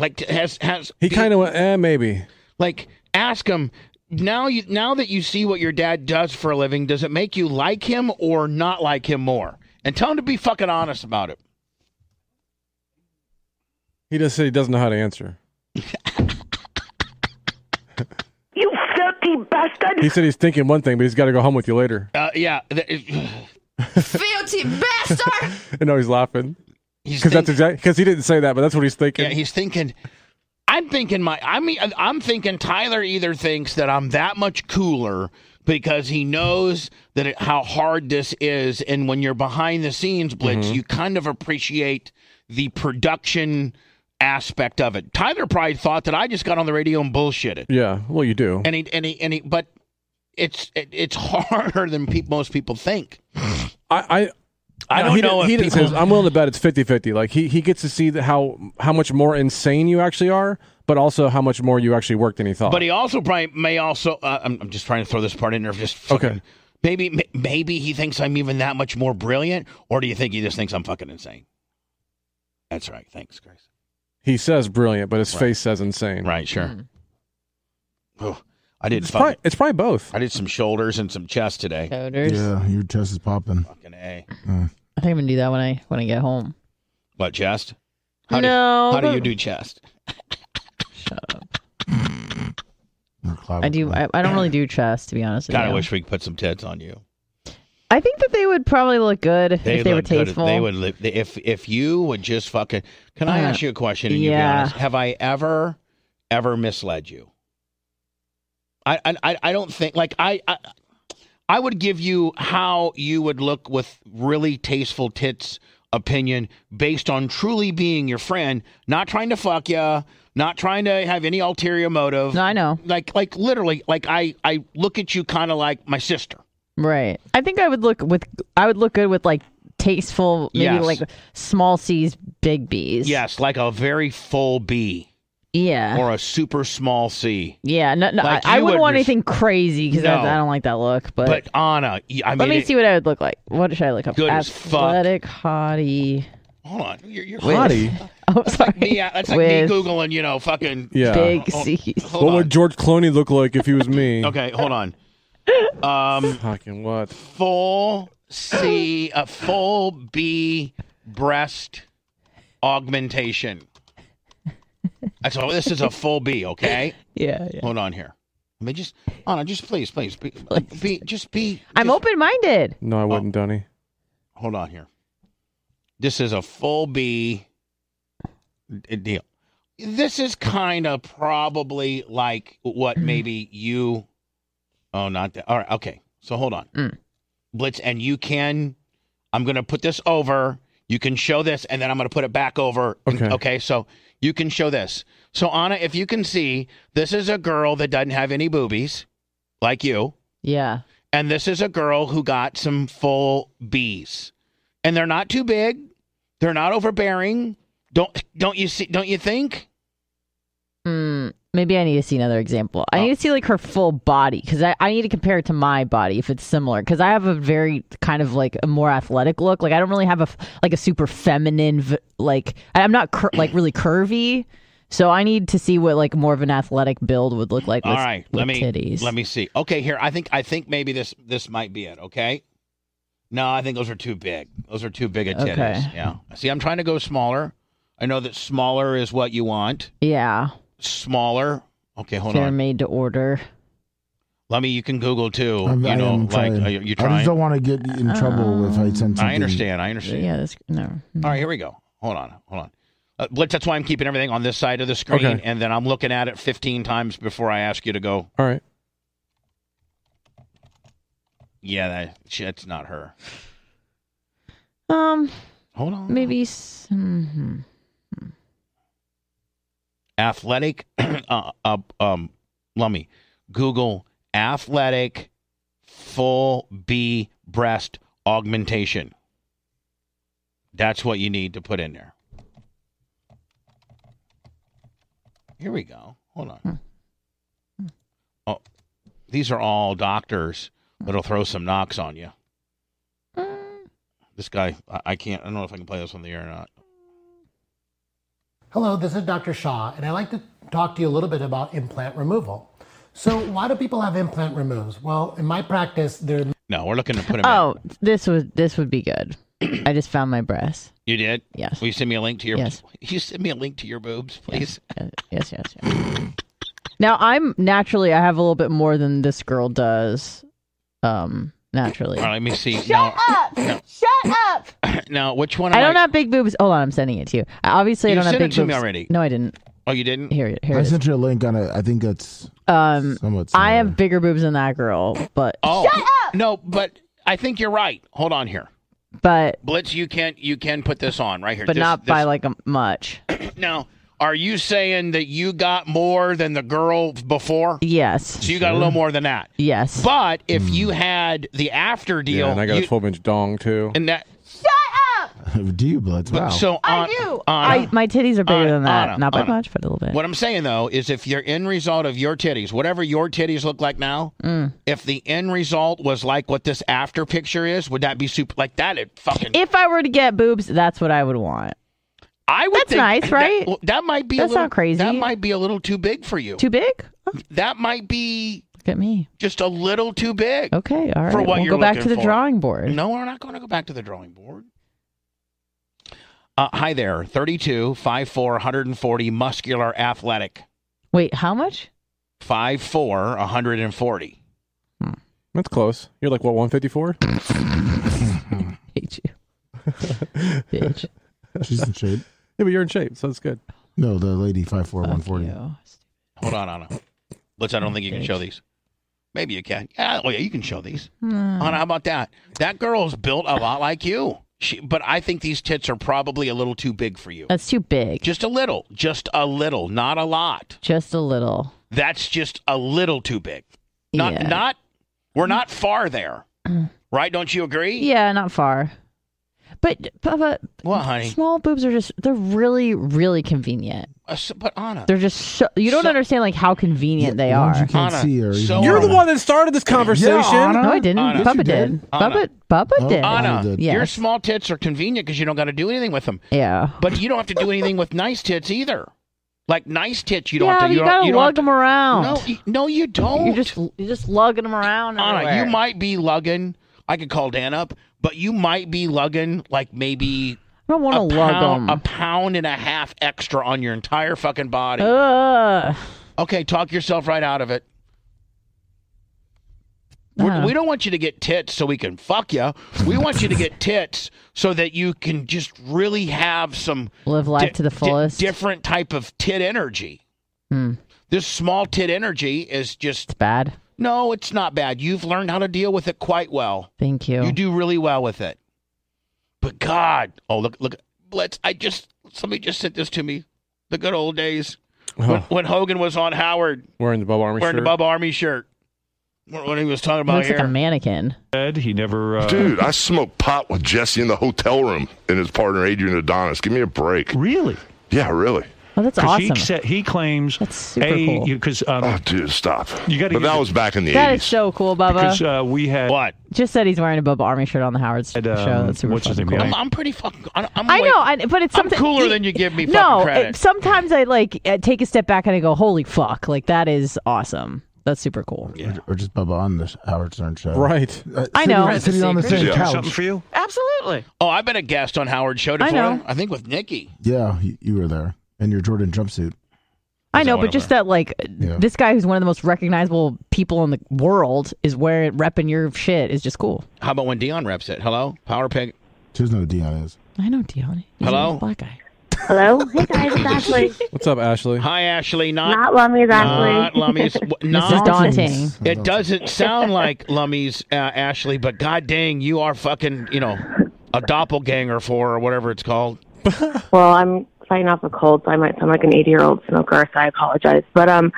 S1: Like t- has has
S3: He kind of went, eh, maybe.
S1: like ask him now you now that you see what your dad does for a living, does it make you like him or not like him more? And tell him to be fucking honest about it.
S3: He just said he doesn't know how to answer.
S7: You filthy bastard!
S3: He said he's thinking one thing, but he's got to go home with you later.
S1: Uh, yeah, th-
S7: [laughs] filthy bastard!
S3: And now he's laughing because that's exactly because he didn't say that, but that's what he's thinking.
S1: Yeah, he's thinking. I'm thinking my. I mean, I'm thinking Tyler either thinks that I'm that much cooler because he knows that it, how hard this is, and when you're behind the scenes, Blitz,
S3: Mm-hmm.
S1: you kind of appreciate the production aspect of it. Tyler probably thought that I just got on the radio and bullshitted,
S3: yeah, well, you do.
S1: and he and he and he. But it's it, it's [laughs] harder than peop most people think.
S3: I,
S1: I don't
S3: he
S1: know
S3: didn't-
S1: if
S3: he didn't say
S1: people-
S3: this. I'm willing to bet it's 50-50. Like he, he gets to see the, how how much more insane you actually are, but also how much more you actually work than he thought.
S1: But he also probably may also. Uh, I'm, I'm just trying to throw this part in there. Just fucking,
S3: Okay.
S1: Maybe m- maybe he thinks I'm even that much more brilliant, or do you think he just thinks I'm fucking insane? That's right. Thanks, Grace.
S3: he says brilliant, but his face says insane.
S1: Right, sure.
S4: Mm-hmm.
S1: Oh, I did.
S3: It's
S1: fucking-
S3: probably- it's probably both.
S1: I did some shoulders and some chest today.
S4: Shoulders.
S2: Yeah, your chest is popping.
S1: Fucking a.
S4: I think I'm gonna do that when I when I get home.
S1: What chest?
S4: No,
S1: Do, how do
S4: but-
S1: you do chest?
S4: I do. I, I don't really do chest, to be honest. with
S1: God, I
S4: you.
S1: Um, wish we could put some tits on you.
S4: I think that they would probably look good if they were
S1: look good.
S4: tasteful.
S1: They would. Li- if if you would just fucking. Can I
S4: Uh,
S1: ask you a question? And You be
S4: yeah.
S1: honest? Have I ever ever misled you? I I- I I don't think like I. I I would give you how you would look with really tasteful tits opinion based on truly being your friend, not trying to fuck ya, not trying to have any ulterior motive.
S4: No, I know.
S1: Like like literally like I I look at you kind of like my sister.
S4: Right. I think I would look with. I would look good with like tasteful, maybe
S1: Yes.
S4: like small C's, big B's.
S1: Yes, like a very full B
S4: Yeah.
S1: or a super small C.
S4: yeah. No, no,
S1: Like
S4: I, I
S1: you
S4: wouldn't
S1: would
S4: want
S1: res-
S4: anything crazy because
S1: No.
S4: I, I don't like that look. But,
S1: But Anna, y- I mean,
S4: let me
S1: it-
S4: see what I would look like. What should I look up?
S1: Good as fuck.
S4: Athletic, hottie.
S1: Hold on, you're, you're
S3: Hottie?
S4: [laughs] Oh, sorry.
S1: Me, uh, that's like
S3: With-
S1: me googling, you know, fucking
S3: Yeah.
S1: Oh, hold
S3: What
S1: on.
S3: would George Clooney look like if he was
S1: [laughs]
S3: me?
S1: Okay, hold on. Um,
S3: Fucking what?
S1: full C, a full B breast augmentation. That's all. This is a full B. Okay.
S4: [laughs] Yeah.
S1: Hold on here. Let me just, Anna, just please, please, be, be just be.
S4: I'm open minded.
S3: No, I
S1: Oh.
S3: wouldn't, Donny.
S1: Hold on here. This is a full B d- deal. This is kind of probably like what maybe you. Oh, not that. All right. Okay. So hold on.
S13: Hmm.
S1: Blitz, and you can. I'm going to put this over. You can show this, and then I'm going to put it back over. Okay. Okay. So you can show this. So, Anna, if you can see, this is a girl that doesn't have any boobies like you.
S4: Yeah.
S1: And this is a girl who got some full B's. And they're not too big. They're not overbearing. Don't don't you see don't you think?
S4: Hmm. Maybe I need to see another example. I need
S1: Oh.
S4: to see like her full body because I, I need to compare it to my body if it's similar because I have a very kind of like a more athletic look. Like I don't really have a f- like a super feminine v- like I- I'm not cur- like really curvy, so I need to see what like more of an athletic build would look like. With,
S1: All right,
S4: with
S1: let me
S4: titties.
S1: let me see. Okay, here. I think I think maybe this this might be it, okay? No, I think those are too big. Those are too big a titties.
S4: Okay.
S1: Yeah. See, I'm trying to go smaller. I know that smaller is what you want.
S4: Yeah,
S1: Smaller. Okay, hold
S4: they're
S1: on.
S4: made to order.
S1: Let me you can Google too.
S2: I'm-
S1: you
S2: I
S1: know,
S2: am
S1: like
S2: trying.
S1: are you you
S2: I just
S1: trying? Oh.
S2: don't want to get in trouble with height sensitivity.
S1: I understand. I understand.
S4: Yeah, that's no.
S1: All right, here we go. Hold on. Hold on. Uh, Blitz, that's why I'm keeping everything on this side of the screen,
S3: Okay.
S1: and then I'm looking at it 15 times before I ask you to go.
S3: All right.
S1: Yeah, that shit's not her.
S4: Um,
S1: hold on.
S4: Maybe. s- mhm.
S1: Athletic. [clears throat] uh, uh, um, let me Google athletic full B breast augmentation. That's what you need to put in there. Here we go. Hold on. Oh, these are all doctors that'll throw some knocks on you. This guy, I, I can't. I don't know if I can play this on the air or not.
S8: Hello, this is Dr. Shaw, and I'd like to talk to you a little bit about implant removal. So, why do people have implant removes? Well, in my practice, there are
S1: No, we're looking to put him in.
S4: Oh, this would this would be good. I just found my breast.
S1: You did?
S4: Yes.
S1: Will you send me a link to your?
S4: Yes.
S1: [laughs] You send me a link to your boobs, please.
S4: Yes, yes, yes. [clears throat] now I'm naturally I have a little bit more than this girl does. Um, naturally.
S1: All right, let me see.
S4: Shut
S1: now,
S4: up! Shut
S1: [clears throat]
S4: up!
S1: now, which one? Am
S4: I don't have big boobs. Hold on, I'm sending it to you. I- Obviously,
S1: You
S4: I don't have
S1: sent it
S4: big
S1: to me
S4: boobs.
S1: already.
S4: No, I didn't.
S1: Oh, you didn't.
S4: Here, here
S2: I
S4: it is.
S2: sent you a link on it. I think that's
S4: Um,
S2: somewhat.
S4: I have bigger boobs than that girl, but
S1: Oh no, but I think you're right. Hold on here,
S4: but
S1: Blitz. You can you can put this on right here.
S4: but
S1: This-
S4: not by
S1: this-
S4: like a much.
S1: [clears throat] Now, are you saying that you got more than the girl before?
S4: Yes.
S1: So you got a little more than that.
S4: Yes.
S1: But if you had the after deal,
S3: Hmm. Yeah, and I got
S1: you-
S3: a 12 inch dong too.
S1: and that
S2: [laughs] Do you, Blitz?
S1: But
S2: Wow.
S1: so on,
S4: I, my titties are bigger than that.
S1: Anna,
S4: not by
S1: Anna.
S4: much, but a little bit.
S1: What I'm saying though is, if your end result of your titties, whatever your titties look like now,
S4: Mm.
S1: if the end result was like what this after picture is, would that be super? Like that, it fucking.
S4: If I were to get boobs, that's what I would want.
S1: I would.
S4: That's
S1: think
S4: nice,
S1: that-
S4: right?
S1: That, might be. a
S4: That's
S1: little,
S4: not crazy.
S1: That might be a little too big for you.
S4: Too big?
S1: That might be
S4: Look at me.
S1: just a little too big.
S4: Okay, all right.
S1: For what
S4: we'll
S1: you're
S4: go back
S1: looking
S4: to the
S1: for.
S4: drawing board.
S1: No, we're not going to go back to the drawing board. Uh, hi there, 32, 5'4", 140, muscular, athletic.
S4: Wait, how much?
S1: 5'4", 140.
S3: That's close. You're like, what,
S4: [laughs]
S3: 154?
S4: hate
S3: you.
S2: [laughs] She's in shape.
S3: Yeah, but you're in shape, so that's good.
S2: No, the lady five four one forty.
S1: Hold on, Anna. Let's. I don't think you can show these. Maybe you can. Yeah, oh yeah, you can show these.
S4: Hmm.
S1: Anna, how about that? That girl is built a lot like you. She, but I think these tits are probably a little too big for you.
S4: That's too big.
S1: Just a little, just a little, not a lot.
S4: Just a little.
S1: That's just a little too big. Not,
S4: Yeah.
S1: not. We're not far there, right? Don't you agree?
S4: Yeah, not far. But Bubba,
S1: What, honey?
S4: Small boobs are just—they're really, really convenient.
S1: Uh, s- but Anna,
S4: They're just so you don't understand like how convenient they are.
S1: Anna, so
S3: You're the
S1: Anna.
S3: one that started this conversation.
S4: No, I didn't.
S1: Anna.
S4: Bubba did. Bubba, Bubba Oh, did.
S1: Anna, your
S4: Yes.
S1: small tits are convenient because you don't got to do anything with them.
S4: Yeah.
S1: But you don't have to do anything with nice tits either. Like nice tits, you don't
S4: yeah,
S1: have to.
S4: but
S1: You,
S4: you,
S1: don't,
S4: gotta
S1: you don't
S4: lug
S1: have
S4: them around.
S1: No, you, no, you don't.
S4: You're just you're just lugging them around.
S1: to, Anna,
S4: everywhere.
S1: you might be lugging. I could call Dan up, but you might be lugging like maybe.
S4: I don't wanna
S1: a
S4: lug
S1: pound-
S4: 'em.
S1: A pound and a half extra on your entire fucking body.
S4: Ugh.
S1: Okay, talk yourself right out of it.
S4: Uh-huh.
S1: We're, we don't want you to get tits so we can fuck you. We want you to get tits so that you can just really have some
S4: Live life to the
S1: di-
S4: fullest.
S1: different type of tit energy.
S4: Hmm.
S1: This small tit energy is just
S4: bad.
S1: No, it's not bad. You've learned how to deal with it quite well.
S4: Thank you.
S1: You do really well with it. But God, oh look, look, Blitz! I just somebody just sent this to me. The good old days when,
S3: Oh.
S1: when Hogan was on Howard
S3: Wearing the Bob Army
S1: wearing
S3: shirt.
S1: the Bub Army shirt. What what he was talking
S4: He
S1: about
S4: looks
S1: here.
S4: like a mannequin.
S14: He never. Uh...
S9: Dude, I smoked pot with Jesse in the hotel room and his partner Adrian Adonis. Give me a break.
S14: Really?
S9: Yeah, really.
S4: Oh, that's
S14: 'Cause He, said, he claims a because um,
S9: oh, dude, stop.
S14: you got to.
S9: But that was back in the
S4: That
S9: 80s.
S4: is so cool, Bubba.
S14: because uh, we had
S1: what?
S4: Just said he's wearing a Bubba Army shirt on the Howard
S14: um,
S4: show. That's super
S14: what's his
S4: fucking
S14: name?
S4: cool.
S1: I'm, I'm pretty fucking. I'm, I'm
S4: I
S1: way-
S4: know, I, but it's
S1: I'm
S4: something
S1: cooler than you give me fucking
S4: no,
S1: credit.
S4: it- sometimes I like uh, take a step back and I go, "Holy fuck!" Like that is awesome. That's super cool.
S2: Or just Bubba on the Howard Stern show.
S3: Right.
S2: Uh,
S4: I
S2: sitting-
S4: know.
S2: Sitting on the same couch.
S14: you?
S4: Absolutely.
S1: Oh, I've been a guest on Howard Show
S4: I
S1: before.
S4: know.
S1: I think with Nikki.
S2: Yeah, you, you were there in your Jordan jumpsuit.
S4: I
S1: Is
S4: know,
S1: that
S4: but just that, like, this guy who's one of the most recognizable people in the world is wearing repping your shit is just cool.
S1: How about when Dion reps it? Hello, Power Pig.
S2: There's no Dion is.
S4: I know Dion.
S1: Hello,
S4: black guy.
S1: Hello,
S28: Hey guys,
S1: [laughs]
S28: it's Ashley.
S3: What's up, Ashley?
S1: Hi, Ashley. Not
S28: Not Lummies, Ashley.
S1: Not Lummies. W-
S4: [laughs] This is
S1: not-
S4: daunting.
S1: It doesn't sound like Lummies, uh, Ashley, but god dang, you are fucking, you know, a doppelganger for or whatever it's called.
S28: [sighs] Well, I'm fighting off a cold, so I might sound like an 80 year old smoker, so I apologize. But um,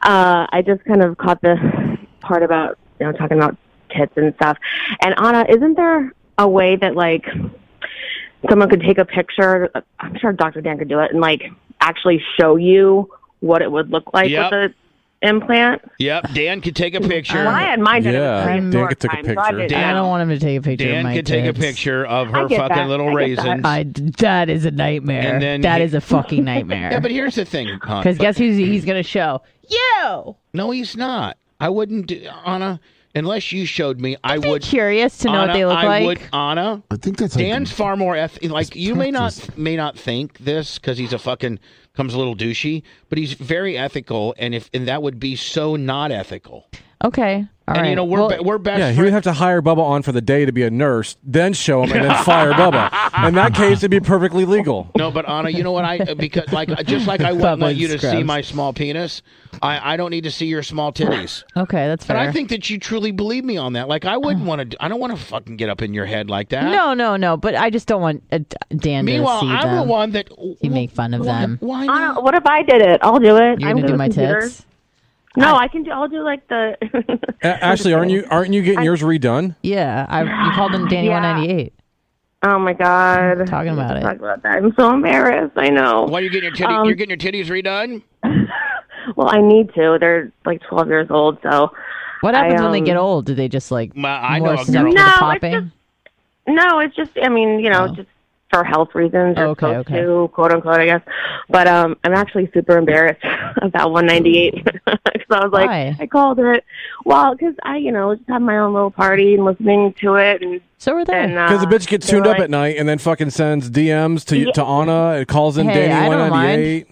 S28: uh, I just kind of caught the part about you know talking about tits and stuff. And Anna, isn't there a way that like someone could take a picture? I'm sure Dr. Dan could do it and like actually show you what it would look like
S1: Yep.
S28: with the implant.
S1: Yep, Dan could take a picture.
S28: When I had mine done, it was Yeah, very Dan short could take a time, so I picture. didn't-
S4: I
S1: Dan,
S4: don't want him to take a picture. of
S1: Dan
S4: my
S1: could take a
S4: tits.
S1: picture of
S4: I
S1: her
S4: get
S1: fucking
S4: that.
S1: little
S4: I get that.
S1: raisins.
S4: I, that is a nightmare.
S1: And then
S4: that
S1: he-
S4: is a fucking nightmare.
S1: [laughs] Yeah, but here's the thing, hon.
S4: Because
S1: But-
S4: guess who's he's gonna show? You.
S1: No, he's not. I wouldn't, do, Anna. Unless you showed me, I
S4: Be
S1: would.
S4: curious to know
S1: Anna,
S4: what they look
S1: I
S4: like.
S1: would, Anna. I think that's Dan's far more eth- like you may not may not think this because he's a fucking comes a little douchey, but he's very ethical, and if and that would be so not ethical.
S4: Okay. All right.
S1: and you know we're
S4: Well,
S1: be- we're best.
S3: yeah,
S1: friends.
S3: he would have to hire Bubba on for the day to be a nurse, then show him, and then
S1: [laughs]
S3: fire Bubba. In that case, it'd be perfectly legal.
S1: No, but Anna, you know what I uh, because like just [laughs] like I wouldn't want you to see
S3: Scrubs.
S1: my small penis, I I don't need to see your small titties.
S4: Okay, that's fair.
S1: And I think that you truly believe me on that. Like I wouldn't want to. I don't want to fucking get up in your head like that.
S4: no, no, no. But I just don't want uh, Dan
S1: Meanwhile,
S4: to see
S1: I'm
S4: them.
S1: the one that
S4: you make fun of them.
S1: Why
S28: Anna, what if I did it? I'll do it.
S4: You're
S28: I'm
S4: gonna
S28: good
S4: do
S28: with
S4: my
S28: computers.
S4: tits?
S28: No, I can do. I'll do like the. [laughs]
S3: A- Ashley, aren't you aren't you getting yours redone?
S4: Yeah, I, you called him Danny
S28: Yeah.
S4: 198.
S28: Oh my god.
S4: Talking about it.
S28: Talk about that. I'm so embarrassed. I know.
S1: Why are you getting your titty?
S28: Um,
S1: you're getting your titties redone.
S28: Well, I need to. They're like 12 years old, so.
S4: What happens when they get
S28: old?
S4: old? Do they just like
S1: I
S28: know a
S4: moisten up
S28: girl-
S4: to the
S28: No, it's
S4: popping? Oh.
S28: No, it's just. I mean, you know, just for health reasons. You're
S4: Okay,
S28: supposed To, quote unquote, I guess. But um, I'm actually super embarrassed [laughs] about [laughs] 198 because I was like,
S4: Why?
S28: I called it. Well, because I, you know, just had my own little party and listening to it, and uh,
S4: so were they.
S3: Because the bitch gets tuned up at night and then fucking sends DMs to to Anna. It calls in
S28: Hey, I
S3: Danny
S28: don't
S3: one
S28: mind.
S3: ninety eight.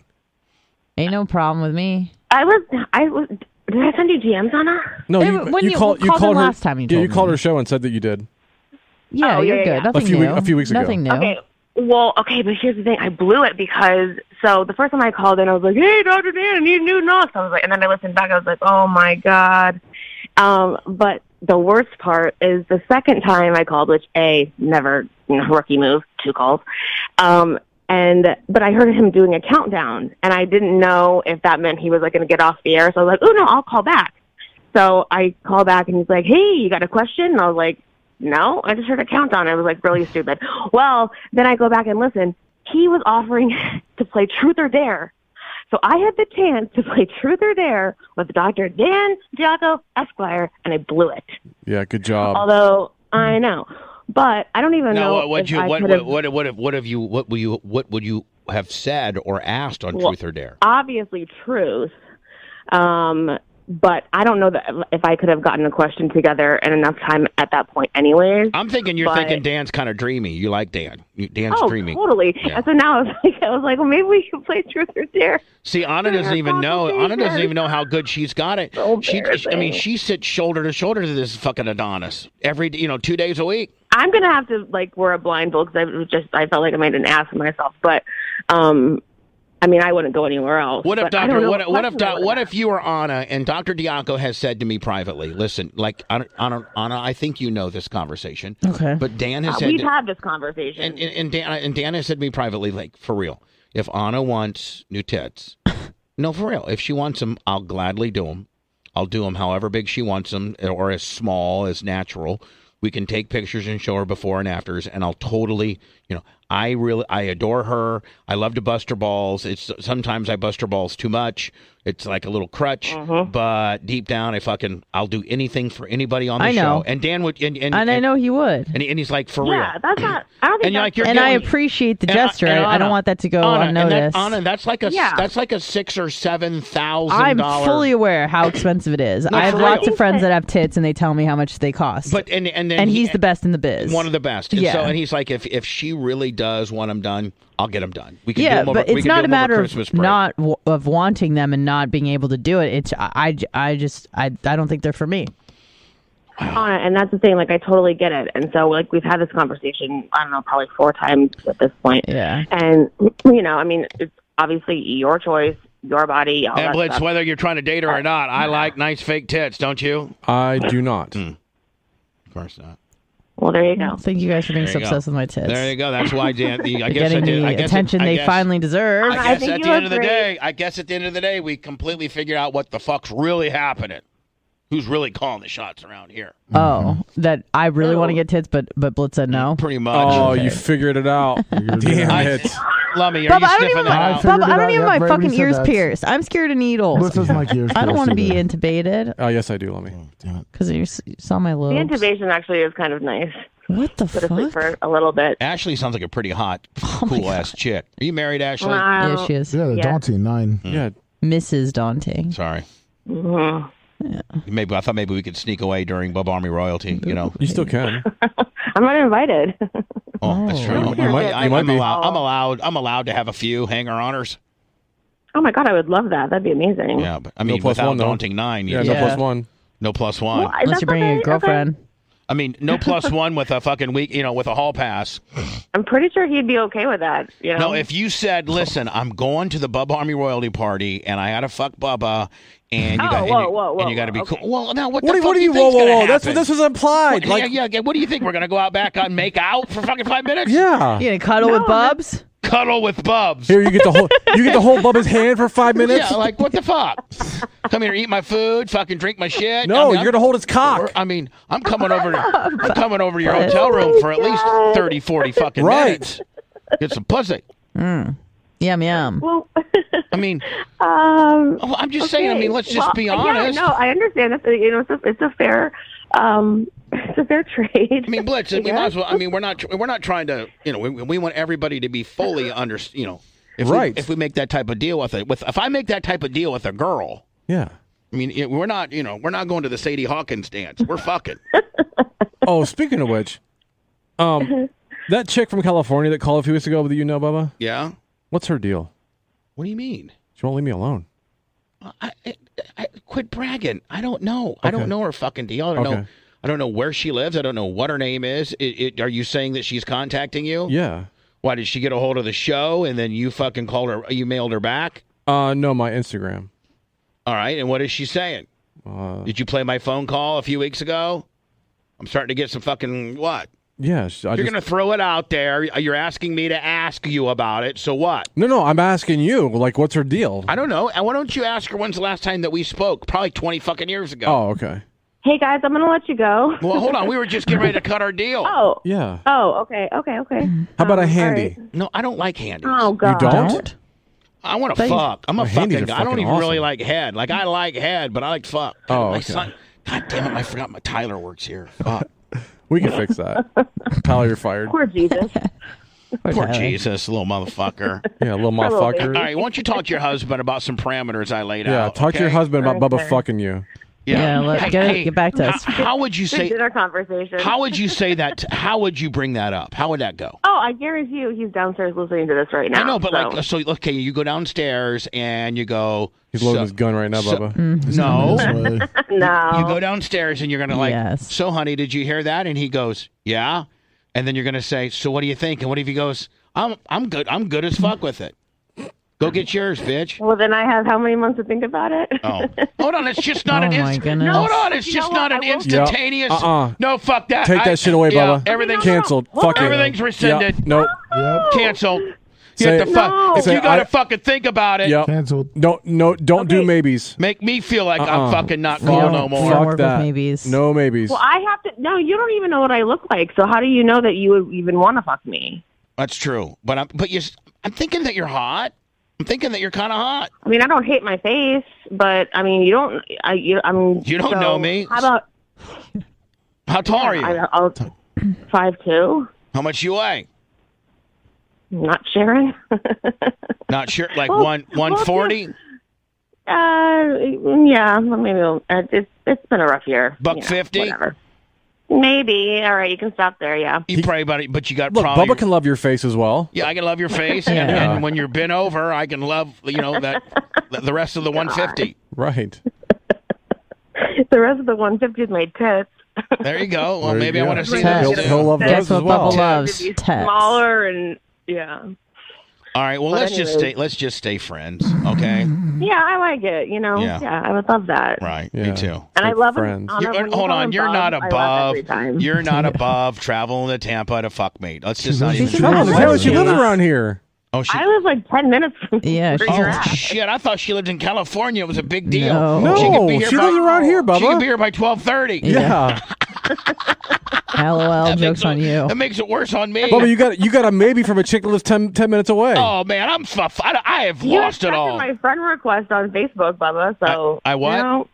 S4: Ain't no problem with me.
S28: I was. I was. Did I send you DMs on her?
S3: No, you, you, called, you called her yeah, you
S28: me.
S3: called her show and said that you did.
S28: Oh, Yeah,
S4: you're good. Nothing
S3: a few
S4: new.
S3: week- a few weeks ago.
S4: Nothing new.
S28: Okay. Well, okay, but here's the thing. I blew it because so the first time I called in, I was like, "Hey, Doctor Dan, I need a new knock." I was like, and then I listened back. I was like, "Oh my god!" Um, but the worst part is the second time I called, which a never you know, rookie move, two calls. Um, and but I heard him doing a countdown, and I didn't know if that meant he was like going to get off the air. So I was like, "Oh no, I'll call back." So I call back, and he's like, "Hey, you got a question?" And I was like, no, I just heard a countdown. I was like really stupid. Well, then I go back and listen. He was offering [laughs] to play Truth or Dare. So I had the chance to play Truth or Dare with Dr. Dan Diaco Esquire, and I blew it.
S3: Yeah, good job.
S28: Although I know, but I don't even
S1: Um, Now,
S28: know
S1: what would
S28: if
S1: you
S28: I
S1: what
S28: could
S1: what,
S28: have.
S1: what what what have you what will you what would you have said or asked on
S28: Well,
S1: Truth or Dare?
S28: Obviously, truth. Um, but I don't know that if I could have gotten a question together in enough time at that point, anyways.
S1: I'm thinking you're
S28: but-
S1: thinking Dan's kind of dreamy. You like Dan. You- Dan's
S28: oh,
S1: dreamy.
S28: totally.
S1: Yeah.
S28: And so now I was [laughs] like, I was like, well, maybe we should play truth or dare.
S1: See, Anna doesn't even know. Anna doesn't
S28: complicated.
S1: even know how good she's got it. She, I mean, she sits shoulder to shoulder to this fucking Adonis every, you know, two days a week.
S28: I'm gonna have to like wear a blindfold because I was just I felt like I made an ass of myself. But, um, I mean, I wouldn't go anywhere else.
S1: What if
S28: but I
S1: Doctor?
S28: don't know
S1: What, what if
S28: question I
S1: doc,
S28: would've
S1: What if you were Anna and Doctor Diaco has said to me privately? Listen, like Anna, Anna, Anna I think you know this conversation. Okay. But Dan has
S28: asked. Uh,
S1: said
S28: we've
S1: to-
S28: had this conversation.
S1: and, and, and Dan and Dan has said to me privately, like for real, if Anna wants new
S4: [laughs]
S1: tits, no, for real, if she wants them, I'll gladly do them. I'll do them however big she wants them, or as small as natural. We can take pictures and show her before and afters, and I'll totally, you know, I really, I adore her. I love to bust her balls. It's sometimes I bust her balls too much. It's like a little crutch,
S4: Mm-hmm.
S1: but deep down, I fucking, I'll do anything for anybody on the
S4: I
S1: show.
S4: know.
S1: And Dan would, and and,
S4: And, I know he would.
S1: and, and he's like, for real,
S28: yeah, that's not. I don't think
S1: And you're
S28: that's
S1: like, you're
S4: and I
S1: doing-
S4: appreciate the
S1: and I-
S4: gesture.
S1: and
S4: I,
S1: Anna-
S4: don't want that to go
S1: Anna, And
S4: unnoticed.
S1: that, Anna, that's like a
S28: Yeah.
S1: that's like a six or seven thousand.
S4: I'm fully aware how expensive it is.
S1: [laughs] No,
S4: I have
S1: for
S4: lots
S1: real.
S4: of friends that have tits, and they tell me how much they cost.
S1: But and and then
S4: and
S1: he-
S4: he's the best in the biz.
S1: one of the best. And
S4: yeah.
S1: So and he's like, if if she really does want them done, I'll get them done. We can do
S4: yeah,
S1: 'em over,
S4: but
S1: we can
S4: it's
S1: do
S4: not a
S1: 'em over
S4: matter
S1: Christmas
S4: of
S1: break.
S4: not w- of wanting them and not being able to do it. It's I, I, I just I, I don't think they're for me.
S28: on it, Uh, and that's the thing. Like, I totally get it. And so, like, we've had this conversation. I don't know, probably four times at this point.
S4: Yeah.
S28: And [clears throat] you know, I mean, it's obviously your choice, your body. All
S1: And
S28: that
S1: Blitz,
S28: stuff.
S1: whether you're trying to date her or not, I like nice fake tits, don't you?
S3: I do not.
S1: Hmm. Of course not.
S28: Well, there you go.
S4: Thank you guys for being
S1: There
S4: so
S1: you go.
S4: obsessed with my tits.
S1: There you go. That's why Dan. the- I
S4: They're
S1: guess I
S4: getting
S1: did.
S4: the
S1: I guess it-
S4: attention
S1: I
S4: they
S1: guess-
S4: finally deserve.
S1: I guess at the end of the day, I guess at the end of the day, we completely figure out what the fuck's really happening. Who's really calling the shots around here?
S4: [laughs] Oh, that I really want to get tits, but but Blitz said no.
S1: Pretty
S3: Oh, you figured it
S4: [laughs]
S3: out.
S1: [laughs]
S3: Damn it.
S1: Lummy, are
S4: Bubba,
S1: you
S4: I don't
S1: sniffing
S4: even.
S1: that out?
S4: Bubba, I don't even
S2: yeah,
S4: have my
S2: right when you
S4: fucking
S2: said
S4: ears
S2: that.
S4: pierced. I'm scared of needles.
S2: This is my ears
S4: [laughs] I don't
S2: pierced
S4: want to be
S2: either.
S4: intubated
S3: Oh, yes, I do, Lummy.
S4: because you s- you saw my
S28: The
S4: little.
S28: intubation actually is kind of nice.
S4: What the
S28: fuck? For a little bit.
S1: Ashley sounds like a pretty
S4: [laughs]
S1: hot,
S4: Oh
S1: cool ass chick. Are you married, Ashley?
S28: Wow. Yeah, she is.
S2: Yeah, the
S28: Yeah.
S2: Dante nine.
S1: Hmm.
S3: Yeah,
S4: Mrs. Daunting.
S1: Sorry.
S28: Mhm.
S4: Mm-hmm.
S1: Maybe I thought maybe we could sneak away during Bub Army royalty. You know,
S3: you still can.
S28: I'm not invited. [laughs]
S1: Oh, that's true.
S3: You might- you
S1: I,
S3: might
S1: am
S3: be.
S1: allowed. I'm allowed. I'm allowed to have a few hanger honors.
S28: Oh my god, I would love that. That'd be amazing.
S1: Yeah, but I
S3: No
S1: mean,
S3: plus
S1: without
S3: one, though.
S1: daunting nine.
S3: Yeah, no Yeah. plus
S1: one. No plus one.
S28: Well, Unless that's you bring okay, your girlfriend.
S1: I mean, no
S28: [laughs]
S1: plus one with a fucking week. You know, with a hall pass.
S28: I'm pretty sure he'd be okay with that. You know?
S1: No, if you said, "Listen, I'm going to the Bubba Army royalty party, and I gotta fuck Bubba," and you
S28: Oh,
S1: got
S28: whoa,
S1: and you,
S28: whoa, whoa,
S1: and you gotta be
S28: whoa,
S1: cool. Well, now what?
S3: What
S1: the
S3: do- what
S1: fuck
S3: do you-
S1: think
S3: whoa, whoa,
S1: gonna
S3: whoa, that's-
S1: happen?
S3: this was implied,
S1: What,
S3: like-
S1: yeah, yeah, yeah. What do you think we're gonna go out back on make out for fucking five minutes?
S3: Yeah.
S4: You gonna cuddle with Bubs?
S1: Cuddle with Bubs.
S3: Here, you get the whole you get the whole Bubba's hand for
S4: [laughs]
S3: five minutes.
S1: Yeah, like what the fuck? Come here, eat my food, fucking drink my shit.
S3: No,
S1: I mean,
S3: you're gonna hold his cock.
S1: I mean, I'm coming over to I'm coming over to
S4: Oh
S1: your hotel room for at least 30, 40 fucking
S3: Right.
S1: minutes. Get some pussy.
S4: Mm. Yum yum.
S28: Well,
S1: I mean,
S28: [laughs] um,
S1: Oh, I'm just saying, I mean, let's just
S28: Well,
S1: be honest.
S28: Yeah, no, I understand. That's a, you know, it's a, it's a fair, um, [laughs] it's a fair trade.
S1: I mean, Blitz, we might as well. I mean, we're not we're not trying to, you know, we, we want everybody to be fully under, you know, if
S3: Right.
S1: We, if we make that type of deal with it, with if I make that type of deal with a girl,
S3: Yeah.
S1: I mean, it- we're not, you know, we're not going to the Sadie Hawkins dance. We're fucking.
S3: Oh, speaking of which, um, that chick from California that called a few weeks ago that you know, Bubba.
S1: Yeah.
S3: What's her deal?
S1: What do you mean?
S3: She won't leave me alone.
S1: I, I, I quit bragging. I don't know. I don't
S3: Okay.
S1: know her fucking deal. I don't know.
S3: Okay.
S1: I don't know where she lives. I don't know what her name is. It, it, are you saying that she's contacting you?
S3: Yeah.
S1: Why did she get a hold of the show and then you fucking called her? You mailed her back.
S3: Uh, no, my Instagram.
S1: All right. And what is she saying?
S3: Uh,
S1: Did you play my phone call a few weeks ago? I'm starting to get some fucking what?
S3: yeah. she- I
S1: You're
S3: just,
S1: gonna throw it out there. You're asking me to ask you about it. So what?
S3: No, no, I'm asking you. Like, what's her deal?
S1: I don't know. And why don't you ask her when's the last time that we spoke? Probably 20 fucking years ago.
S3: Oh, okay.
S28: [laughs] hey guys, I'm gonna let you go.
S1: Well, hold on. We were just getting ready to cut our deal.
S28: Oh.
S3: Yeah.
S28: Oh, okay, okay, okay.
S4: Mm-hmm.
S3: How about a
S28: handy?
S1: No, I don't like handy.
S28: Oh God.
S1: I want to
S28: They-
S1: fuck. I'm a
S3: Oh, handies
S1: fucking.
S3: are
S1: guy. I don't
S3: fucking
S1: even really
S3: awesome.
S1: like head. Like I like head, but I like fuck.
S3: Oh,
S1: my
S3: okay.
S1: son. God damn it! I forgot my Tyler works here.
S3: We can fix that. Tyler, you're fired.
S28: Poor Jesus.
S1: Poor
S3: Tyler.
S1: Jesus, little motherfucker.
S3: [laughs] Yeah, little
S28: Probably.
S3: motherfucker.
S1: All right, why don't you talk to your husband about some parameters I laid
S3: Yeah,
S1: out?
S3: talk to your
S1: okay?
S3: husband about Bubba
S28: Okay.
S3: fucking you.
S4: [laughs] Yeah, let-
S1: Hey,
S4: get it-
S1: hey,
S4: get back to
S1: how-
S4: us.
S1: How, would you
S28: [laughs]
S1: say?
S28: Dinner conversation.
S1: How would you say that? How would you bring that up? How would that go?
S28: Oh, I guarantee you, he's downstairs listening to this right now.
S1: I know, but
S28: so.
S1: like, so okay, you go downstairs and you go.
S3: He's loading his gun right now,
S1: so-
S3: Bubba.
S1: [laughs]
S4: Mm-hmm.
S1: No,
S3: [laughs]
S28: [laughs] no.
S1: you go downstairs and you're gonna like. So, honey, did you hear that? And he goes, Yeah. And then you're gonna say, So, what do you think? And what if he goes, I'm I'm good. I'm good as fuck with it. Go get yours, bitch.
S28: Well, then I have how many months to think about it?
S1: Oh. Hold on, it's just not an
S28: Oh, my
S1: instant.
S28: goodness.
S1: Hold on, it's
S28: You
S1: just
S28: know what?
S1: not an
S28: I won't-
S3: Yeah.
S1: instantaneous.
S3: Uh-uh.
S1: No, fuck that.
S3: Take
S1: I-
S3: that shit away,
S1: yeah,
S3: Bubba.
S1: Everything's
S3: canceled. Fuck it.
S1: Everything's
S3: Yep.
S1: rescinded.
S3: Nope.
S1: Canceled. You
S3: Say-
S1: have to fuck.
S3: No.
S1: If
S3: Say,
S1: you gotta
S3: I-
S1: fucking think about it,
S3: Yep. Canceled. Don't no. Don't do maybes.
S1: make me feel like
S3: Uh-uh.
S1: I'm fucking not
S3: Fuck-
S1: cool no more.
S3: Fuck that. Maybes. No maybes.
S28: Well, I have to. No, you don't even know what I look like. So how do you know that you would even want to fuck me?
S1: That's true. But I'm but you I'm thinking that you're hot. I'm thinking that you're kind of hot.
S28: I mean, I don't hate my face, but I mean, you don't. I you. I mean,
S1: You don't
S28: so
S1: know me.
S28: How about
S1: How tall are you?
S28: I, I'll, five two?
S1: How much you weigh?
S28: Not sharing. [laughs]
S1: Not sure. Like
S28: Well,
S1: one one forty.
S28: Uh, yeah, well, maybe it'll- uh, it's it's been a rough year.
S1: Buck
S28: You know,
S1: 50?
S28: whatever. Maybe. All right, you can stop there. Yeah.
S1: You probably about it, but you got
S3: Look,
S1: probably.
S3: Bubba can love your face as well.
S1: yeah, I can love your face, and,
S3: Yeah.
S1: and when you're bent over, I can love you know that the rest of the one fifty.
S3: Right.
S28: [laughs] The rest of the 150 is made tits.
S1: There you go. Well,
S3: There you
S1: maybe I
S3: go.
S1: want to see
S3: Tits.
S1: that.
S3: He'll-
S1: too.
S3: he'll love That's those as what well. Bubba
S28: It'd
S3: loves,
S28: be
S3: tits.
S28: Smaller and yeah.
S1: All right. Well,
S28: But
S1: let's just
S28: anyways.
S1: stay. Let's just stay friends. Okay.
S3: Mm-hmm.
S28: Yeah, I like it. You know.
S1: Yeah.
S28: Yeah, I would love that.
S1: Right. Me too.
S28: And I love it.
S1: You're- hold on, you're not above. You're
S3: [laughs]
S1: not above traveling to Tampa to fuck me. Let's just not even.
S28: She's in Tampa. Why would she live
S3: around here?
S1: Oh, she.
S28: I live like ten minutes from yeah, where you're
S1: Oh
S28: at.
S1: shit! I thought she lived in California. It was a big deal.
S3: No. No,
S1: could be here
S3: she
S1: by-
S3: lives around here,
S1: She
S3: Bubba.
S1: could be here by twelve thirty.
S3: Yeah.
S28: [laughs]
S4: LOL, jokes on you.
S1: That makes it worse on me.
S3: Bubba, you got you got a maybe from a chick that lives 10, 10 minutes away.
S1: Oh man, I'm fuff. I, I have
S28: You
S1: lost it
S28: accepted
S1: all.
S28: my friend request on Facebook, Bubba. So
S1: I- I what?
S28: You, know,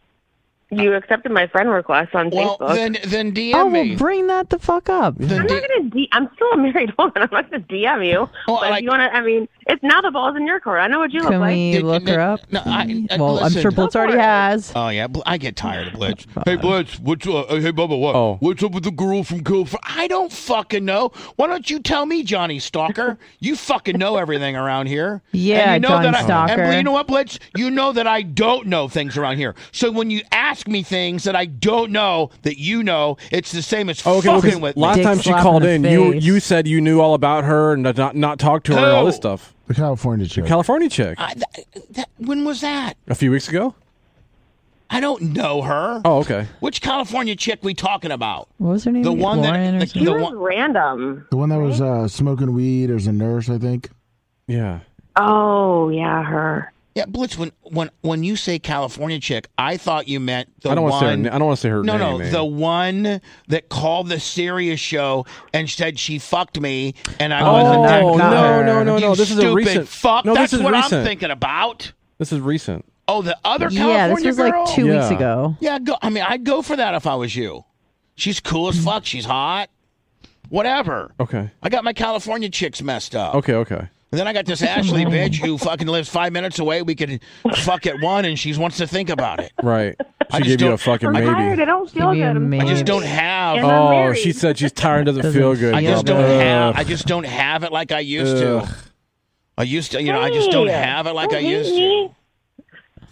S28: you accepted my friend request on
S1: Well,
S28: Facebook.
S1: then then DM
S4: Oh,
S1: me.
S4: well, bring that the fuck up.
S28: I'm not gonna. D- I'm still a married [laughs] woman. I'm not gonna DM you. but if you wanna, I mean, it's now the ball's in your court. I know what you look
S4: Can
S28: like.
S4: we look her up?
S1: uh, No, I, I-
S4: well, I'm
S1: listen.
S4: sure Blitz already has.
S1: Oh yeah, Bl- I get tired of Blitz. hey Blitz, what's uh, hey Bubba? What?
S3: Oh.
S1: What's up with the girl from California? I don't fucking know. Why don't you tell me, Johnny Stalker? you fucking know everything around here.
S4: Yeah,
S1: and you know
S4: Johnny
S1: that I,
S4: Stalker.
S1: And you know what, Blitz? You know that I don't know things around here. So when you ask me things that I don't know that you know, it's the same as
S3: Oh, Okay, well, 'cause
S1: fucking with me.
S3: last time she called in, you you said you knew all about her and not not talk to her and all this stuff.
S2: The California chick.
S3: California chick
S1: I, th- that, when was that?
S3: a few weeks ago.
S1: I don't know her.
S3: Oh, okay.
S1: Which California chick we talking about?
S4: What was her name?
S1: The one that the, the one.
S28: random.
S2: The one that was uh, smoking weed as a nurse, I think.
S3: Yeah.
S28: Oh yeah, her.
S1: Yeah, Blitz. When when when you say California chick, I thought you meant the
S3: I don't want to say her.
S1: one.
S3: na- I don't want to say her
S1: no,
S3: name. eh?
S1: no,
S3: man.
S1: the one that called the serious show and said she fucked me, and I
S3: Oh,
S1: wasn't. that
S3: no,
S1: good.
S3: no, no, no,
S1: You
S3: no, this is a
S1: stupid
S3: recent-
S1: fuck.
S3: no,
S1: That's
S3: this is
S1: what I'm
S3: recent.
S1: thinking about.
S3: This is recent.
S1: Oh, the other California
S4: Yeah, this was like
S1: girl?
S4: two weeks Yeah. ago.
S1: Yeah, go, I mean, I'd go for that if I was you. She's cool as fuck. She's hot. Whatever.
S3: Okay.
S1: I got my California chicks messed up.
S3: Okay. Okay.
S1: And then I got this
S3: [laughs]
S1: Ashley bitch who fucking lives five minutes away. We could fuck at one, and she wants to think about it.
S3: Right.
S1: [laughs] I
S3: [laughs]
S1: just
S3: She gave you
S1: don't-
S3: a fucking
S1: I'm
S3: maybe.
S1: tired.
S28: I don't feel
S1: Maybe
S28: good.
S1: I just don't have.
S3: Oh, she said she's tired and doesn't, feel good.
S1: I just
S3: Bubba.
S1: don't have. I
S3: Ugh.
S1: just don't have it like I used
S3: Ugh.
S1: to. I used to, you know, I just don't have it like I used to.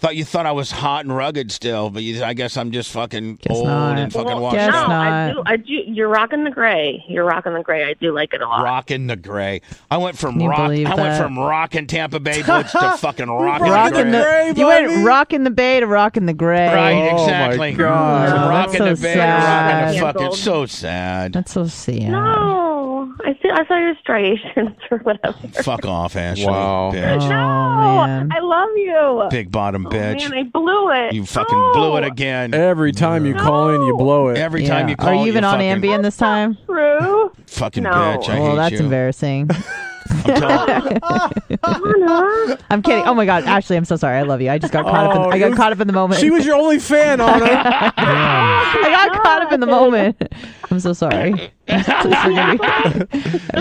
S1: Thought you thought I was hot and rugged still, but you, I guess I'm just fucking old and fucking
S28: Well,
S1: washed
S28: no,
S1: up.
S28: I do. I do. You're rocking the gray. You're rocking the gray. I do like it a lot.
S1: Rocking the gray. I went from
S28: Can you
S1: rock. I
S28: believe
S1: went
S28: that?
S1: from rocking Tampa Bay Blitz [laughs]
S4: [laughs]
S1: to fucking rocking,
S4: Rockin'
S1: the gray.
S4: you went rocking the bay to rocking the gray.
S1: Right,
S28: Oh
S3: Oh,
S1: exactly. From
S4: No, that's
S1: rocking
S4: so
S1: the bay to rocking the
S4: sad.
S1: fuck. It's so sad.
S4: That's so sad.
S28: No, Oh, I feel I saw your striations [laughs] or whatever.
S1: Fuck off, Ashley.
S20: Wow.
S1: Bitch.
S28: Oh,
S4: Um,
S28: I love you.
S1: Big
S4: Oh,
S1: bottom bitch.
S28: Man, I blew it.
S1: You fucking blew it again.
S3: Every time you call in, you blow it.
S1: Every time you call,
S4: Are you even on
S1: fucking,
S4: Ambien this time?
S28: True.
S1: Fucking bitch. I
S4: well,
S1: hate
S4: that's
S1: you. [laughs]
S4: embarrassing. [laughs] I'm kidding. Oh my god, Ashley, I'm so sorry. I love you. I just got caught
S1: Oh,
S4: up. In, I got caught up in the moment.
S3: She was your only
S4: [laughs]
S3: fan, Anna.
S4: I got caught up in the moment. I'm
S1: [laughs]
S4: so sorry.
S1: You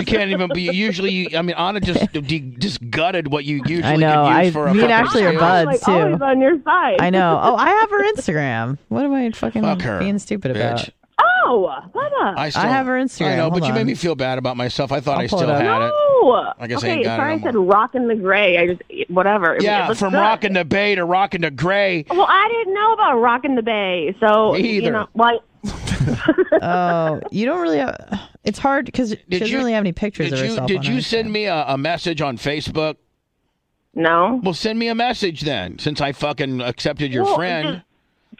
S1: can't even be. Usually, you, I mean, Anna
S4: [laughs]
S1: just de- just gutted what you usually
S4: I know.
S1: could use
S4: I
S1: for a
S4: me and
S1: fucking
S4: Ashley are
S1: excuse.
S4: buds too.
S28: on your side.
S4: Uh, I know. Oh, I
S28: [laughs]
S4: have her Instagram. What am I fucking
S1: Fuck her,
S4: being stupid about?
S1: bitch.
S28: Oh, what up?
S1: I, still,
S4: have her Instagram.
S1: I know, but
S4: Hold
S1: you made
S4: on.
S1: me feel bad about myself. I thought
S4: I'll
S1: i
S4: pull
S1: still
S4: it up.
S1: had it.
S28: No.
S1: I guess I
S28: Oh. okay,
S1: ain't got it
S28: sorry
S1: no
S28: I said rockin' the gray. I just whatever. It- it
S1: Yeah,
S28: looks
S1: from
S28: good.
S1: rocking the bay to rocking the gray.
S28: Well, I didn't know about rockin' the bay, so
S1: Me either.
S28: you know, like
S4: Oh, you don't really. Have, it's hard because she doesn't
S1: you-
S4: really have any pictures
S1: Did
S4: of
S1: you
S4: herself.
S1: did
S4: on
S1: you
S4: her.
S1: send me a, a message on Facebook?
S28: No.
S1: Well, send me a message then, since I fucking accepted your
S28: Well,
S1: friend.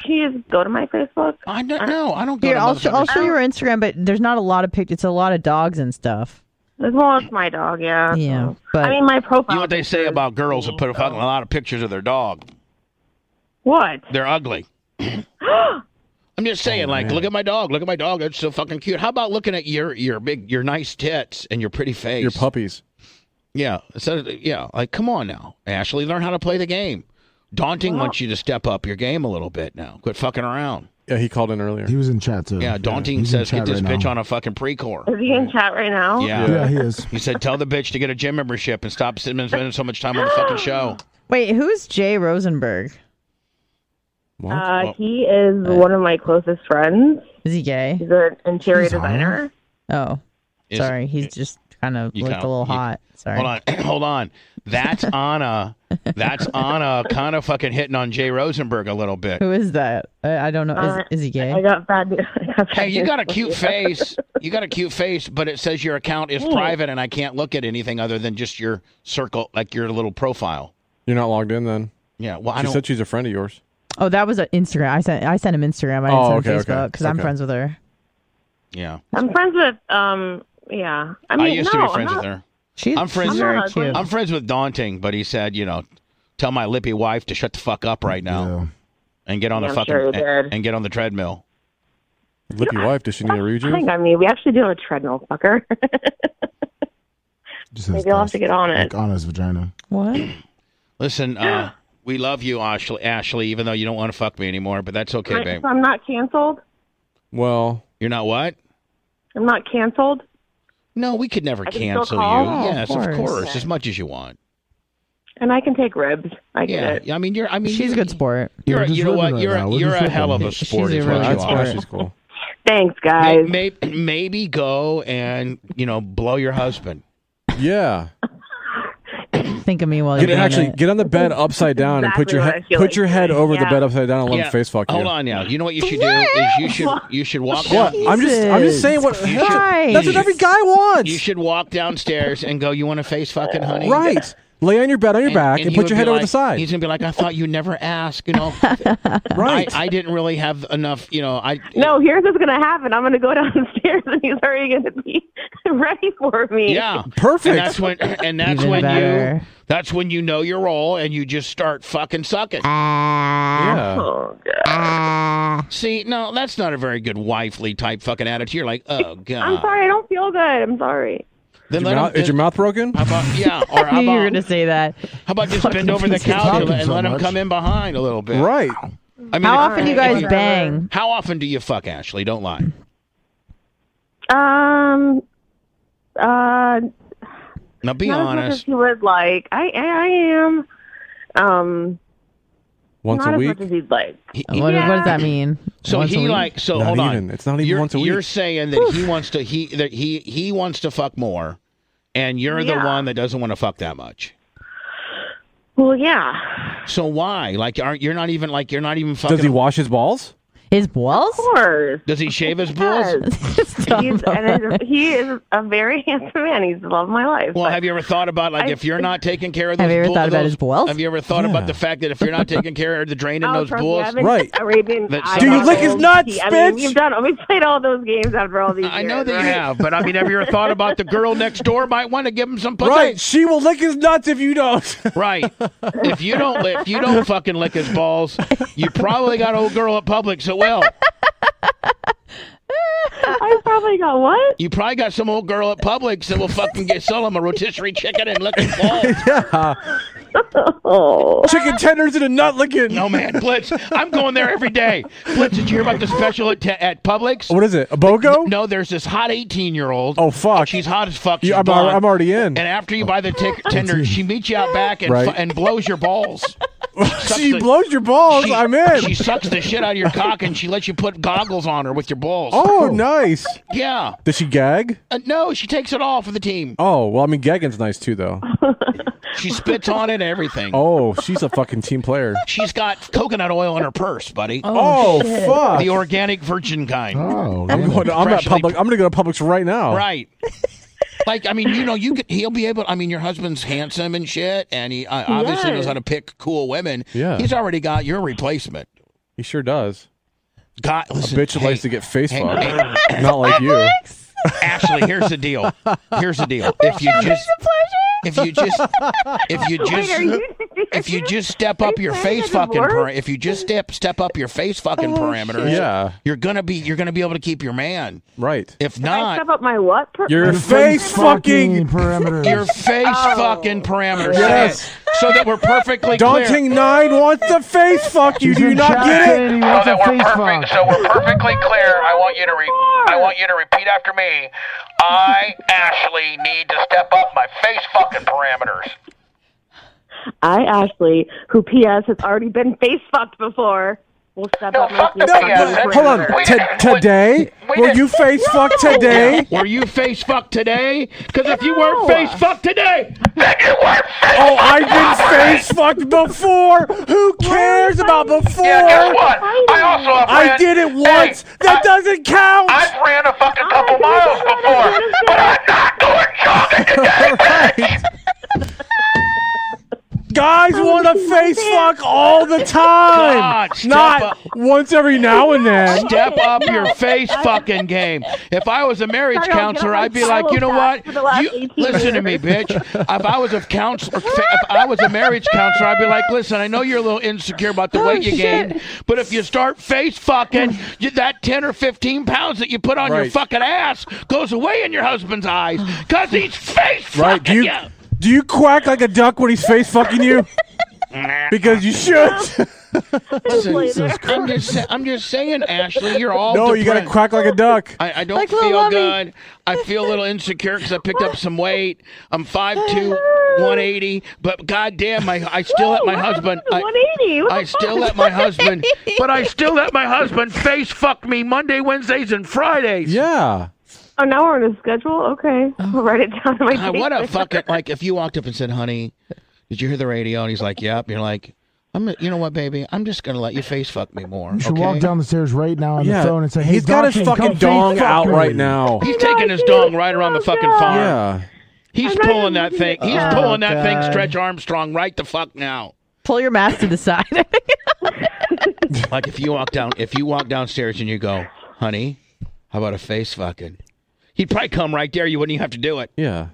S28: Can you just go to my Facebook?
S1: I don't know.
S28: [laughs]
S1: I don't
S4: Here, I'll, sh- I'll show you her Instagram, but there's not a lot of pictures. It's a lot of dogs and stuff.
S28: Well, it's my dog. Yeah.
S4: Yeah,
S28: So-
S4: but-
S28: I mean, my
S1: You
S28: profile.
S1: know what they say about girls that put a fucking lot of pictures of their dog?
S28: What?
S1: They're
S28: [gasps]
S1: ugly. I'm just
S3: Oh,
S1: saying, like, look at my dog. Look at my dog. It's so fucking cute. How about looking at your your big your nice tits and your pretty face? Your
S3: puppies.
S1: Yeah. So yeah, like come on now, Ashley, learn how to play the game. Daunting wants you to step up your game a little bit now. Quit fucking around.
S3: Yeah, he called in earlier.
S2: He was in chat too.
S1: Yeah, Daunting
S2: he's in
S1: says get
S2: chat
S1: this
S2: right
S1: bitch
S2: now.
S1: on a fucking pre-core.
S28: Is he in chat right
S4: Oh.
S28: now? Uh,
S1: Yeah.
S2: he is.
S1: He said tell the bitch to get a gym membership and stop sitting and spending so much time on the
S4: [gasps]
S1: fucking show.
S4: Wait, who's Jay Rosenberg?
S28: Uh, he is one of my closest friends.
S4: Is he gay?
S28: He's an interior designer.
S4: Oh,
S1: Is-
S4: sorry. He's just kind of
S1: You
S4: looked
S1: kinda-
S4: a little
S1: you-
S4: hot. Sorry.
S1: Hold on, [clears throat] hold on. That's
S4: [laughs]
S1: Anna. That's Anna kind of fucking hitting on Jay Rosenberg a little bit.
S4: Who is that? I, I don't know. Is,
S28: Uh,
S4: is he gay?
S28: I got bad news. I got bad
S1: Hey, you
S28: news
S1: got a
S4: [laughs]
S28: for
S1: cute
S28: [laughs]
S1: face. You got a cute face, but it says your account is
S28: Ooh.
S1: private and I can't look at anything other than just your circle, like your little profile.
S3: You're not logged in then.
S1: Yeah. Well, I
S3: she
S1: don't-
S3: said she's a friend of yours.
S4: Oh, that was an Instagram. I sent I sent him Instagram. I didn't
S3: Oh,
S4: send
S3: okay,
S4: him
S3: okay,
S4: Facebook because I'm
S3: okay.
S4: friends with her.
S1: Yeah.
S28: I'm friends with um yeah. I mean,
S1: used
S28: no,
S1: to be friends
S28: I'm
S1: with
S28: not-
S1: her.
S4: She's,
S1: I'm friends.
S28: she's very I'm not cute.
S1: I'm friends with Daunting, but he said, you know, tell my lippy wife to shut the fuck up right now and get on
S28: Yeah,
S1: the
S28: I'm
S1: fucking
S28: sure he
S1: and, and get on the treadmill.
S3: Lippy wife, does she need a
S28: Hang
S3: redo?
S28: on me. We actually do have a treadmill, fucker. Maybe I'll have to get on it.
S2: Like on his vagina.
S4: What?
S1: Listen,
S28: [gasps]
S1: uh, we love you, Ashley. Ashley, even though you don't want to fuck me anymore, but that's okay,
S28: Right,
S1: babe.
S28: so I'm not canceled.
S3: Well,
S1: you're not what?
S28: I'm not canceled.
S1: No, we could never
S28: I can
S1: cancel
S28: still
S1: you.
S28: call? Oh, of
S1: yes, of course,
S28: course.
S1: as much as you want.
S28: And I can take ribs. I get
S1: Yeah,
S28: it.
S1: I mean, you're. I mean,
S4: She's a good sport.
S1: You're. A, you know what? You're. A, you're a hell of a sport. is what you are.
S3: cool.
S28: Thanks, guys.
S1: Maybe, maybe go and you know blow your husband.
S3: Yeah.
S4: Think of me while
S3: Get
S4: you're doing
S3: actually
S4: it.
S3: get on the bed upside down and put
S4: exactly
S3: your
S4: what I
S3: head
S4: feel
S3: put
S4: like
S3: your head
S4: doing.
S3: over the
S4: Yeah.
S3: bed upside down and let
S1: Yeah,
S3: him face fuck you.
S1: Hold on now. You know what you should do is you should you should walk.
S3: What?
S1: down-
S3: I'm just I'm just saying what
S1: You should-
S3: that's what every guy wants.
S1: You should walk downstairs and go. You want to face fucking honey?
S3: Right. Lay on your bed on your back and,
S1: he
S3: put
S1: would
S3: your
S1: be
S3: head over the
S1: like-
S3: side.
S1: He's gonna be like, I thought you never asked.
S3: [laughs]
S1: You know,
S3: Right.
S1: I, I didn't really have enough. You know, I
S28: No, here's what's gonna happen. I'm gonna go [laughs] downstairs and he's already gonna be [laughs] ready for me. [laughs]
S1: Yeah, And that's when, [clears throat] and that's
S28: Even
S1: when
S28: better.
S1: you, that's when you know your role, and you just start fucking sucking.
S3: Yeah.
S28: Oh,
S1: Ah. See, no, that's not a very good wifely type fucking attitude. You're like, oh god.
S28: I'm sorry, I don't feel good. I'm sorry.
S1: Then
S3: Is your
S1: let
S3: mouth-
S1: him-
S3: is your mouth broken?
S1: How about
S3: [laughs]
S1: yeah? Or
S4: I
S1: how
S4: knew [laughs] you were
S1: about,
S4: gonna say that.
S1: how about just
S4: Fucking
S1: bend over the
S4: piece of
S1: couch and
S4: shit.
S1: let, and let him
S4: Talking so
S1: come in behind a little bit?
S3: Right.
S1: I mean,
S4: How
S1: if-
S4: often do you guys bang?
S1: How often do you fuck, Ashley? Don't lie.
S28: Um uh
S1: Now be
S28: not as much
S1: honest.
S28: as you would like. I I am um
S3: Once
S28: not
S3: a
S28: as
S3: week.
S28: much as you'd like.
S4: What, what does that mean?
S1: So
S4: Once a
S1: he
S4: week?
S1: like so
S3: Not
S1: hold
S3: even.
S1: on.
S3: It's not even
S1: you're,
S3: once a week.
S1: You're saying that he wants to he that he he wants to fuck more, and you're the
S28: Yeah.
S1: one that doesn't want to fuck that much.
S28: Well yeah.
S1: So why? Like, aren't you're not even like you're not even fucking.
S3: Does he wash his balls?
S4: His balls?
S28: Of course.
S1: Does he shave his balls?
S28: Yes. [laughs] He's, [laughs] and it's- he is a very handsome man. He's the love of my life.
S1: Well, have you ever thought about like
S28: I-
S1: if you're not taking care of those
S28: Have you ever
S1: bull-
S28: thought about
S1: those-
S28: his balls?
S1: Have you ever thought
S28: Yeah.
S1: about the fact that if you're not taking care of the drain in
S28: Oh,
S1: those
S28: trust me,
S1: balls,
S28: I've been [laughs] Arabian
S1: That's
S28: Eye
S1: Do you lick his
S28: Goggles.
S1: nuts,
S28: I mean,
S1: bitch?
S28: we've done. We've played all those games after all these.
S1: I
S28: years,
S1: know that
S28: right?
S1: you have, but I mean, have you ever thought about the girl next door might want to give him some pussy?
S3: Right, she will lick his nuts if you don't.
S1: Right. If you don't lick, if you don't fucking lick his balls, you probably got old girl at Publix at well.
S28: I probably got what?
S1: You probably got some old girl at Publix that will fucking get sell him a rotisserie chicken and lick his balls.
S3: [laughs] yeah.
S1: Chicken tenders and a nut licking. No man, Blitz. I'm going there every day. Blitz, did you hear about the special at, at Publix?
S3: What is it? A BOGO?
S1: No, there's this hot 18 year old.
S3: Oh fuck.
S1: She's hot as fuck. She's
S3: Yeah, I'm,
S1: blonde.
S3: I'm already in.
S1: And after you buy the
S3: [laughs]
S1: tic- tender, she meets you out back and,
S3: Right.
S1: fu- and blows your
S3: [laughs]
S1: balls.
S3: she blows your balls. I'm in.
S1: She sucks the shit out of your cock and she lets you put goggles on her with your balls.
S3: oh, nice.
S1: Yeah.
S3: Did she gag?
S1: Uh, no, she takes it all for the team.
S3: Oh well, I mean gagging's nice too,
S4: [laughs]
S3: though.
S1: She spits on it and everything.
S3: Oh, she's a fucking team
S1: [laughs]
S3: player.
S1: She's got coconut oil in her purse, buddy.
S3: Oh, Oh, shit. fuck.
S1: The organic virgin kind. Oh,
S3: I'm going. To, I'm at Publix. I'm going to go to Publix right now.
S1: Right. [laughs] Like I mean, you know, you could, he'll be able. I mean, your husband's handsome and shit, and he uh, obviously
S3: Yeah.
S1: knows how to pick cool women.
S3: Yeah.
S1: he's already got your replacement.
S3: He sure does.
S1: God,
S3: a bitch that likes to get face
S1: hey,
S3: fucked.
S1: hey.
S3: [laughs] Not like you.
S1: Ashley, here's the [laughs] deal. Here's the
S28: [laughs]
S1: deal. If you just, if you just, if you
S28: Wait,
S1: just,
S28: are you-
S1: if
S28: [laughs]
S1: you just step up your face
S28: a
S1: fucking,
S28: divorce?
S1: par- if you just step step up your face fucking
S28: Oh,
S1: parameters,
S28: shit.
S3: Yeah.
S1: you're gonna be you're gonna be able to keep your man.
S3: Right.
S1: If
S28: I
S1: not,
S28: step up my what? Per-
S3: Your
S28: my-
S3: face fucking
S2: parameters.
S1: [laughs] Your face
S28: Oh,
S1: fucking parameters.
S3: Yes.
S1: Say it So that we're perfectly
S3: Daunting nine wants to face fuck you. Do you not get it?
S1: So Oh, we're perfectly clear. I want you to re- I want you to repeat after me. I Ashley need to step up my face fucking parameters.
S28: I Ashley, who P.S. has already been face fucked before, will step up my
S3: No,
S28: face fucking
S3: but- hold on.
S28: parameter.
S3: T- today, were you face fuck today?
S1: Were you face fucked today? Because if you weren't face fucked today,
S3: Oh, I've been face fucked before. Who cares about before?
S1: Yeah, guess what? I also have
S3: I
S1: ran-
S3: did it
S1: Hey,
S3: once. that doesn't count.
S1: I've ran a fucking
S3: Oh,
S1: couple miles before.
S3: [laughs] Guys want to face fuck all
S1: [laughs]
S3: the time,
S1: God, step
S3: not
S1: up.
S3: once every now and then.
S1: Step up your face
S28: [laughs]
S1: fucking game. If I was a marriage
S28: Sorry, I'll get
S1: counselor,
S28: on my
S1: I'd be like,
S28: pillow
S1: you know
S28: back
S1: what?
S28: for the last
S1: You,
S28: 18
S1: listen to me, bitch. If I was a counselor, if I was a marriage counselor, I'd be like, listen, I know you're a little insecure about the
S28: Oh,
S1: weight you
S28: shit.
S1: gained, but if you start face fucking, you, that 10 or 15 pounds that you put on your
S3: Right.
S1: fucking ass goes away in your husband's eyes because he's face fucking
S3: [laughs] Right? Do you
S1: you.
S3: do you quack like a duck when he's face fucking
S1: [laughs]
S3: you? Because you should.
S1: Listen, I'm just, sa- I'm just saying, Ashley, you're all
S3: no, you gotta
S1: depressed.
S3: quack like a duck.
S1: I, I don't
S3: Like little
S1: feel
S3: Lummy.
S1: good. I feel a little insecure because I picked up some weight. I'm 5'2", 180. But goddamn, my I still let my husband. I,
S28: 180. What the
S1: I still
S28: fuck?
S1: let my
S28: [laughs]
S1: husband. But I still let my husband face fuck me Monday, Wednesdays, and Fridays.
S3: Yeah.
S28: Oh, now we're on a schedule. Okay,
S1: Oh.
S28: I'll write it down in my.
S1: I want to
S28: paper.
S1: fucking like if you walked up and said, "Honey, did you hear the radio?" And he's like, "Yep." You're like, "I'm. You know what, baby? I'm just gonna let you face fuck me more."
S2: You should
S1: okay?
S2: walk down the stairs right now on
S3: Yeah,
S2: the phone and say, "Hey,
S3: he's got his
S2: Dawson, come
S3: fucking dong
S2: face fuck
S3: out
S2: me."
S3: right now.
S1: He's taking his dong right around the fucking farm.
S3: Yeah.
S1: He's
S28: I'm not
S1: pulling
S28: even
S1: that thing. He's
S4: Oh,
S1: pulling that thing.
S4: God.
S1: Stretch Armstrong right the fuck now.
S4: Pull your mask to the side.
S1: like if you walk down, if you walk downstairs and you go, honey, how about a face fucking? He'd probably come right there. You wouldn't even have to do it.
S3: Yeah.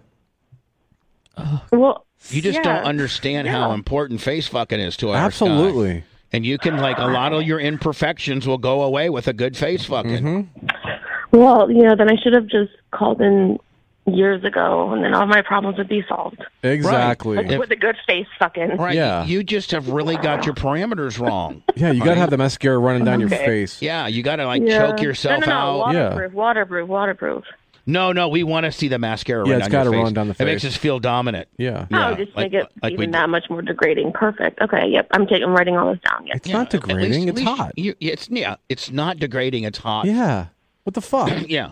S28: Well,
S1: You just
S28: yeah.
S1: don't understand how
S28: Yeah.
S1: important face fucking is to our
S3: Absolutely.
S1: sky. And you can like a lot of your imperfections will go away with a good face fucking.
S2: Mm-hmm.
S28: Well, you know, then I should have just called in years ago, and then all my problems would be solved.
S3: Exactly.
S28: Like, with a good face, fucking.
S1: Right.
S3: Yeah.
S1: You just have really got your parameters wrong.
S3: [laughs] Yeah, you gotta have the mascara running down your
S28: Okay.
S3: face.
S1: Yeah, you got to like
S28: Yeah.
S1: choke yourself
S28: no, no, no,
S1: out.
S28: Waterproof, waterproof, waterproof.
S1: No, no, we want to see the mascara
S3: Yeah,
S1: run
S3: it's
S1: down your
S3: gotta
S1: face.
S3: run down the
S1: It makes
S3: face.
S1: us feel dominant.
S3: Yeah.
S1: Yeah,
S28: oh, just
S1: like-
S28: make it
S1: like we
S28: even
S1: do.
S28: that much more degrading. Perfect. Okay. Yep. I'm taking. I'm writing all this down. Yes.
S3: It's not degrading, it's hot.
S1: You, it's yeah, it's not degrading. It's hot.
S3: Yeah. What the fuck?
S1: yeah.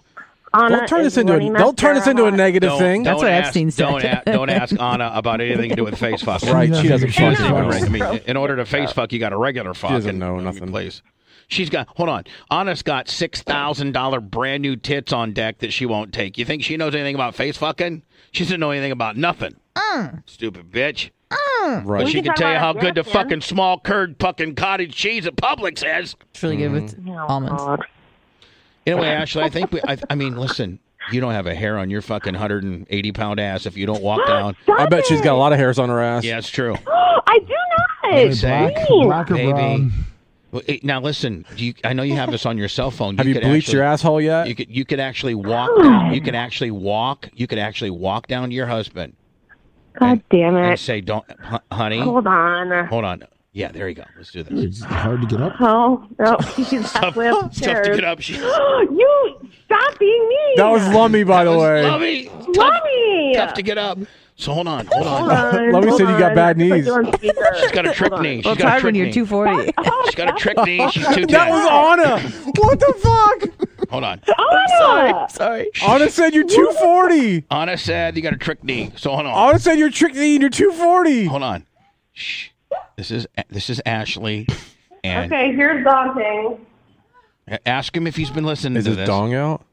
S28: Anna
S3: Don't turn
S28: is
S3: this into
S28: running
S3: a
S28: my
S3: don't turn this
S28: hair
S3: into a
S28: on.
S3: negative
S1: Don't-
S3: thing.
S1: don't ask- Don't,
S4: said.
S1: a- don't [laughs] ask Anna about anything to do with face fuck.
S3: Right, she doesn't
S1: She doesn't know.
S3: fucking know.
S1: I mean, in order to face fuck, you got a regular fuck.
S3: doesn't
S1: and, know nothing. Please. She's got hold on. Anna's got six thousand dollar brand new tits on deck that she won't take. You think she knows anything about face fucking? She doesn't know anything about nothing. Stupid bitch. But
S3: Right.
S4: Mm.
S3: Mm. We
S1: she
S3: can
S1: can
S3: talk
S1: tell you
S3: about
S1: how good the
S3: Afghanistan.
S1: fucking small curd fucking cottage cheese at Publix is. Mm-hmm.
S4: It's really good with
S3: Oh,
S28: Oh,
S4: almonds.
S1: Anyway, Ashley, I think we. I, I mean, listen, you don't have a hair on your fucking hundred and eighty pound ass if you don't
S28: [gasps]
S1: walk down.
S3: I bet she's got a lot of hairs on her ass.
S1: Yeah, it's true.
S28: I do not. Green.
S1: Baby.
S3: um,
S1: Well, eh, Now listen, do you, I know you have this on your cell phone.
S3: Have you
S1: could
S3: bleached your
S1: actually- You could you could actually walk. You could actually walk. You could actually walk down to your husband
S28: God damn
S1: and
S28: it.
S1: say, "Don't, hu- honey,
S28: Hold on.
S1: hold on." Yeah, there you go. Let's do this.
S2: hard to get up.
S28: Oh, no. She's halfway
S1: tough to
S28: upstairs.
S1: get up. She-
S28: [gasps] you stop being mean.
S3: That was Lummy, by the way.
S1: Lummy.
S28: Lummy.
S1: Tough to get up. So hold on, hold on.
S28: on,
S3: Lummy said you got bad knees.
S1: She's got a trick knee. She's
S4: Well, it's
S1: got a
S4: hard
S1: trick
S4: when you're
S1: knee.
S4: 240.
S1: She's got a trick knee. She's two ten.
S3: That was Anna. What the
S1: Hold on.
S28: I'm
S4: sorry. I'm sorry.
S3: fuck? Anna said you're 240.
S1: Anna said you got a trick knee. So hold
S28: Oh.
S1: on.
S3: Anna said you're trick knee and you're 240.
S1: Hold on. This is this is Ashley, and
S28: [laughs] Okay, here's Dante.
S1: ask him if he's been listening
S3: Is
S1: to
S3: his
S1: this.
S3: dong out?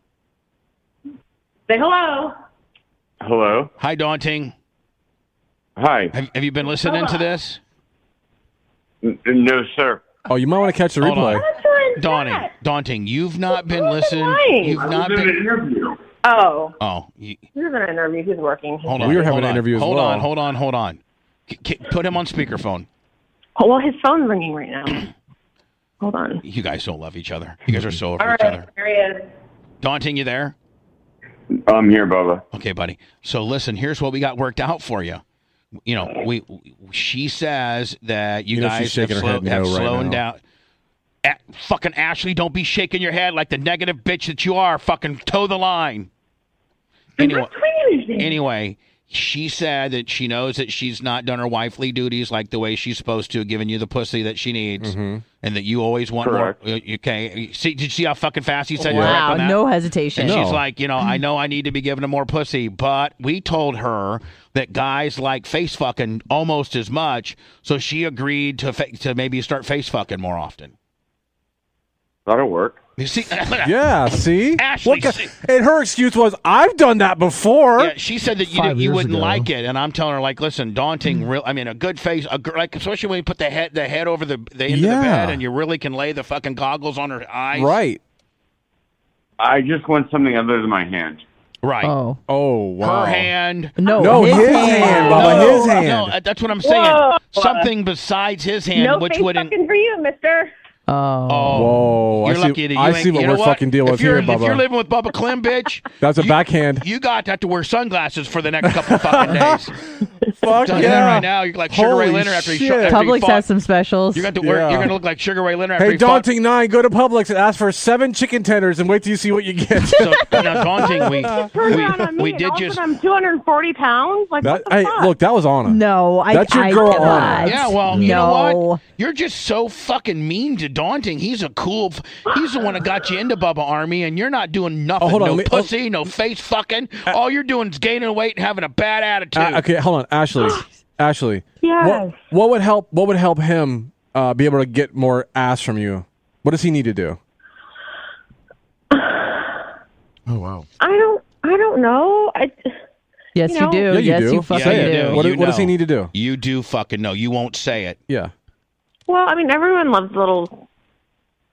S28: Say hello.
S1: Hello. Hi, Daunting. Hi. Have, have you been listening to this? No, sir.
S3: Oh, you might want to catch the [laughs] replay.
S1: Daunting, daunting. You've not been listening.
S28: lying?
S1: You've
S28: I
S1: not
S28: was in
S1: been.
S28: an Oh,
S1: Oh, you,
S28: here's an interview. He's working.
S1: hold on.
S3: We were having
S1: hold
S3: an
S1: on,
S3: interview as
S1: Hold
S3: well.
S1: on, hold on, hold on. C- c- put him on speakerphone.
S28: Oh, well, his phone's ringing
S1: [clears throat]
S28: right now. Hold on.
S1: You guys don't love each other. You guys are so over
S28: All
S1: each
S28: right,
S1: other.
S28: there he is.
S1: Daunting, you there?
S6: I'm here, Bubba.
S1: Okay, buddy. So listen, here's what we got worked out for you. You know, we she says that you,
S3: You know she's
S1: guys have,
S3: shaking her
S1: slow-
S3: head no
S1: have
S3: right
S1: slowed
S3: now.
S1: down. A- fucking Ashley, don't be shaking your head like the negative bitch that you are. Fucking toe the line. Anyway, anyway, she said that she knows that she's not done her wifely duties like the way she's supposed to, giving you the pussy that she needs,
S3: Mm-hmm.
S1: and that you always want more. Uh, Okay, see, did you see how fucking fast he said? crap
S4: Wow,
S1: on that?
S4: no hesitation.
S1: And she's like, you know, I know I need to be given a more pussy, but we told her that guys like face fucking almost as much, so she agreed to fa- to maybe start face fucking more often.
S6: That'll work.
S1: You see, [laughs]
S3: Yeah, see?
S1: Ashley,
S3: What
S1: see-
S3: And her excuse was, I've done that before.
S1: Yeah, she said that you,
S3: Five
S1: did- you
S3: years
S1: wouldn't
S3: ago. Mm.
S1: like it, and I'm telling her like, listen, daunting. Real, I mean, a good face, a gr- like especially when you put the head the head over the the end of the
S3: Yeah.
S1: bed, and you really can lay the fucking goggles on her eyes.
S3: Right.
S6: I just want something other than my hand.
S1: Right.
S4: Oh.
S3: Oh, wow.
S1: Her hand.
S4: No,
S3: No, his his hand. hand, Bubba,
S1: no,
S3: his hand.
S1: No, uh, that's what I'm saying.
S28: Whoa.
S1: Something besides his hand,
S28: no
S1: which
S28: face
S1: wouldn't.
S28: fucking for you, mister.
S1: Oh.
S3: Whoa.
S1: You're
S3: I see,
S1: lucky that you
S3: I
S1: ain't-
S3: see what
S1: you know
S3: we're fucking dealing
S1: if
S3: with
S1: you're,
S3: here,
S1: If you're
S3: Bubba.
S1: living with Bubba Clem, bitch,
S3: That's a backhand.
S1: you got to have to wear sunglasses for the next couple
S3: [laughs]
S1: fucking days.
S3: Fuck
S1: Telling you that
S3: yeah.
S1: right now, you're like Sugar Ray
S3: Holy
S1: Leonard after he
S3: shit.
S1: shot- after he
S4: Publix
S1: fought.
S4: has some specials.
S1: You're going to wear.
S3: Yeah.
S1: You're going to look like Sugar Ray Leonard after
S3: Hey,
S1: he fought.
S3: Daunting Nine, go to Publix and ask for seven chicken tenders and wait till you see what you get.
S1: So, now, Daunting,
S3: [laughs]
S28: [laughs]
S1: we
S28: Turn around on me.
S1: we
S28: and
S1: did
S28: all of a
S1: just-
S28: sudden I'm 240 pounds. Like
S3: That-
S28: what the
S3: hey,
S28: fuck?
S3: look, that was Anna.
S4: No, I.
S3: That's your
S4: I
S3: girl,
S4: cannot.
S3: Anna.
S1: Yeah, well, you know
S4: No.
S1: what? You're just so fucking mean to Daunting. He's a cool. f- He's the one that got you into Bubba Army, and you're not doing nothing.
S3: Oh, hold on,
S1: no
S3: let me- oh.
S1: pussy, no face fucking. All you're doing is gaining weight and having a bad attitude.
S3: A- Uh, okay, hold on,
S28: [gasps]
S3: Ashley. Ashley.
S28: Yes.
S3: What, what would help? What would help him uh, be able to get more ass from you? What does he need to
S28: [sighs]
S3: do?
S2: Oh wow.
S28: I don't. I don't know. I.
S4: Yes,
S28: you
S4: you,
S28: know-
S4: do.
S3: Yeah, you
S4: yes,
S3: do.
S4: you fucking
S3: Say
S4: do.
S3: it. What,
S1: You
S3: what does he
S1: know.
S3: need to do?
S1: You do fucking know. You won't say it.
S3: Yeah.
S28: Well, I mean, everyone loves a little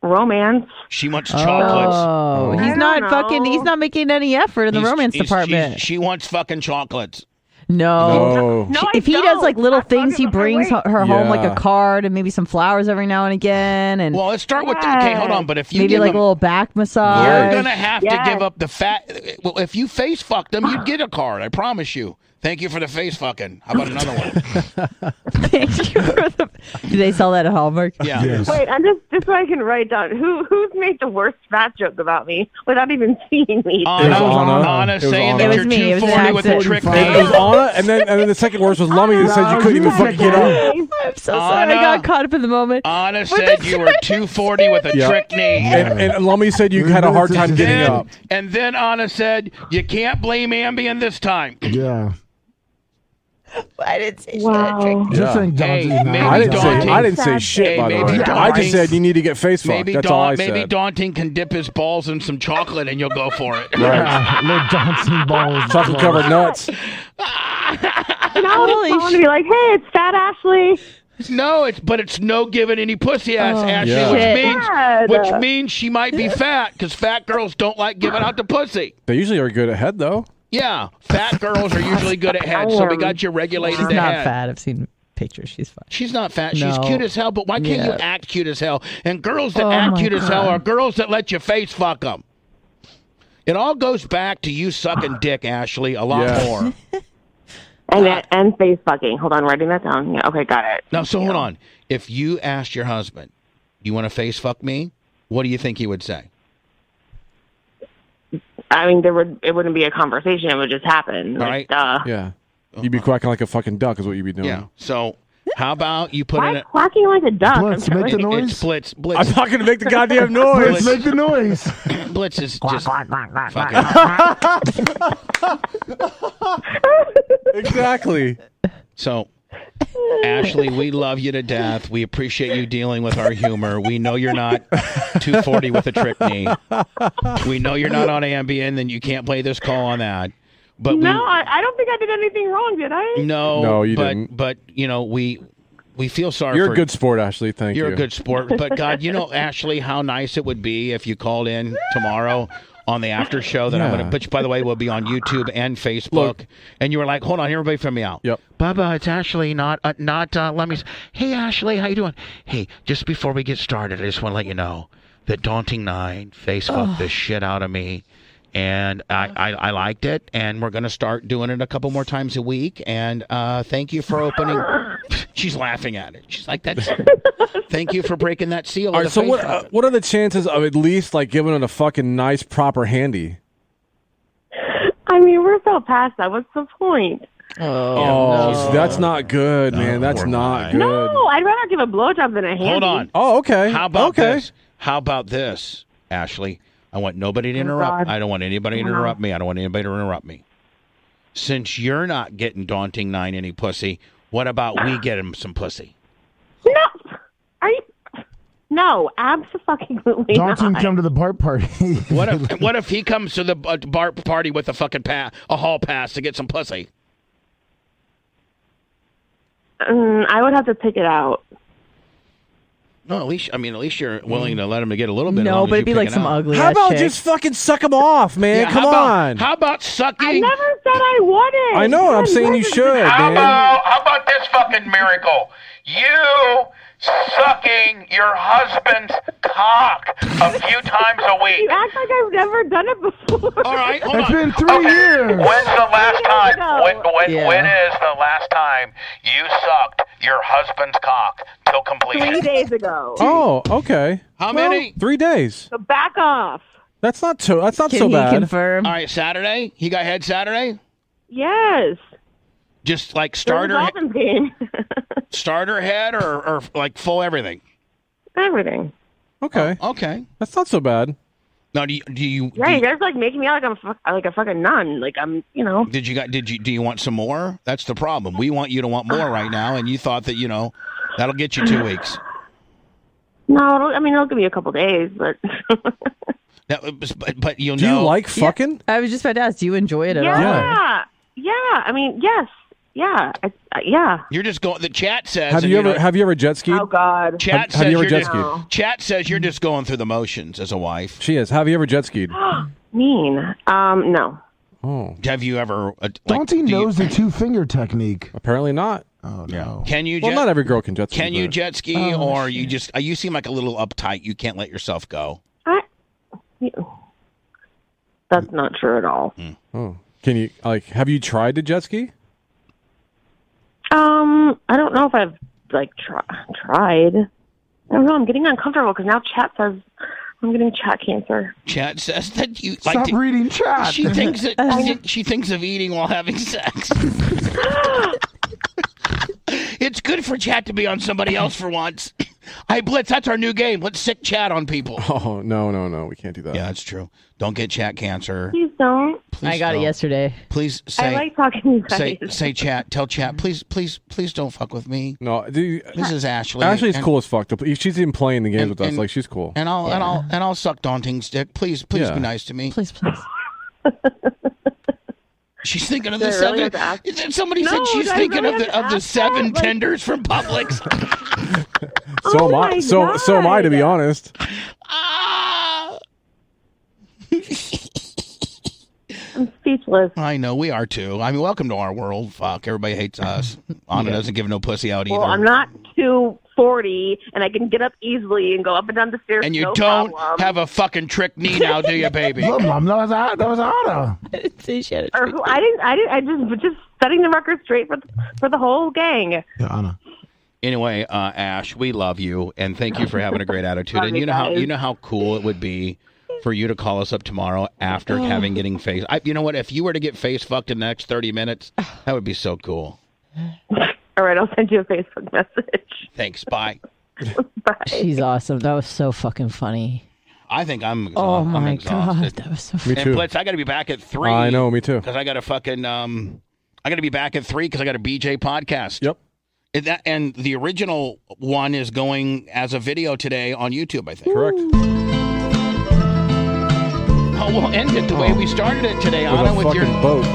S28: romance.
S1: She wants chocolates.
S4: Oh,
S28: I
S4: he's
S28: don't
S4: not
S28: know.
S4: fucking. He's not making any effort in the
S1: He's-
S4: romance
S1: he's-
S4: department.
S1: she's- She wants fucking chocolates.
S4: No.
S3: No. No,
S4: if he does like little things, he brings her, her home like
S3: Yeah.
S4: a card and maybe some flowers every now and again, and
S1: Well, let's start with. The, okay, hold on. But if you
S4: maybe
S1: give
S4: like
S1: him,
S4: a little back massage.
S1: You're gonna have
S28: Yes.
S1: to give up the fat. Well, if you face fucked them, you'd get a card. I promise you. Thank you for the face fucking. How about another one?
S4: Thank you for the. Do they sell that at Hallmark?
S1: Yeah.
S28: Wait, I'm just just so I can write down who who's made the worst fat joke about me without even [laughs] seeing me.
S1: Anna,
S3: It was Anna.
S1: Anna
S3: It was
S1: saying
S3: Anna.
S1: that
S3: It
S1: you're
S4: was me. It was an
S1: 240 with a
S4: accident.
S1: trick
S3: It was
S1: name.
S3: Anna, and then and then the second worst was Lummy that said you couldn't even fucking get up.
S28: Guys,
S4: I'm so [laughs] sorry.
S1: Anna.
S4: I got caught up in the moment.
S1: Anna
S4: But
S1: said
S4: that's
S1: you
S4: [laughs] right,
S1: were
S4: that's
S1: 240 with a
S3: Yeah.
S1: trick name.
S3: And, and Lummy said you had a hard time getting
S1: Then,
S3: up.
S1: and then Anna said, You can't blame Ambien this time.
S2: Yeah.
S22: I didn't say
S28: wow.
S22: shit.
S2: Just think Don's
S1: Hey, maybe
S3: I didn't say
S1: daunting.
S3: I didn't say shit
S1: Hey,
S3: by the
S1: maybe
S3: way. I
S1: daunting.
S3: just said you need to get face fucked.
S1: Maybe
S3: That's
S1: Daun-
S3: all I
S1: maybe
S3: said.
S1: Daunting can dip his balls in some chocolate and you'll go for it. [laughs]
S3: Right.
S2: Little Johnson balls.
S3: Chocolate covered nuts.
S28: And I would just want to be like, hey, it's Fat Ashley.
S1: No, it's but it's no giving any pussy ass,
S28: Oh,
S1: Ashley,
S3: Yeah.
S1: which
S28: shit.
S1: means
S28: God.
S1: which means she might be fat because fat girls don't like giving out the pussy.
S3: They usually are good at head though.
S1: Yeah, fat girls are usually good at head, so we got you regulated
S4: She's
S1: to
S4: not
S1: head.
S4: fat. I've seen pictures. She's fine.
S1: She's not fat. She's
S4: No.
S1: cute as hell, but why can't you
S4: Yeah.
S1: act cute as hell? And girls that
S4: Oh,
S1: act
S4: my
S1: cute as hell
S4: God.
S1: are girls that let your face fuck them. It all goes back to you sucking dick, Ashley, a lot
S28: Yeah.
S1: more.
S28: And, that- and face fucking. Hold on, writing that down. Yeah, okay, got it.
S1: Now, so hold on. If you asked your husband, "You want to face fuck me?" What do you think he would say?
S28: I mean, there would it wouldn't be a conversation. It would just happen. Like,
S1: right.
S28: duh.
S3: Yeah. You'd be quacking like a fucking duck is what you'd be doing.
S1: Oh. Yeah. So how about you put
S28: Why
S1: in a
S28: quacking like a duck?
S2: Blitz,
S28: I'm
S2: make the
S28: sorry.
S2: noise.
S1: it's blitz blitz.
S2: I'm not
S3: gonna make
S2: the goddamn noise.
S1: [laughs] Blitz,
S2: Make the
S3: [laughs]
S2: noise.
S1: blitz is just
S3: exactly.
S1: So, Ashley, we love you to death. We appreciate you dealing with our humor. We know you're not 240 with a trick knee. We know you're not on Ambien, and you can't play this call on that. But
S28: no, I, I don't think I did anything wrong, did I?
S1: we, no,
S3: No, you
S1: but,
S3: didn't.
S1: But you know, we we feel sorry.
S3: You're
S1: for,
S3: a good sport, Ashley. Thank you.
S1: You're a good sport.
S3: [laughs]
S1: But God, you know, Ashley, how nice it would be if you called in tomorrow on the after show that I'm
S3: Yeah.
S1: going to, which by the way will be on YouTube and Facebook. and you were like, hold on, everybody, fill me out. Yep. Bubba, it's Ashley, not uh, not uh, let me. s- Hey, Ashley, how you doing? Hey, just before we get started, I just want to let you know that Daunting Nine face fucked the shit out of me. And I, I, I liked it, and we're gonna start doing it a couple more times a week. And uh, thank you for opening. [laughs] She's laughing at it. She's like, "That's thank you for breaking that seal." of
S3: All right.
S1: the
S3: So
S1: face
S3: what?
S1: fuck."
S3: Uh, what are the chances of at least like giving it a fucking nice proper handy?
S28: I mean, we're so past that. What's the point?
S3: Oh, that's not good, man. That's not good.
S28: No, I'd rather give a blowjob than a hand.
S1: uh, Hold on.
S3: Oh, okay.
S1: How about
S3: Okay.
S1: this? How about this, Ashley? I want
S4: Oh,
S1: nobody to interrupt.
S28: God.
S1: I don't want anybody to
S4: Uh-huh.
S28: Wow.
S1: interrupt me. I don't want anybody to interrupt me. Since you're not getting daunting nine any pussy, what about we get him some pussy?
S28: No, are you? No, absolutely
S2: Johnson
S28: not.
S2: come to the part party.
S1: What [laughs] if what if he comes to the uh, bar party with a fucking pa- a hall pass to get some pussy?
S28: [laughs] Mm, I would have to pick it out.
S1: No, at least I mean at least you're willing to let him to get a little bit. as
S4: Mm. No,
S1: long as
S4: but
S1: you
S4: it'd be
S1: pick
S4: like
S1: it
S4: some
S1: out.
S4: ugly
S3: How
S4: ass
S3: about
S4: chick.
S3: just fucking suck him off, man?
S1: Yeah,
S3: Come
S1: how about-
S3: on.
S1: How about sucking?
S28: I never said I wanted.
S3: I know, and I'm saying you should,
S1: How
S3: man.
S1: about how about this fucking miracle? You sucking your husband's cock a few times a week.
S28: You act like I've never done it before.
S1: All right, hold
S2: It's
S1: on.
S2: been three
S1: [laughs]
S2: years. Oh
S1: When's the
S28: [laughs]
S1: last time?
S28: No.
S1: When, when,
S2: Yeah.
S1: when is the last time you sucked your husband's cock till completion?
S28: Three days
S1: [laughs]
S28: ago.
S3: Oh, okay.
S1: How
S3: Well,
S1: many?
S3: Three days.
S28: So back off.
S3: That's not so. That's not so bad.
S1: All right, Saturday. He got head Saturday.
S28: Yes.
S1: Just like
S28: There's a
S1: starter,
S28: Dolphins [laughs] game.
S1: starter head, or or like full everything.
S28: Everything.
S3: okay.
S1: Oh, Okay.
S3: That's not so bad.
S1: Now, do you, do you
S28: Yeah, you guys like making me out like I'm fuck- like a fucking nun. Like I'm, you know.
S1: Did you got? Did you? Do you want some more? That's the problem. We want you to want more right now, and you thought that you know that'll get you two weeks.
S28: No, it'll, I mean it'll give me a couple days, but
S1: Now, uh, but, but you'll
S3: Do you
S1: know.
S3: like fucking?
S4: I was just about to ask, do you enjoy it at all?
S28: yeah, yeah. I mean, yes, yeah, I, I, yeah.
S1: You're just going. The chat says.
S3: Have
S1: and
S3: you
S1: know-
S3: ever? Have you ever jet skied?
S28: Oh God.
S1: Chat
S3: have- have
S1: says
S3: you ever
S1: are
S3: jet
S1: just,
S3: skied?
S1: Chat says you're just going through the motions as a wife.
S3: She is. Have you ever jet skied?
S28: mean. Um, no.
S3: Oh,
S1: Have you ever? Uh, like,
S2: Dante
S1: do you-
S2: knows the two finger technique.
S3: apparently not.
S2: Oh no.
S1: Can you?
S3: Well,
S1: jet,
S3: not every girl can jet ski.
S1: Can you
S3: but-
S1: jet ski,
S3: Oh,
S1: or you just? Uh, you seem like a little uptight. You can't let yourself go.
S28: That's not true at all.
S1: Hmm.
S3: Oh, can you like? Have you tried to jet ski?
S28: Um, I don't know if I've like try, tried. I don't know. I'm getting uncomfortable because now chat says I'm getting chat cancer.
S1: Chat says that you.
S2: Stop
S1: to-
S2: reading chat.
S1: She thinks
S2: [laughs]
S1: that she thinks of eating while having sex. it's good for chat to be on somebody else for once. [coughs] Hey, Blitz, that's our new game. Let's sick chat on people.
S3: [laughs] Oh no, no, no, we can't do that.
S1: Yeah, that's true. Don't get chat cancer.
S28: Please don't.
S1: Please don't.
S4: yesterday.
S1: Please say,
S28: I like talking to you guys.
S1: say, say chat. Tell chat, please, please, please don't fuck with me.
S3: No, dude,
S1: this is Ashley.
S3: Ashley's
S1: and-
S3: cool as fuck. though. She's even playing the games
S1: and-
S3: with us.
S1: and-
S3: like she's cool.
S1: And I'll and I'll and I'll suck Daunting's dick. Please, please
S3: Yeah.
S1: be nice to me.
S4: Please, please.
S1: [laughs] She's thinking of
S4: Did
S1: the
S4: I really
S1: seven.
S4: have
S1: Is that- Somebody
S4: No,
S1: said she's
S4: did I
S1: thinking
S4: really
S1: of the
S4: have
S1: of
S4: to
S1: the
S4: ask
S1: seven
S4: that? Like-
S1: tenders from Publix.
S4: [laughs]
S3: So
S28: Oh
S3: am I. So so am I. To be honest,
S1: I'm
S28: speechless.
S1: I know we are too. I mean, welcome to our world. Fuck, everybody hates us. Anna doesn't give no pussy out either.
S28: Well, I'm not 240, and I can get up easily and go up and down the stairs.
S1: and you
S28: no
S1: don't
S28: problem.
S1: have a fucking trick knee now, do you, baby?
S2: Look, mom, that was that was Anna.
S4: I didn't say she had
S28: Or who, I didn't. I didn't. I just but just setting the record straight for the, for the whole gang.
S1: Anyway, uh, Ash, we love you and thank you for having a
S28: [laughs]
S1: great attitude.
S28: Love
S1: And
S28: you
S1: you know how
S28: guys.
S1: you know how cool it would be for you to call us up tomorrow after
S28: Oh.
S1: having getting face. I, you know what? If you were to get face fucked in the next thirty minutes, that would be so cool.
S28: All right, I'll send you a Facebook [sighs] message.
S1: Thanks. Bye.
S4: She's awesome. That was so fucking funny.
S1: I think I'm. Exhausted.
S4: Oh my
S1: I'm exhausted.
S4: God, that was so
S3: Me
S1: and
S3: too.
S1: Blitz, I got to be back at three.
S3: I know, me too.
S1: Because I got to fucking um, I got to be back at three because I got a BJ podcast.
S3: Yep.
S1: And, that, and the original one is going as a video today on YouTube. I think.
S3: Correct.
S1: Oh, we'll end it the way we started it today,
S3: With a
S1: Anna, with your
S3: fucking boat.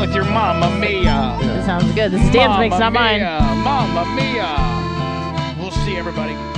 S1: with your Mamma Mia.
S4: That sounds good. This is Dan's
S1: Mamma
S4: mix, not mine.
S1: Mia, Mamma Mia. We'll see everybody.